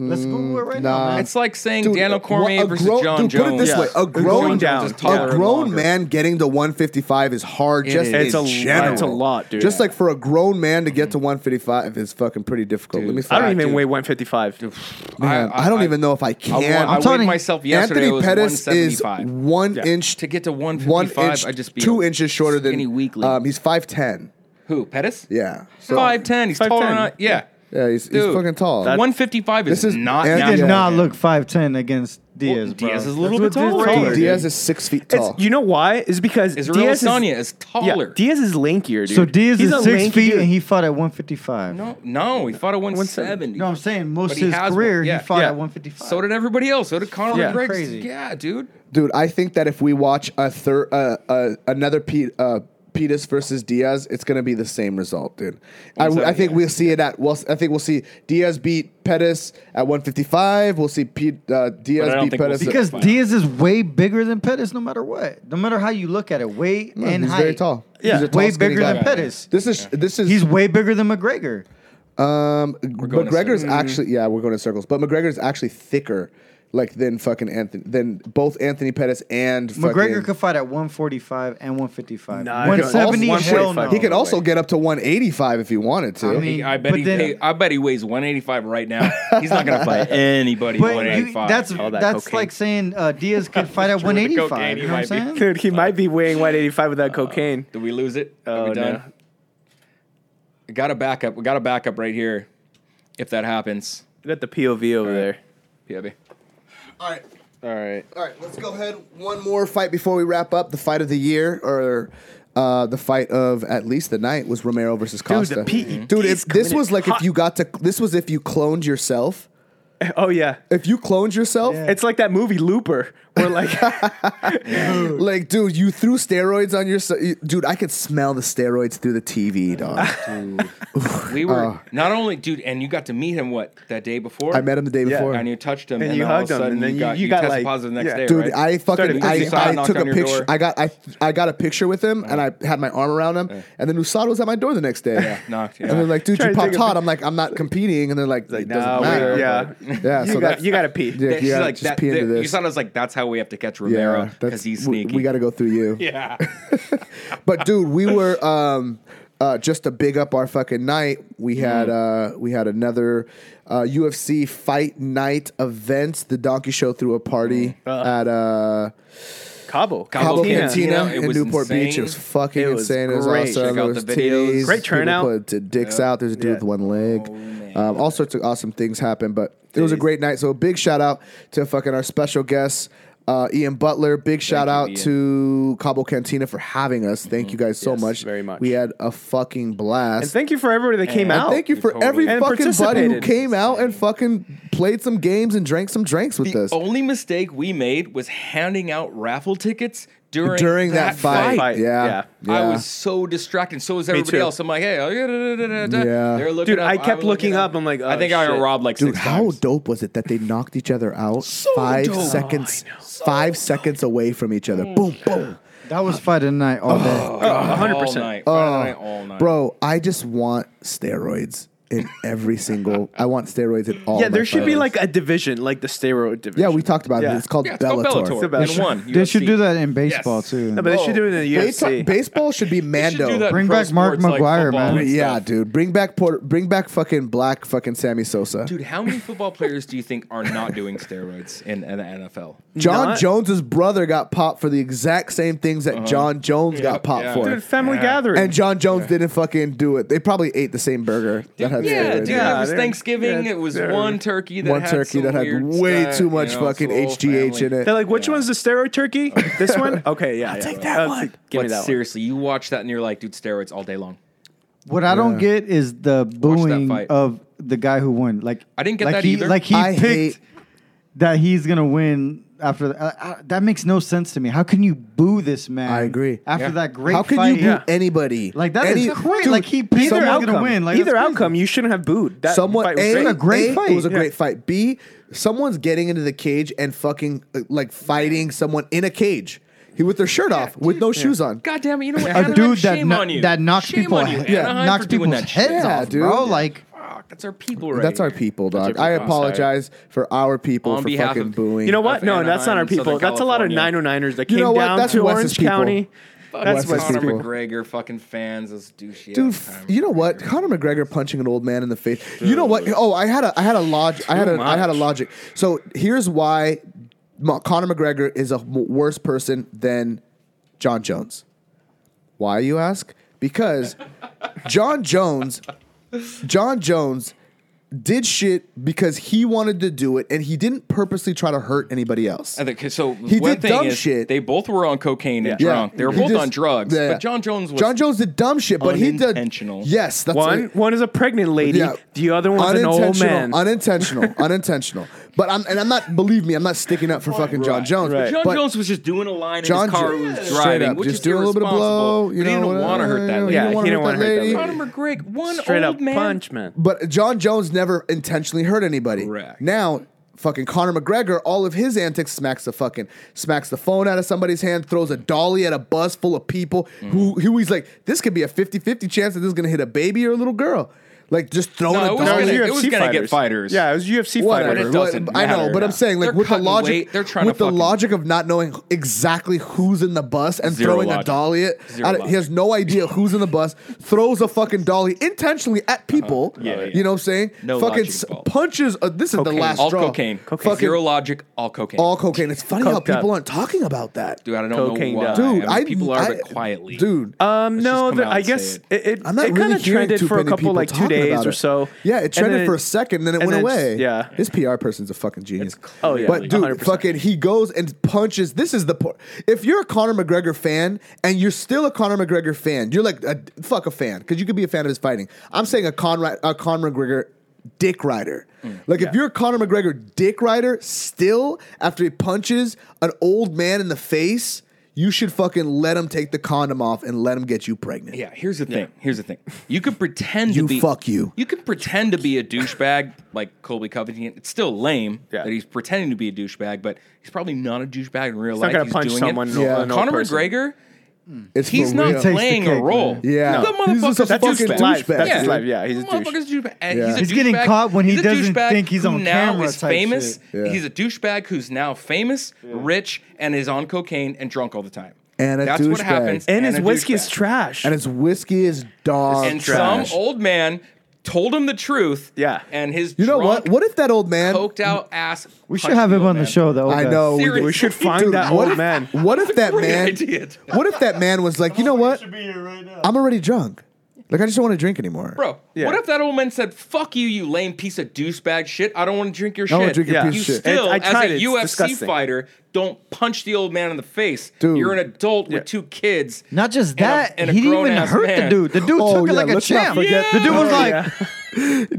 Speaker 5: Let's Google it right
Speaker 2: nah.
Speaker 5: now. Man.
Speaker 4: It's like saying
Speaker 2: Dude,
Speaker 4: Daniel
Speaker 2: what-
Speaker 4: Cormier
Speaker 2: a
Speaker 4: versus
Speaker 2: grown-
Speaker 4: John
Speaker 2: dude,
Speaker 4: Jones.
Speaker 2: Put it this
Speaker 3: Yeah.
Speaker 2: way: a
Speaker 3: John
Speaker 2: grown,
Speaker 3: Jones is
Speaker 2: a
Speaker 3: taller
Speaker 2: grown
Speaker 4: longer.
Speaker 2: man getting to 155 is hard.
Speaker 4: It
Speaker 2: just
Speaker 4: is.
Speaker 2: in
Speaker 4: It's a-
Speaker 2: general.
Speaker 4: it's a
Speaker 3: lot, dude.
Speaker 2: Just
Speaker 3: Yeah.
Speaker 2: like for a grown man to get to 155 is fucking pretty difficult. Let me.
Speaker 3: I don't
Speaker 2: find-
Speaker 3: even
Speaker 4: dude.
Speaker 3: weigh 155.
Speaker 2: Man, I, don't even know if I
Speaker 4: I,
Speaker 2: can.
Speaker 4: I
Speaker 5: I'm
Speaker 4: weighed
Speaker 5: telling you,
Speaker 4: myself yesterday.
Speaker 2: Anthony
Speaker 4: it was
Speaker 2: Pettis is
Speaker 4: 175.
Speaker 2: one
Speaker 3: Yeah.
Speaker 2: inch
Speaker 4: to get to
Speaker 2: one
Speaker 4: 155.
Speaker 2: inch,
Speaker 4: I just be
Speaker 2: two
Speaker 4: a
Speaker 2: inches shorter than
Speaker 4: skinny weakling.
Speaker 2: Um, he's five ten.
Speaker 4: Who Pettis?
Speaker 2: Yeah, so,
Speaker 4: Five ten. He's taller.
Speaker 3: 5'10".
Speaker 4: than I- Yeah.
Speaker 2: Yeah, he's, he's
Speaker 4: Dude.
Speaker 2: fucking tall.
Speaker 3: That-
Speaker 4: One fifty five is,
Speaker 2: This is-
Speaker 4: not.
Speaker 2: and-
Speaker 5: He
Speaker 4: natural.
Speaker 5: did
Speaker 2: Yeah.
Speaker 5: not look 5'10 against
Speaker 4: Well,
Speaker 5: Diaz, bro.
Speaker 4: Diaz is a little
Speaker 3: That's
Speaker 4: bit
Speaker 3: what
Speaker 4: taller.
Speaker 3: Diaz
Speaker 4: taller.
Speaker 3: is.
Speaker 4: dude.
Speaker 2: Diaz is six feet tall.
Speaker 3: It's, you know why? Is because
Speaker 4: Israel
Speaker 3: Diaz
Speaker 4: Adesanya is,
Speaker 3: Yeah,
Speaker 4: taller.
Speaker 3: Diaz is lankier, dude.
Speaker 5: so Diaz
Speaker 3: He's
Speaker 5: is
Speaker 3: a
Speaker 5: 6
Speaker 3: lanky
Speaker 5: feet
Speaker 3: dude.
Speaker 5: and he fought at 155. No,
Speaker 4: no, no, he fought at 170.
Speaker 5: I'm saying most
Speaker 4: But
Speaker 5: of
Speaker 4: he
Speaker 5: his
Speaker 4: has
Speaker 5: career
Speaker 4: one. Yeah.
Speaker 5: he fought
Speaker 3: Yeah.
Speaker 5: at 155.
Speaker 4: so did everybody else. So did Conor
Speaker 3: Yeah.
Speaker 4: McGregor.
Speaker 5: Crazy.
Speaker 4: Yeah, dude.
Speaker 2: Dude, I think that if we watch a third, uh, uh, another Pete, uh, Pettis versus Diaz, it's gonna be the same result, dude. I,
Speaker 4: Exactly,
Speaker 2: I think
Speaker 4: yeah.
Speaker 2: we'll see it at. Well, I think we'll see Diaz beat Pettis at 155. We'll see Pete, uh, Diaz
Speaker 4: I don't
Speaker 2: beat
Speaker 4: think we'll
Speaker 2: Pettis
Speaker 4: see-
Speaker 2: at-
Speaker 5: because
Speaker 4: Fine.
Speaker 5: Diaz is way bigger than Pettis no matter what. No matter how you look at it, weight
Speaker 2: No,
Speaker 5: and
Speaker 2: he's
Speaker 5: height.
Speaker 2: very tall.
Speaker 3: Yeah.
Speaker 2: He's a tall,
Speaker 5: way
Speaker 2: skinny
Speaker 5: bigger
Speaker 2: guy.
Speaker 5: than Pettis.
Speaker 2: This is this is
Speaker 5: He's way bigger than McGregor.
Speaker 2: um
Speaker 4: going in
Speaker 2: McGregor's
Speaker 4: circles.
Speaker 2: actually yeah we're going in circles, but McGregor's actually thicker like then fucking Anthony, then both Anthony Pettis and
Speaker 5: McGregor
Speaker 2: fucking-
Speaker 5: could fight at 145 and 155.
Speaker 3: Nah, he could also-
Speaker 5: 170, hell
Speaker 3: 145.
Speaker 5: no.
Speaker 2: He could also get up to 185 if he wanted to.
Speaker 5: I mean,
Speaker 4: I bet
Speaker 5: but
Speaker 4: he.
Speaker 5: then-
Speaker 4: hey, I bet he weighs 185 right now. He's not gonna fight anybody.
Speaker 5: But you,
Speaker 4: 185.
Speaker 5: that's
Speaker 4: All that
Speaker 5: that's
Speaker 4: cocaine.
Speaker 5: like saying uh, Diaz could fight at
Speaker 4: True with the
Speaker 5: 185.
Speaker 4: cocaine, he
Speaker 5: You know what I'm
Speaker 4: might be.
Speaker 5: saying?
Speaker 3: Dude, he might be weighing 185 with that cocaine.
Speaker 4: Did we lose it? Are
Speaker 3: Oh,
Speaker 4: we done?
Speaker 3: no.
Speaker 4: We got a backup. We got a backup right here. If that happens,
Speaker 3: We got the POV over there.
Speaker 4: yeah. be-
Speaker 2: all right,
Speaker 3: All right.
Speaker 2: all right. Let's go ahead. One more fight before we wrap up. The fight of the year, or uh, the fight of at least the night, was Romero versus Costa.
Speaker 3: the PEDs
Speaker 2: Dude, if this
Speaker 3: coming
Speaker 2: was
Speaker 3: in
Speaker 2: like if
Speaker 3: hot.
Speaker 2: you got to. This was if you cloned yourself.
Speaker 3: Oh yeah.
Speaker 2: If you cloned yourself,
Speaker 3: It's like that movie Looper, where like
Speaker 2: like, dude, you threw steroids on yourself. Dude, I could smell the steroids through the TV, dog.
Speaker 4: We were not only dude, and you got to meet him what that day before.
Speaker 2: Oh. I met him the day before.
Speaker 4: and you touched him,
Speaker 3: And
Speaker 4: and,
Speaker 3: you
Speaker 4: all
Speaker 3: hugged
Speaker 4: of
Speaker 3: him,
Speaker 4: a sudden
Speaker 3: and then
Speaker 4: you
Speaker 3: you-
Speaker 4: got
Speaker 3: you
Speaker 4: you,
Speaker 3: got,
Speaker 4: tested
Speaker 3: like-
Speaker 4: positive the next
Speaker 3: yeah.
Speaker 4: day,
Speaker 2: Dude,
Speaker 4: right?
Speaker 2: I fucking
Speaker 3: Started
Speaker 2: I,
Speaker 3: Usada
Speaker 2: I
Speaker 4: knocked
Speaker 2: took a
Speaker 4: on your
Speaker 2: picture.
Speaker 4: door.
Speaker 2: I got I I got a picture with him, and I had my arm around him, and then Usada was at my door the next day.
Speaker 4: Yeah, knocked, yeah.
Speaker 2: And they're like, "Dude,
Speaker 3: Trying
Speaker 2: you
Speaker 3: to
Speaker 2: popped
Speaker 3: take a
Speaker 2: hot."
Speaker 3: pic-
Speaker 2: I'm like, "I'm not competing," and they're like, "It doesn't
Speaker 3: nah,
Speaker 2: matter."
Speaker 3: we- yeah.
Speaker 2: Yeah,
Speaker 3: you
Speaker 2: so
Speaker 3: got
Speaker 2: that's-
Speaker 3: you got to pee.
Speaker 2: Yeah,
Speaker 4: That- she's
Speaker 2: yeah,
Speaker 4: like
Speaker 2: just
Speaker 4: that.
Speaker 2: pee into
Speaker 4: that-
Speaker 2: this.
Speaker 4: You sound us like that's how we have to catch Romero
Speaker 2: Yeah,
Speaker 4: because he's
Speaker 2: we-
Speaker 4: sneaky.
Speaker 2: We, got to go through you.
Speaker 4: yeah.
Speaker 2: But dude, we were um, uh, just to big up our fucking night. We
Speaker 3: Mm.
Speaker 2: had uh, we had another uh, UFC fight night event. The Donkey Show threw a party
Speaker 3: Oh.
Speaker 2: at uh,
Speaker 3: Cabo,
Speaker 2: Cabo
Speaker 4: Cantina.
Speaker 2: Cantina
Speaker 4: It
Speaker 2: in
Speaker 4: was
Speaker 2: Newport
Speaker 4: insane.
Speaker 2: Beach. It was fucking
Speaker 3: It was
Speaker 2: insane. It was
Speaker 3: great.
Speaker 2: awesome.
Speaker 4: Check
Speaker 2: There
Speaker 4: out
Speaker 2: was
Speaker 4: the videos.
Speaker 2: titties.
Speaker 4: Great
Speaker 3: turnout.
Speaker 2: People put d- dicks out. There's a dude
Speaker 3: Yeah.
Speaker 2: with one leg.
Speaker 4: Oh, man.
Speaker 2: um, all sorts of awesome things happened, but it was a
Speaker 4: Titties.
Speaker 2: great night. So a big shout out to fucking our special guests. Uh, Ian Butler, big shout
Speaker 4: you,
Speaker 2: out
Speaker 4: Ian. Mm-hmm.
Speaker 2: to Cabo Cantina for having us. Thank you guys so
Speaker 3: Yes,
Speaker 2: much.
Speaker 3: very much.
Speaker 2: We had a fucking blast.
Speaker 3: And thank you for everybody that came
Speaker 4: And
Speaker 3: out.
Speaker 2: And thank you
Speaker 4: You
Speaker 2: for
Speaker 4: totally-
Speaker 2: every
Speaker 4: And
Speaker 2: fucking buddy who
Speaker 3: participated.
Speaker 2: came out and fucking played some games and drank some drinks with
Speaker 4: The
Speaker 2: us.
Speaker 4: only mistake we made was handing out raffle tickets during
Speaker 2: During that, fight.
Speaker 3: fight.
Speaker 2: Yeah.
Speaker 3: Yeah.
Speaker 4: I
Speaker 2: Yeah.
Speaker 4: was so distracted. So was everybody
Speaker 3: too.
Speaker 4: else. I'm like, hey, oh, yeah, da, da, da, da, da.
Speaker 2: Yeah.
Speaker 4: They're looking
Speaker 3: Dude,
Speaker 4: up,
Speaker 3: I
Speaker 4: was
Speaker 3: kept looking up. I'm like,
Speaker 4: I
Speaker 3: oh,
Speaker 4: think I got
Speaker 3: shit.
Speaker 4: robbed like
Speaker 2: Dude,
Speaker 4: six
Speaker 2: how
Speaker 4: times.
Speaker 2: dope was it that they knocked each other out five
Speaker 4: dope.
Speaker 2: seconds, five seconds away from each
Speaker 4: Mm.
Speaker 2: other? Boom, boom.
Speaker 5: That was fight of the night all
Speaker 4: Oh,
Speaker 5: day.
Speaker 4: All
Speaker 3: 100%.
Speaker 4: night. Friday night, all night.
Speaker 2: Oh. Bro, I just want steroids in every single. I want steroids in all.
Speaker 3: Yeah,
Speaker 2: my
Speaker 3: there should be
Speaker 2: fighters.
Speaker 3: like a division, like the steroid division.
Speaker 2: Yeah, we talked about
Speaker 3: Yeah.
Speaker 2: it. It's called
Speaker 4: Yeah, it's called
Speaker 2: Bellator.
Speaker 4: Bellator.
Speaker 3: It's about-
Speaker 4: And one.
Speaker 5: They should
Speaker 4: UFC.
Speaker 5: do that in baseball
Speaker 4: Yes.
Speaker 5: too.
Speaker 3: No, but they should do it in the
Speaker 2: Base-
Speaker 3: UFC.
Speaker 2: baseball should be
Speaker 4: They
Speaker 2: Mando.
Speaker 4: should do that in
Speaker 5: Bring
Speaker 4: pro
Speaker 5: back Mark
Speaker 4: sports, like
Speaker 5: McGuire,
Speaker 4: football
Speaker 5: man.
Speaker 4: and
Speaker 2: Yeah,
Speaker 4: stuff.
Speaker 2: dude. Bring back Porter, bring back fucking black fucking Sammy Sosa.
Speaker 4: Dude, how many football players do you think are not doing steroids in, in the NFL?
Speaker 2: John
Speaker 3: Not-
Speaker 2: Jones's brother got popped for the exact same things
Speaker 4: Uh-huh.
Speaker 2: that John Jones got popped
Speaker 4: yeah.
Speaker 2: for.
Speaker 3: Dude, family gathering.
Speaker 2: And John Jones didn't fucking do it. They probably ate the same burger that had
Speaker 4: yeah,
Speaker 2: steroids.
Speaker 4: dude.
Speaker 2: in it.
Speaker 3: Yeah,
Speaker 4: it was
Speaker 3: they're-
Speaker 4: Thanksgiving.
Speaker 3: yeah,
Speaker 4: It was
Speaker 3: they're-
Speaker 4: one turkey that
Speaker 2: One
Speaker 4: had
Speaker 2: turkey
Speaker 4: some
Speaker 2: that had
Speaker 4: weird
Speaker 2: way
Speaker 4: stuff,
Speaker 2: too much
Speaker 4: you know,
Speaker 2: fucking
Speaker 4: it's the whole
Speaker 2: HGH in
Speaker 4: family.
Speaker 2: it.
Speaker 3: They're like, which one's the steroid turkey? This one? Okay, yeah. I'll
Speaker 2: take that one.
Speaker 3: Give me
Speaker 4: But
Speaker 3: that one.
Speaker 4: seriously, you watch that and you're like, dude, steroids all day long.
Speaker 5: What I don't get is the booing
Speaker 4: fight.
Speaker 5: of the guy who won. Like
Speaker 4: I didn't get
Speaker 5: like
Speaker 4: that
Speaker 5: he,
Speaker 4: either.
Speaker 5: Like he
Speaker 2: I
Speaker 5: picked
Speaker 2: hate-
Speaker 5: that he's gonna win after the, uh, uh, that makes no sense to me. How can you boo this man?
Speaker 2: I agree.
Speaker 5: After
Speaker 4: Yeah.
Speaker 5: that great
Speaker 2: How can
Speaker 5: fight,
Speaker 2: you boo
Speaker 3: Yeah.
Speaker 2: anybody?
Speaker 5: Like, that
Speaker 2: Any-
Speaker 5: is great.
Speaker 2: Dude,
Speaker 5: Like, he picked
Speaker 2: someone-
Speaker 3: Either
Speaker 5: Either They're not gonna
Speaker 3: outcome,
Speaker 5: win, like,
Speaker 3: either
Speaker 5: that's crazy.
Speaker 3: outcome, you shouldn't have booed. That
Speaker 2: Someone
Speaker 3: fight was
Speaker 2: a,
Speaker 3: great.
Speaker 5: a great
Speaker 2: A,
Speaker 5: fight.
Speaker 2: It was a
Speaker 5: Yeah.
Speaker 2: great fight. B, someone's getting into the cage and fucking uh, like fighting someone in a cage, he with their shirt off, with no shoes on.
Speaker 4: God damn it! You know what?
Speaker 5: a
Speaker 4: Anaheim,
Speaker 5: dude that
Speaker 4: shame
Speaker 5: kno-
Speaker 4: on you.
Speaker 5: that knocks
Speaker 4: shame
Speaker 5: people
Speaker 4: on you,
Speaker 5: yeah,
Speaker 4: Anaheim,
Speaker 5: knocks
Speaker 4: for doing
Speaker 5: people's
Speaker 4: that shit.
Speaker 5: heads
Speaker 2: Yeah,
Speaker 5: off,
Speaker 2: dude.
Speaker 5: bro. Like
Speaker 4: Fuck, that's our people, right?
Speaker 2: That's our
Speaker 4: here.
Speaker 2: people, dog.
Speaker 4: our
Speaker 2: I
Speaker 4: people. I'm sorry.
Speaker 2: apologize for our people
Speaker 4: On
Speaker 2: for
Speaker 4: behalf
Speaker 2: fucking
Speaker 4: of-
Speaker 2: booing.
Speaker 3: You know what?
Speaker 4: Of
Speaker 3: No, that's not
Speaker 4: Anaheim,
Speaker 3: our people.
Speaker 4: Southern
Speaker 3: That's a lot of
Speaker 4: California.
Speaker 3: 909ers that
Speaker 2: You
Speaker 3: came
Speaker 2: know what?
Speaker 3: down
Speaker 2: That's
Speaker 3: to
Speaker 2: Wes's
Speaker 3: Orange
Speaker 2: people.
Speaker 3: County. That's
Speaker 2: Wes's
Speaker 3: Wes's
Speaker 4: Conor
Speaker 2: people.
Speaker 4: McGregor, fucking fans, those douchey.
Speaker 2: Dude,
Speaker 4: ass
Speaker 2: f-
Speaker 4: time.
Speaker 2: you know what? Conor McGregor punching an old man in the face. You know what? Oh, I had a, I had a log, I had a, I had a
Speaker 3: much.
Speaker 2: logic. So here's why Mo- Conor McGregor is a w- worse person than John Jones. Why you ask? Because John Jones, John Jones did shit because he wanted to do it, and he didn't purposely try to hurt anybody else.
Speaker 4: I think- so
Speaker 2: He
Speaker 4: one
Speaker 2: did
Speaker 4: thing
Speaker 2: dumb
Speaker 4: is
Speaker 2: shit.
Speaker 4: they both were on cocaine and
Speaker 2: Yeah.
Speaker 4: drunk. They were
Speaker 2: He
Speaker 4: both
Speaker 2: just-
Speaker 4: on drugs.
Speaker 2: yeah.
Speaker 4: But John Jones was
Speaker 2: John Jones did dumb shit, but he did
Speaker 4: Unintentional.
Speaker 2: Yes, that's
Speaker 3: One,
Speaker 2: it.
Speaker 3: one is a pregnant lady.
Speaker 2: Yeah.
Speaker 3: The other one's an old man.
Speaker 2: Unintentional, unintentional. But I'm and I'm not. Believe me, I'm not sticking up for fucking John Jones.
Speaker 3: right.
Speaker 4: John
Speaker 2: But
Speaker 4: Jones was just doing a line in
Speaker 2: John
Speaker 4: his car.
Speaker 2: Jones-
Speaker 4: Jones,
Speaker 2: Yeah.
Speaker 4: was
Speaker 2: straight
Speaker 4: driving,
Speaker 2: up,
Speaker 4: which
Speaker 2: just
Speaker 4: is
Speaker 2: doing a little bit of
Speaker 4: irresponsible,
Speaker 2: blow, you
Speaker 4: but he
Speaker 2: know,
Speaker 4: didn't want to
Speaker 2: whatever,
Speaker 4: hurt that.
Speaker 2: you
Speaker 4: lady.
Speaker 2: know,
Speaker 3: yeah,
Speaker 2: wanna
Speaker 3: he
Speaker 2: hurt
Speaker 3: didn't want to
Speaker 2: that
Speaker 3: hurt
Speaker 2: lady.
Speaker 3: that
Speaker 4: Conor
Speaker 3: lady.
Speaker 4: McGregor, one
Speaker 3: Straight
Speaker 4: old
Speaker 3: up
Speaker 4: man.
Speaker 3: punch, man.
Speaker 2: But John Jones never intentionally hurt anybody.
Speaker 4: Correct.
Speaker 2: Now, fucking Conor McGregor, all of his antics smacks the fucking smacks the phone out of somebody's hand, throws a dolly at a bus
Speaker 4: Mm.
Speaker 2: full of people who who he's like, this could be a 50-50 chance that this is gonna hit a baby or a little girl. Like just throwing
Speaker 4: No,
Speaker 2: a
Speaker 4: it was
Speaker 2: dog.
Speaker 4: gonna-
Speaker 2: You're-
Speaker 4: it was gonna get fighters.
Speaker 3: Yeah, it was UFC
Speaker 2: Whatever.
Speaker 4: but
Speaker 3: fighters.
Speaker 4: it doesn't
Speaker 2: What- I know,
Speaker 4: matter.
Speaker 2: but I'm saying like
Speaker 4: They're
Speaker 2: with the
Speaker 4: cutting
Speaker 2: logic,
Speaker 4: weight, they're trying to
Speaker 2: with the
Speaker 4: fucking-
Speaker 2: logic of not knowing exactly who's in the bus and
Speaker 4: Zero
Speaker 2: throwing a
Speaker 4: logic.
Speaker 2: dolly at.
Speaker 4: Zero
Speaker 2: I don't- he
Speaker 4: logic.
Speaker 2: has no idea who's in the bus. Throws a fucking dolly intentionally at people.
Speaker 4: Uh-huh. yeah, yeah.
Speaker 2: you know what I'm saying?
Speaker 4: No
Speaker 2: fucking
Speaker 4: logic
Speaker 2: s-
Speaker 4: involved.
Speaker 2: punches. uh, this is the
Speaker 3: Cocaine.
Speaker 2: last
Speaker 4: all
Speaker 2: straw.
Speaker 4: cocaine.
Speaker 3: Cocaine.
Speaker 2: Fucking
Speaker 4: Zero logic, all cocaine.
Speaker 2: all cocaine. It's funny how
Speaker 3: Coked up.
Speaker 2: people aren't talking about that,
Speaker 4: Dude, I don't
Speaker 3: Cocaine
Speaker 4: know why.
Speaker 3: does.
Speaker 4: I mean,
Speaker 2: Dude, I-
Speaker 4: people are,
Speaker 2: I-
Speaker 4: but quietly.
Speaker 2: dude.
Speaker 3: Um,
Speaker 4: Let's
Speaker 3: no,
Speaker 4: just come
Speaker 3: the-
Speaker 4: out
Speaker 3: I
Speaker 4: and say
Speaker 3: guess
Speaker 4: it.
Speaker 3: it, it,
Speaker 2: I'm not
Speaker 3: it
Speaker 2: really
Speaker 3: kind of
Speaker 2: hearing
Speaker 3: trended
Speaker 2: too
Speaker 3: for a
Speaker 2: many
Speaker 3: couple
Speaker 2: people
Speaker 3: like two
Speaker 2: talking
Speaker 3: days
Speaker 2: about
Speaker 3: or
Speaker 2: it.
Speaker 3: so.
Speaker 2: Yeah, it
Speaker 3: And
Speaker 2: trended
Speaker 3: then
Speaker 2: for a second, then it
Speaker 3: and
Speaker 2: went
Speaker 3: then it's-
Speaker 2: away.
Speaker 3: yeah.
Speaker 2: this PR person's a fucking genius.
Speaker 3: Oh, yeah.
Speaker 2: but dude,
Speaker 3: 100%.
Speaker 2: fucking, he goes and punches. This is the part. If you're a Conor McGregor fan and you're still a Conor McGregor fan, you're like a fuck a fan because you could be a fan of his fighting. I'm saying a Conrad, a Conor McGregor. Dick rider,
Speaker 3: Mm,
Speaker 2: like if you're a Conor McGregor dick rider, still after he punches an old man in the face, you should fucking let him take the condom off and let him get you pregnant.
Speaker 4: Yeah, here's the thing. Here's the thing. You could pretend
Speaker 2: You
Speaker 4: to be
Speaker 2: fuck you.
Speaker 4: You could pretend to be a douchebag like Colby Covington. It's still lame
Speaker 3: Yeah.
Speaker 4: that he's pretending to be a douchebag, but he's probably not a douchebag in real
Speaker 3: He's not
Speaker 4: life.
Speaker 3: gonna
Speaker 4: he's
Speaker 3: punch
Speaker 4: doing
Speaker 3: someone,
Speaker 4: It.
Speaker 3: no-
Speaker 2: Yeah.
Speaker 3: no
Speaker 4: Conor
Speaker 3: person.
Speaker 4: McGregor,
Speaker 2: It's
Speaker 4: he's
Speaker 2: for
Speaker 4: not
Speaker 2: real.
Speaker 5: Takes the
Speaker 4: playing
Speaker 5: cake,
Speaker 4: a role.
Speaker 5: man.
Speaker 2: Yeah.
Speaker 4: the
Speaker 2: He's just a
Speaker 4: motherfucker's
Speaker 2: fucking
Speaker 4: douchebag.
Speaker 2: live. That's
Speaker 4: yeah.
Speaker 2: his
Speaker 3: life, yeah, he's a douche.
Speaker 4: motherfucker's douchebag. And
Speaker 2: Yeah.
Speaker 4: He's, a
Speaker 2: He's
Speaker 5: getting
Speaker 4: douchebag
Speaker 5: caught when he
Speaker 4: who's a
Speaker 5: doesn't
Speaker 4: douchebag
Speaker 5: think he's
Speaker 4: who
Speaker 5: on
Speaker 4: now
Speaker 5: camera
Speaker 4: Is
Speaker 5: type
Speaker 4: famous.
Speaker 2: shit. Yeah.
Speaker 4: He's a douchebag who's now famous, rich, and is on cocaine and drunk all the time.
Speaker 2: And a
Speaker 4: That's what
Speaker 2: douchebag.
Speaker 4: happens.
Speaker 3: And his
Speaker 4: a
Speaker 3: whiskey is
Speaker 4: douchebag.
Speaker 3: trash.
Speaker 2: and his whiskey is dog
Speaker 4: and
Speaker 2: trash.
Speaker 4: some old man told him the truth.
Speaker 3: Yeah.
Speaker 4: and his
Speaker 2: you know
Speaker 4: drunk,
Speaker 2: what? What if that old man?
Speaker 4: coked out ass?
Speaker 5: We should have him on the show though.
Speaker 2: I know. we-
Speaker 4: Seriously.
Speaker 3: we should find
Speaker 2: Dude,
Speaker 3: that
Speaker 2: what
Speaker 3: old
Speaker 2: if-
Speaker 3: man.
Speaker 2: What if that
Speaker 4: Great
Speaker 2: man?
Speaker 4: idea, dude.
Speaker 2: What if that man was like, you know what?
Speaker 6: should be here right now.
Speaker 2: I'm already drunk. Like I just don't want to drink anymore,
Speaker 4: Bro,
Speaker 3: Yeah.
Speaker 4: what if that old man said, "Fuck you, you lame piece of douchebag shit. I don't want to drink your
Speaker 2: I don't
Speaker 4: shit."
Speaker 2: want to drink your
Speaker 3: Yeah.
Speaker 2: piece
Speaker 4: you
Speaker 2: of shit.
Speaker 4: still,
Speaker 3: I- I tried it.
Speaker 4: as
Speaker 3: It's
Speaker 4: a UFC
Speaker 3: disgusting.
Speaker 4: fighter, don't punch the old man in the face.
Speaker 2: Dude.
Speaker 4: You're an adult
Speaker 3: Yeah.
Speaker 4: with two kids.
Speaker 5: Not just
Speaker 4: And a-
Speaker 5: that,
Speaker 4: and a
Speaker 5: he didn't even
Speaker 4: grown-ass
Speaker 5: hurt the
Speaker 4: man.
Speaker 5: dude. The dude
Speaker 2: Oh,
Speaker 5: took it
Speaker 2: yeah,
Speaker 5: like a
Speaker 2: let's not
Speaker 5: champ.
Speaker 2: forget-
Speaker 5: The dude was
Speaker 4: Yeah.
Speaker 5: like,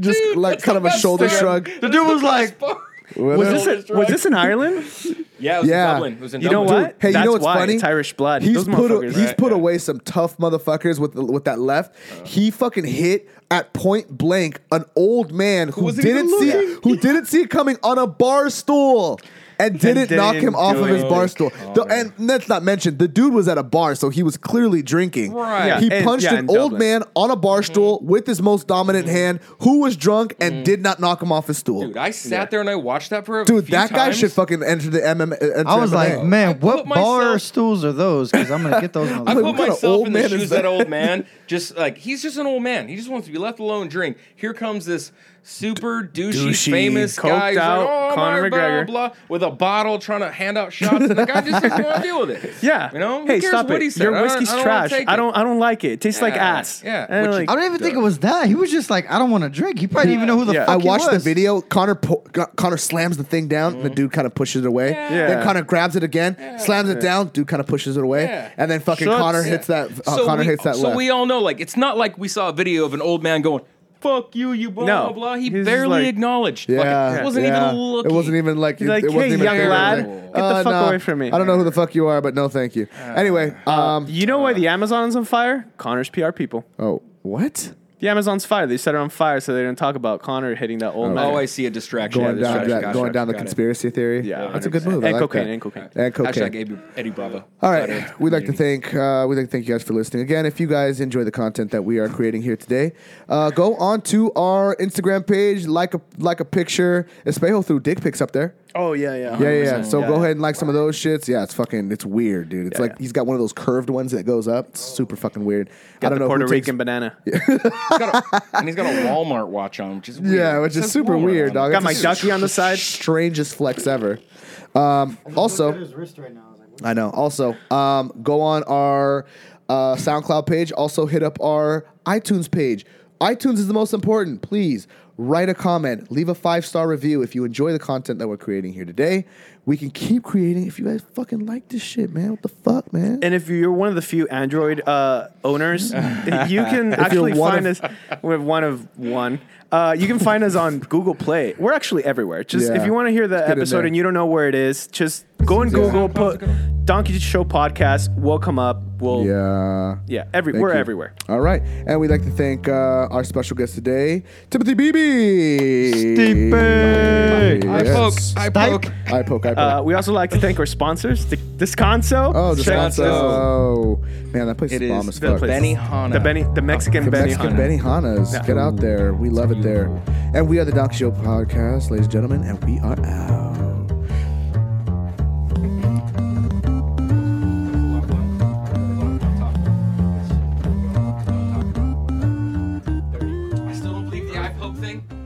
Speaker 2: just like
Speaker 4: That's
Speaker 2: kind of
Speaker 4: the
Speaker 2: a
Speaker 4: best
Speaker 2: shoulder
Speaker 4: story.
Speaker 2: shrug.
Speaker 4: That's
Speaker 5: The dude
Speaker 4: best
Speaker 5: was like-
Speaker 4: part.
Speaker 3: Was this, a, was this in Ireland?
Speaker 4: yeah, it was
Speaker 2: Yeah.
Speaker 4: in Dublin. It was in
Speaker 3: You know
Speaker 4: Dublin.
Speaker 3: what?
Speaker 2: Hey, you
Speaker 3: That's
Speaker 2: know what's
Speaker 3: why
Speaker 2: funny?
Speaker 3: it's Irish blood.
Speaker 2: He's
Speaker 3: Those
Speaker 2: put a,
Speaker 3: motherfuckers,
Speaker 2: he's
Speaker 3: right? Uh-huh.
Speaker 2: put
Speaker 4: Yeah.
Speaker 2: away some tough motherfuckers with the- with that left. he fucking hit at point blank an old man who
Speaker 4: wasn't even
Speaker 2: didn't see
Speaker 4: looking.
Speaker 2: who didn't see it coming on a bar stool. And didn't knock
Speaker 3: didn't
Speaker 2: him off
Speaker 3: do
Speaker 2: of his
Speaker 3: it. Oh,
Speaker 2: bar stool. The- and let's not mention the dude was at a bar, so he was clearly drinking.
Speaker 4: Right. Yeah,
Speaker 2: He
Speaker 3: and-
Speaker 2: punched
Speaker 3: yeah,
Speaker 2: an
Speaker 3: in
Speaker 2: old
Speaker 3: Dublin. Mm-hmm.
Speaker 2: man on a bar stool with his most dominant hand, who was drunk and did not knock him off his stool.
Speaker 4: Dude, I sat there and I watched that for a
Speaker 2: Dude,
Speaker 4: few
Speaker 2: that guy
Speaker 4: times.
Speaker 2: should fucking enter the MMA. Enter
Speaker 5: I was
Speaker 2: MMA.
Speaker 5: like, man,
Speaker 4: I
Speaker 5: what
Speaker 4: put
Speaker 5: bar
Speaker 4: myself-
Speaker 5: stools are those? Because I'm gonna get those.
Speaker 4: I
Speaker 2: Like,
Speaker 5: motherfuckers.
Speaker 2: what
Speaker 4: put
Speaker 2: kind of
Speaker 4: myself
Speaker 2: old
Speaker 4: in the
Speaker 2: man is
Speaker 4: shoes of that
Speaker 2: that?
Speaker 4: old man. Just like he's just an old man. He just wants to be left alone, and drink. Here comes this super douchey,
Speaker 2: douchey,
Speaker 4: famous
Speaker 3: coked
Speaker 4: guy, who's
Speaker 3: out
Speaker 4: like, oh,
Speaker 3: Conor
Speaker 4: my blah,
Speaker 3: McGregor."
Speaker 4: blah, blah, with a bottle trying to hand out shots, and the guy just doesn't want to deal with it.
Speaker 3: Yeah.
Speaker 4: you know, Who
Speaker 3: hey,
Speaker 4: cares
Speaker 3: stop
Speaker 4: what
Speaker 3: it.
Speaker 4: He said? I
Speaker 3: Your
Speaker 4: don't-
Speaker 3: whiskey's
Speaker 4: I don't wanna
Speaker 3: trash.
Speaker 4: take
Speaker 3: I
Speaker 4: it.
Speaker 3: don't. I don't like it. It tastes like
Speaker 4: Yeah.
Speaker 3: ass.
Speaker 4: Yeah.
Speaker 3: And
Speaker 4: Which-
Speaker 3: like-
Speaker 5: I don't even think it was that. He was just like, I don't want to drink. He probably didn't even know who the
Speaker 3: Yeah.
Speaker 5: fuck
Speaker 2: I
Speaker 5: he
Speaker 2: watched the
Speaker 5: was.
Speaker 2: video. Connor po- Connor slams the thing down. and The dude kind of pushes it away.
Speaker 4: Yeah.
Speaker 2: Then Connor grabs it again, slams it down. Dude kind of pushes it away,
Speaker 4: Yeah.
Speaker 2: and then fucking
Speaker 3: Shucks.
Speaker 2: Connor
Speaker 3: Yeah.
Speaker 2: hits that. Uh, Connor
Speaker 4: we,
Speaker 2: hits that
Speaker 4: So
Speaker 2: left.
Speaker 4: we all know, like, it's not like we saw a video of an old man going, "Fuck you, you blah
Speaker 3: No.
Speaker 4: blah blah." He
Speaker 3: He's just
Speaker 4: barely
Speaker 3: like-
Speaker 4: acknowledged. Fucking-
Speaker 2: yeah,
Speaker 4: it wasn't
Speaker 2: yeah.
Speaker 4: even looking.
Speaker 2: It wasn't even like.
Speaker 3: He's like,
Speaker 2: it wasn't
Speaker 3: "Hey,
Speaker 2: even
Speaker 3: young
Speaker 2: favorite."
Speaker 3: lad,
Speaker 2: Like,
Speaker 3: get the fuck away from me.
Speaker 2: Uh, I don't know who the fuck you are, but no, thank you. anyway, um,
Speaker 3: You know why the Amazon's on fire? Connor's PR people.
Speaker 2: oh, what?
Speaker 3: The Amazon's fire. They set it on fire so they didn't talk about Connor hitting that old man.
Speaker 4: Oh, I see a distraction.
Speaker 2: Going
Speaker 4: Yeah,
Speaker 2: down,
Speaker 4: distraction.
Speaker 2: that,
Speaker 4: Gotcha.
Speaker 2: going down the
Speaker 4: Got it.
Speaker 2: conspiracy theory.
Speaker 3: Yeah,
Speaker 2: that's a good
Speaker 3: 100%.
Speaker 2: move. I
Speaker 3: And
Speaker 2: like
Speaker 3: cocaine,
Speaker 2: that.
Speaker 3: and cocaine.
Speaker 2: and cocaine.
Speaker 4: Hashtag Eddie, Eddie Bravo.
Speaker 2: All
Speaker 4: Shout out
Speaker 2: right.
Speaker 4: to the
Speaker 2: We'd like to
Speaker 4: community.
Speaker 2: thank uh, we'd like to thank you guys for listening again. If you guys enjoy the content that we are creating here today, uh, go on to our Instagram page, like a like a picture. Espejo threw dick pics up there.
Speaker 3: Oh yeah, yeah.
Speaker 2: Yeah, yeah, yeah.
Speaker 3: 100%.
Speaker 2: So
Speaker 3: Yeah,
Speaker 2: go
Speaker 3: yeah.
Speaker 2: ahead and like some of those shits. Yeah, it's fucking it's weird, dude. It's
Speaker 3: Yeah,
Speaker 2: like
Speaker 3: yeah.
Speaker 2: he's got one of those curved ones that goes up. It's super fucking weird. I
Speaker 3: Got
Speaker 2: don't
Speaker 3: the
Speaker 2: know
Speaker 3: Puerto
Speaker 2: who takes-
Speaker 3: Rican banana.
Speaker 4: He's got a, and he's got a Walmart watch on, which is weird.
Speaker 2: Yeah, which
Speaker 4: It
Speaker 2: is
Speaker 4: says
Speaker 2: super
Speaker 4: Walmart
Speaker 2: weird,
Speaker 4: on
Speaker 2: dog.
Speaker 4: it.
Speaker 3: Got my
Speaker 2: It's
Speaker 3: ducky on the
Speaker 2: str-
Speaker 3: side.
Speaker 2: Strangest flex ever. Um, also,
Speaker 6: Look at his wrist right now. I was like, what?
Speaker 2: I know. Also, um, go on our uh, SoundCloud page. Also, hit up our iTunes page. iTunes is the most important. Please write a comment, leave a five star review if you enjoy the content that we're creating here today. We can keep creating if you guys fucking like this shit, man. What the fuck, man?
Speaker 3: And if you're one of the few Android uh, owners, you can actually
Speaker 2: one
Speaker 3: find
Speaker 2: of-
Speaker 3: us. We're one of one. Uh, you can find us on Google Play. We're actually everywhere. Just
Speaker 2: Yeah.
Speaker 3: if you want to hear the
Speaker 2: Let's get in there.
Speaker 3: episode and you don't know where it is, just go in
Speaker 2: Yeah.
Speaker 3: Google, put Donkey Show podcast will come up. We'll yeah,
Speaker 2: Yeah.
Speaker 3: every
Speaker 2: Thank
Speaker 3: we're
Speaker 2: you.
Speaker 3: everywhere.
Speaker 2: All right. And we'd like to thank uh, our special guest today, Timothy Beebe.
Speaker 3: Stipe.
Speaker 4: I poke. I poke.
Speaker 2: I poke. I poke.
Speaker 3: Uh, we also like to thank our sponsors, the Descanso.
Speaker 2: oh,
Speaker 3: Check-
Speaker 2: Descanso. Oh, man, that place
Speaker 4: It
Speaker 2: is
Speaker 4: is
Speaker 2: bomb as
Speaker 3: that
Speaker 2: fuck.
Speaker 3: place.
Speaker 4: Benihana.
Speaker 3: The Benny, the Mexican
Speaker 2: The
Speaker 3: Benny.
Speaker 2: Mexican Benihanas.
Speaker 3: Yeah.
Speaker 2: Get out there. We love it there. And we are the Doc Show podcast, ladies and gentlemen, and we are out.
Speaker 4: I still don't believe the eye poke thing.